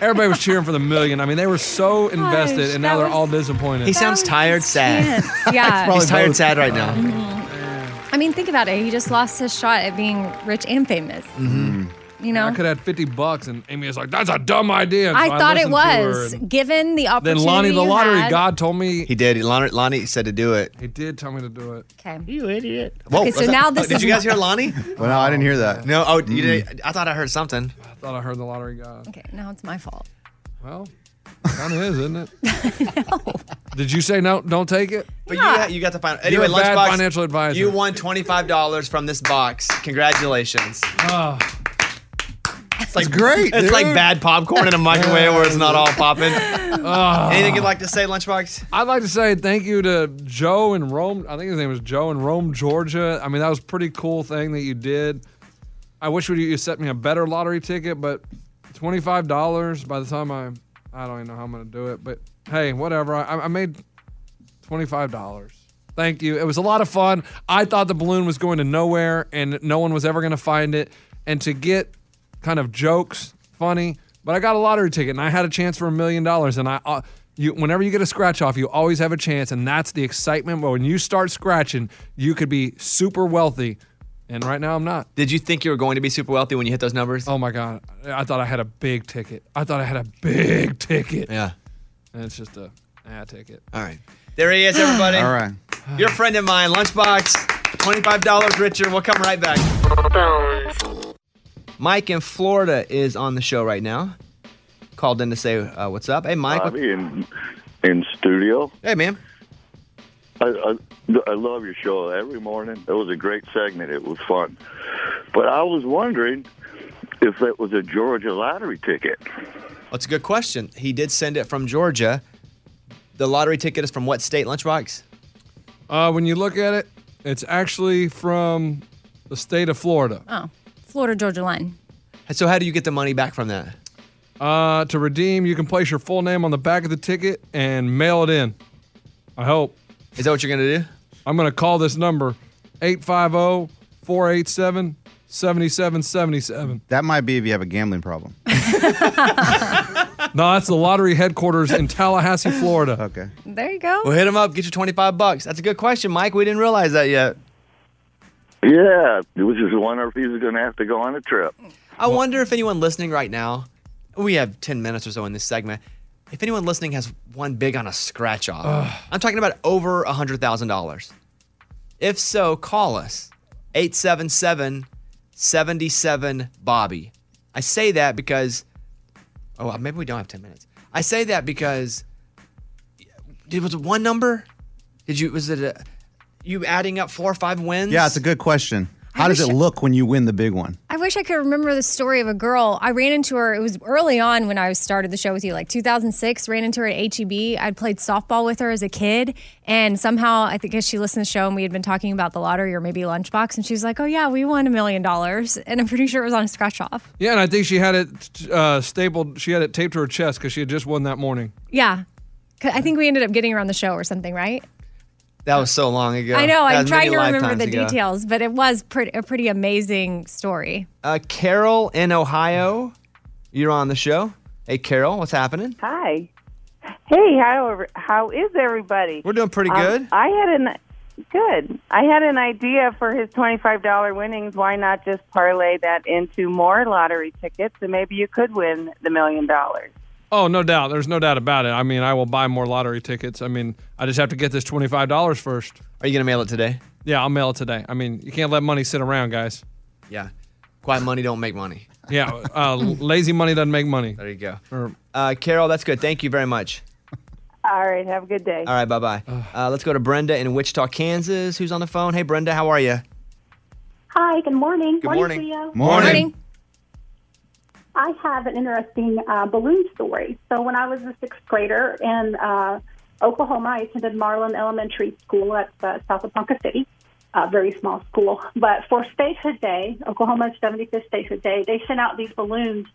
everybody was cheering for the million. I mean, they were so invested, and now that they're all was- disappointed. He sounds tired, sad. [LAUGHS] Yeah. Mm-hmm. He's tired, sad right now. Mm-hmm. I mean, think about it. He just lost his shot at being rich and famous. Mm. Mm-hmm. You know, I could have had 50 bucks, and Amy was like, that's a dumb idea. And I so thought it listened to her, was and given the Then opportunity. Lonnie the you lottery had. god told me. He did. Lonnie, Lonnie said to do it. He did tell me to do it. Okay. You idiot. Whoa, okay, so what's that? now this Did is you guys hear Lonnie? Well, no, I didn't hear that. Mm. No, oh, you did, I thought I heard something. I thought I heard the lottery god. [LAUGHS] Okay, now it's my fault. Well, kind of is, isn't [LAUGHS] it? Did you say no? Don't take it. But you got, you got the final. Anyway, You're a bad Lunchbox, financial advisor. you won $25 from this box. Congratulations. Oh. It's like great. It's like bad popcorn in a microwave where it's not all popping. Oh. Anything you'd like to say, Lunchbox? I'd like to say thank you to Joe in Rome. I think his name was Joe in Rome, Georgia. I mean, that was a pretty cool thing that you did. I wish would you set me a better lottery ticket, but twenty five dollars by the time I, I don't even know how I'm gonna do it. But hey, whatever. I, I made twenty five dollars. Thank you. It was a lot of fun. I thought the balloon was going to nowhere and no one was ever gonna find it. And to get kind of jokes, funny. But I got a lottery ticket and I had a chance for a million dollars. And I, uh, you, whenever you get a scratch off, you always have a chance, and that's the excitement. But when you start scratching, you could be super wealthy. And right now, I'm not. Did you think you were going to be super wealthy when you hit those numbers? Oh my god, I thought I had a big ticket. I thought I had a big ticket. Yeah. And it's just a ah ticket. All right. There he is, everybody. All right. Your friend of mine, Lunchbox, $25 richer. We'll come right back. Mike in Florida is on the show right now. Called in to say uh, what's up. Hey, Mike. what- Bobby in in studio. Hey, man. I, I I love your show every morning. It was a great segment. It was fun, but I was wondering if it was a Georgia lottery ticket. That's a good question. He did send it from Georgia. The lottery ticket is from what state, Lunchbox? Uh, when you look at it, it's actually from the state of Florida. Oh, Florida Georgia line. So, how do you get the money back from that? Uh, to redeem, you can place your full name on the back of the ticket and mail it in. I hope. Is that what you're going to do? I'm going to call this number oh, 850 487 7777. That might be if you have a gambling problem. [LAUGHS] No, that's the lottery headquarters in Tallahassee, Florida. Okay. There you go. Well, hit them up. Get your 25 bucks. That's a good question, Mike. We didn't realize that yet. Yeah, which is wonder if he's going to have to go on a trip. I wonder if anyone listening right now, we have 10 minutes or so in this segment, if anyone listening has one big on a scratch off. I'm talking about over $100,000. If so, call us 877 77 Bobby. I say that because, oh, maybe we don't have 10 minutes. I say that because, did was it one number? Did you, was it a, you adding up four or five wins? Yeah, it's a good question. How does it look when you win the big one? I wish I could remember the story of a girl. I ran into her. It was early on when I started the show with you, like 2006. Ran into her at HEB. I'd played softball with her as a kid, and somehow I think as she listened to the show and we had been talking about the lottery or maybe lunchbox, and she was like, "Oh yeah, we won a million dollars," [LAUGHS] and I'm pretty sure it was on a scratch off. Yeah, and I think she had it uh, stapled, she had it taped to her chest because she had just won that morning. Yeah, 'Cause I think we ended up getting her on the show or something, right? That was so long ago. I know. That I'm was trying many to remember lifetimes the ago. details, but it was pretty, a pretty amazing story. Uh, Carol in Ohio, you're on the show. Hey, Carol, what's happening? Hi. Hey, how how is everybody? We're doing pretty Um, good. I had an good. I had an idea for his twenty-five dollar winnings. Why not just parlay that into more lottery tickets, and maybe you could win the million dollars? Oh, no doubt. There's no doubt about it. I mean, I will buy more lottery tickets. I mean, I just have to get this $25 first. Are you going to mail it today? Yeah, I'll mail it today. I mean, you can't let money sit around, guys. Yeah. Quiet money don't make money. Yeah, uh, lazy money doesn't make money. There you go. Uh, Carol, that's good. Thank you very much. All right. Have a good day. All right, bye bye. Uh, let's go to Brenda in Wichita, Kansas, who's on the phone. Hey, Brenda, how are you? Hi, good morning. Good morning. studio. Morning. I have an interesting uh, balloon story. So, when I was a sixth grader in uh, Oklahoma, I attended Marlin Elementary School at uh, South of Ponca City, a very small school. But for Statehood Day, Oklahoma's 75th Statehood Day, they sent out these balloons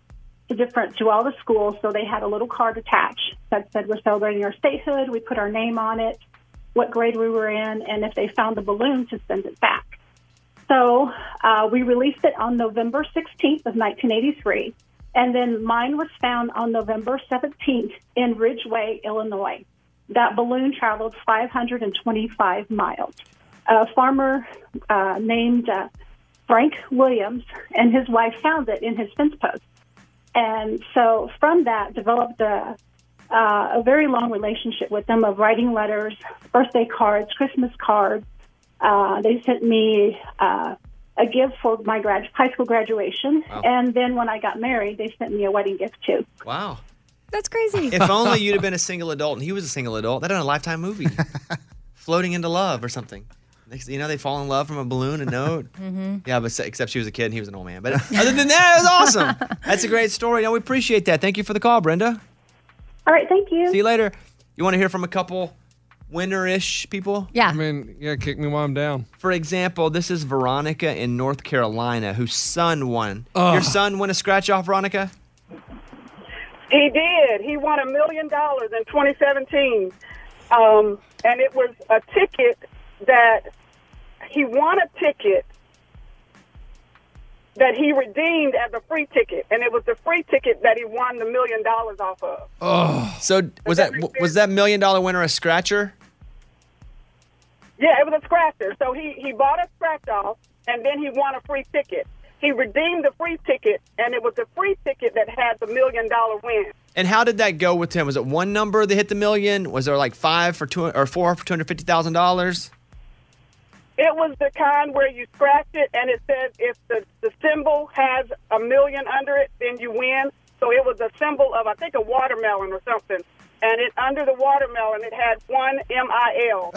to different to all the schools. So they had a little card attached that said, "We're celebrating our statehood. We put our name on it, what grade we were in, and if they found the balloon, to send it back." So uh, we released it on November 16th of 1983, and then mine was found on November 17th in Ridgeway, Illinois. That balloon traveled 525 miles. A farmer uh, named uh, Frank Williams and his wife found it in his fence post. And so from that developed a, uh, a very long relationship with them of writing letters, birthday cards, Christmas cards. Uh, they sent me uh, a gift for my grad- high school graduation. Wow. And then when I got married, they sent me a wedding gift too. Wow. That's crazy. If only you'd have been a single adult and he was a single adult, that'd have been a lifetime movie. Floating into love or something. Next, you know, they fall in love from a balloon, a note. Mm-hmm. Yeah, but se- except she was a kid and he was an old man. But other than that, it was awesome. That's a great story. No, we appreciate that. Thank you for the call, Brenda. All right, thank you. See you later. You want to hear from a couple winner-ish people? Yeah. I mean, yeah, kick me while I'm down. For example, this is Veronica in North Carolina, whose son won. Ugh. Your son won a scratch off, Veronica? He did. He won a million dollars in 2017. Um, and it was a ticket that he won a ticket that he redeemed as a free ticket. And it was the free ticket that he won the million dollars off of. Oh. So was that was that million dollar winner a scratcher? Yeah, it was a scratcher. So he, he bought a scratch off and then he won a free ticket. He redeemed the free ticket, and it was the free ticket that had the million dollar win. And how did that go with him? Was it one number that hit the million? Was there like five for two or four for two hundred fifty thousand dollars? It was the kind where you scratch it and it says if the, the symbol has a million under it, then you win. So it was a symbol of, I think, a watermelon or something. And it under the watermelon, it had one M I L.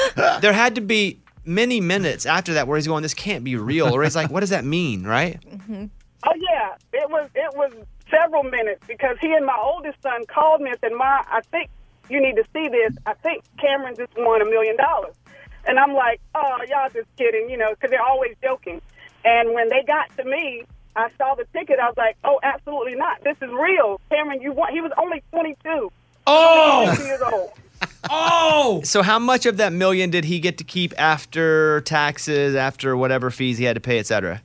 Oh. [LAUGHS] there had to be many minutes after that where he's going, "This can't be real," or he's like, "What does that mean?" Right? Oh yeah, it was it was several minutes because he and my oldest son called me and said, "Ma, I think you need to see this. I think Cameron just won a million dollars." And I'm like, "Oh, y'all just kidding, you know, because they're always joking." And when they got to me, I saw the ticket. I was like, oh, absolutely not. This is real. Cameron, you want. He was only 22. Oh! 22 years old. Oh! So how much of that million did he get to keep after taxes, after whatever fees he had to pay, et cetera?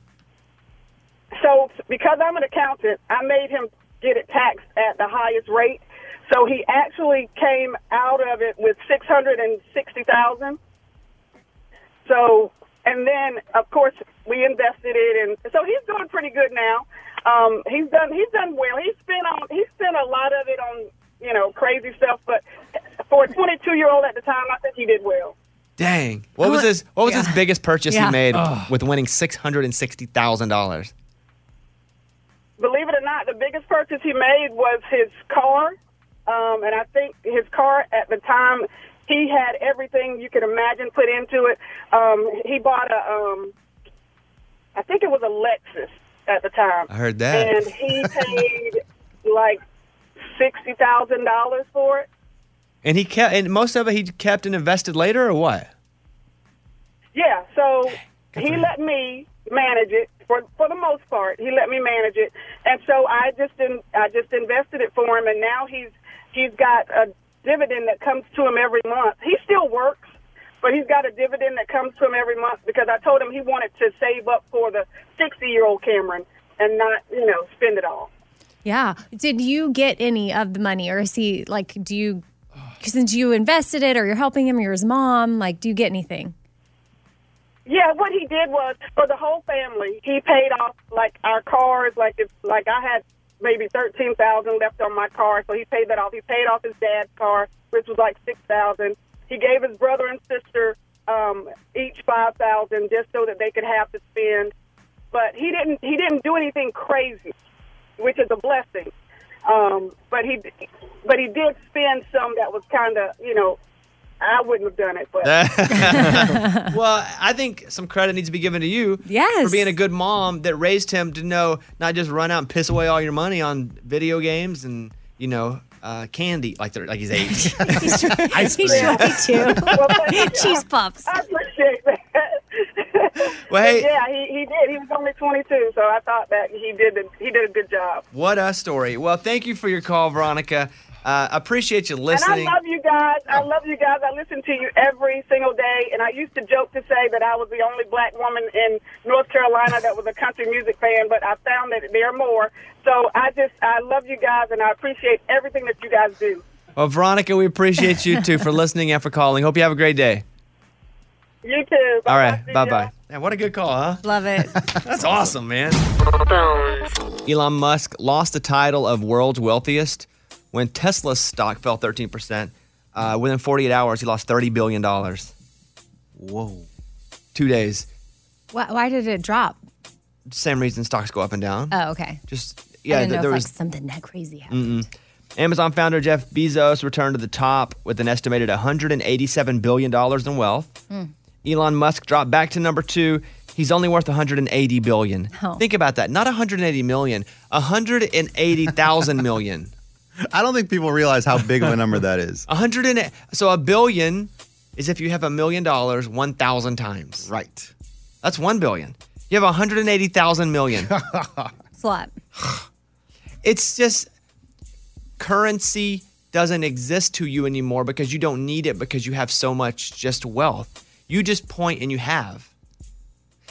So because I'm an accountant, I made him get it taxed at the highest rate. So he actually came out of it with six hundred and sixty thousand. So and then of course we invested it, and so he's doing pretty good now. Um, he's done he's done well. He spent on he spent a lot of it on you know crazy stuff, but for a twenty two year old at the time, I think he did well. Dang. What was his what was his biggest purchase Yeah. he made Ugh. with winning six hundred and sixty thousand dollars? believe it or not, the biggest purchase he made was his car. Um, and I think his car at the time, he had everything you could imagine put into it. Um, he bought a, um, I think it was a Lexus at the time. I heard that. [LAUGHS] And he paid like $60,000 for it. And he kept and most of it he kept and invested later or what? [LAUGHS] Yeah, so he let me manage it for for the most part. He let me manage it, and so I just in, I just invested it for him, and now he's he's got a dividend that comes to him every month. He still works, but he's got a dividend that comes to him every month because I told him he wanted to save up for the sixty year old Cameron and not you know spend it all. Yeah. Did you get any of the money, or is he like, do you, since you invested it, or you're helping him, or you're his mom, like, do you get anything? Yeah, what he did was for the whole family, he paid off like our cars, like if like I had maybe thirteen thousand left on my car, so he paid that off. He paid off his dad's car, which was like six thousand. He gave his brother and sister um, each five thousand just so that they could have to spend. But he didn't he didn't do anything crazy, which is a blessing. Um, but he but he did spend some that was kind of you know I wouldn't have done it, but. well, I think some credit needs to be given to you yes. for being a good mom that raised him to know not just run out and piss away all your money on video games and you know uh, candy like they're like he's eight. [LAUGHS] Ice He's cream. [LAUGHS] too. Cheese puffs. I appreciate that. [LAUGHS] Well, hey- yeah, he, he did. He was only 22, so I thought that he did a, he did a good job. What a story. Well, thank you for your call, Veronica. Uh, appreciate you listening. And I love you guys. I love you guys. I listen to you every single day. And I used to joke to say that I was the only black woman in North Carolina that was a country music fan, but I found that there are more. So I just I love you guys, and I appreciate everything that you guys do. well, Veronica, we appreciate you too for listening and for calling. Hope you have a great day. You too. All right. Bye bye. Man, what a good call, huh? Love it. [LAUGHS] That's awesome, man. Elon Musk lost the title of world's wealthiest when Tesla's stock fell 13%. Uh, within 48 hours, he lost $30 billion. Whoa. Two days. Why, why did it drop? Same reason stocks go up and down. Oh, okay. Just, I yeah, didn't th- know there if, was like something that crazy happened. Mm-mm. Amazon founder Jeff Bezos returned to the top with an estimated $187 billion in wealth. Mm. Elon Musk dropped back to number two. He's only worth 180 billion. Oh. Think about that. Not 180 million, 180,000 million. I don't think people realize how big of [LAUGHS] a number that is. 100 and, so a billion is if you have a million dollars 1,000 times. Right. That's 1 billion. You have 180,000 [LAUGHS] million. It's a lot. it's just currency doesn't exist to you anymore because you don't need it because you have so much just wealth. You just point and you have.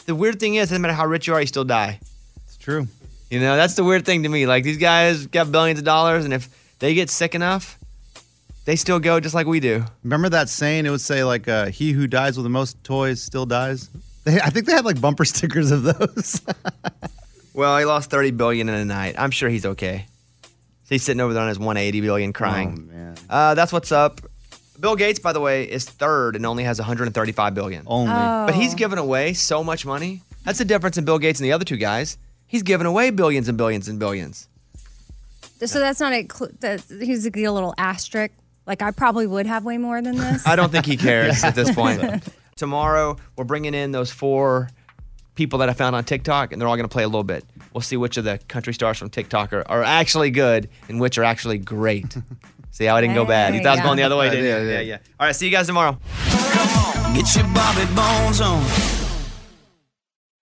The weird thing is, doesn't matter how rich you are, you still die. It's true. You know, that's the weird thing to me. Like these guys got billions of dollars, and if they get sick enough, they still go just like we do. Remember that saying? It would say like, uh, "He who dies with the most toys still dies." They, I think they had like bumper [LAUGHS] stickers of those. Well, he lost 30 billion in a night. I'm sure he's okay. He's sitting over there on his 180 billion crying. man. Uh, that's what's up. Bill Gates, by the way, is third and only has 135 billion. Only. Oh. But he's given away so much money. That's the difference in Bill Gates and the other two guys. He's given away billions and billions and billions. So that's not a, cl- that's, he's like a little asterisk. Like, I probably would have way [LAUGHS] more than this. I don't think he cares at this point. Tomorrow, we're bringing in those four people that I found on TikTok, and they're all going to play a little bit. We'll see which of the country stars from TikTok are, are actually good and which are actually great. see how I didn't go bad. You There thought I was you going go. the other way, Yeah, didn't you? yeah, yeah. yeah, yeah. All right, see you guys tomorrow. Get your Bobby Bones on.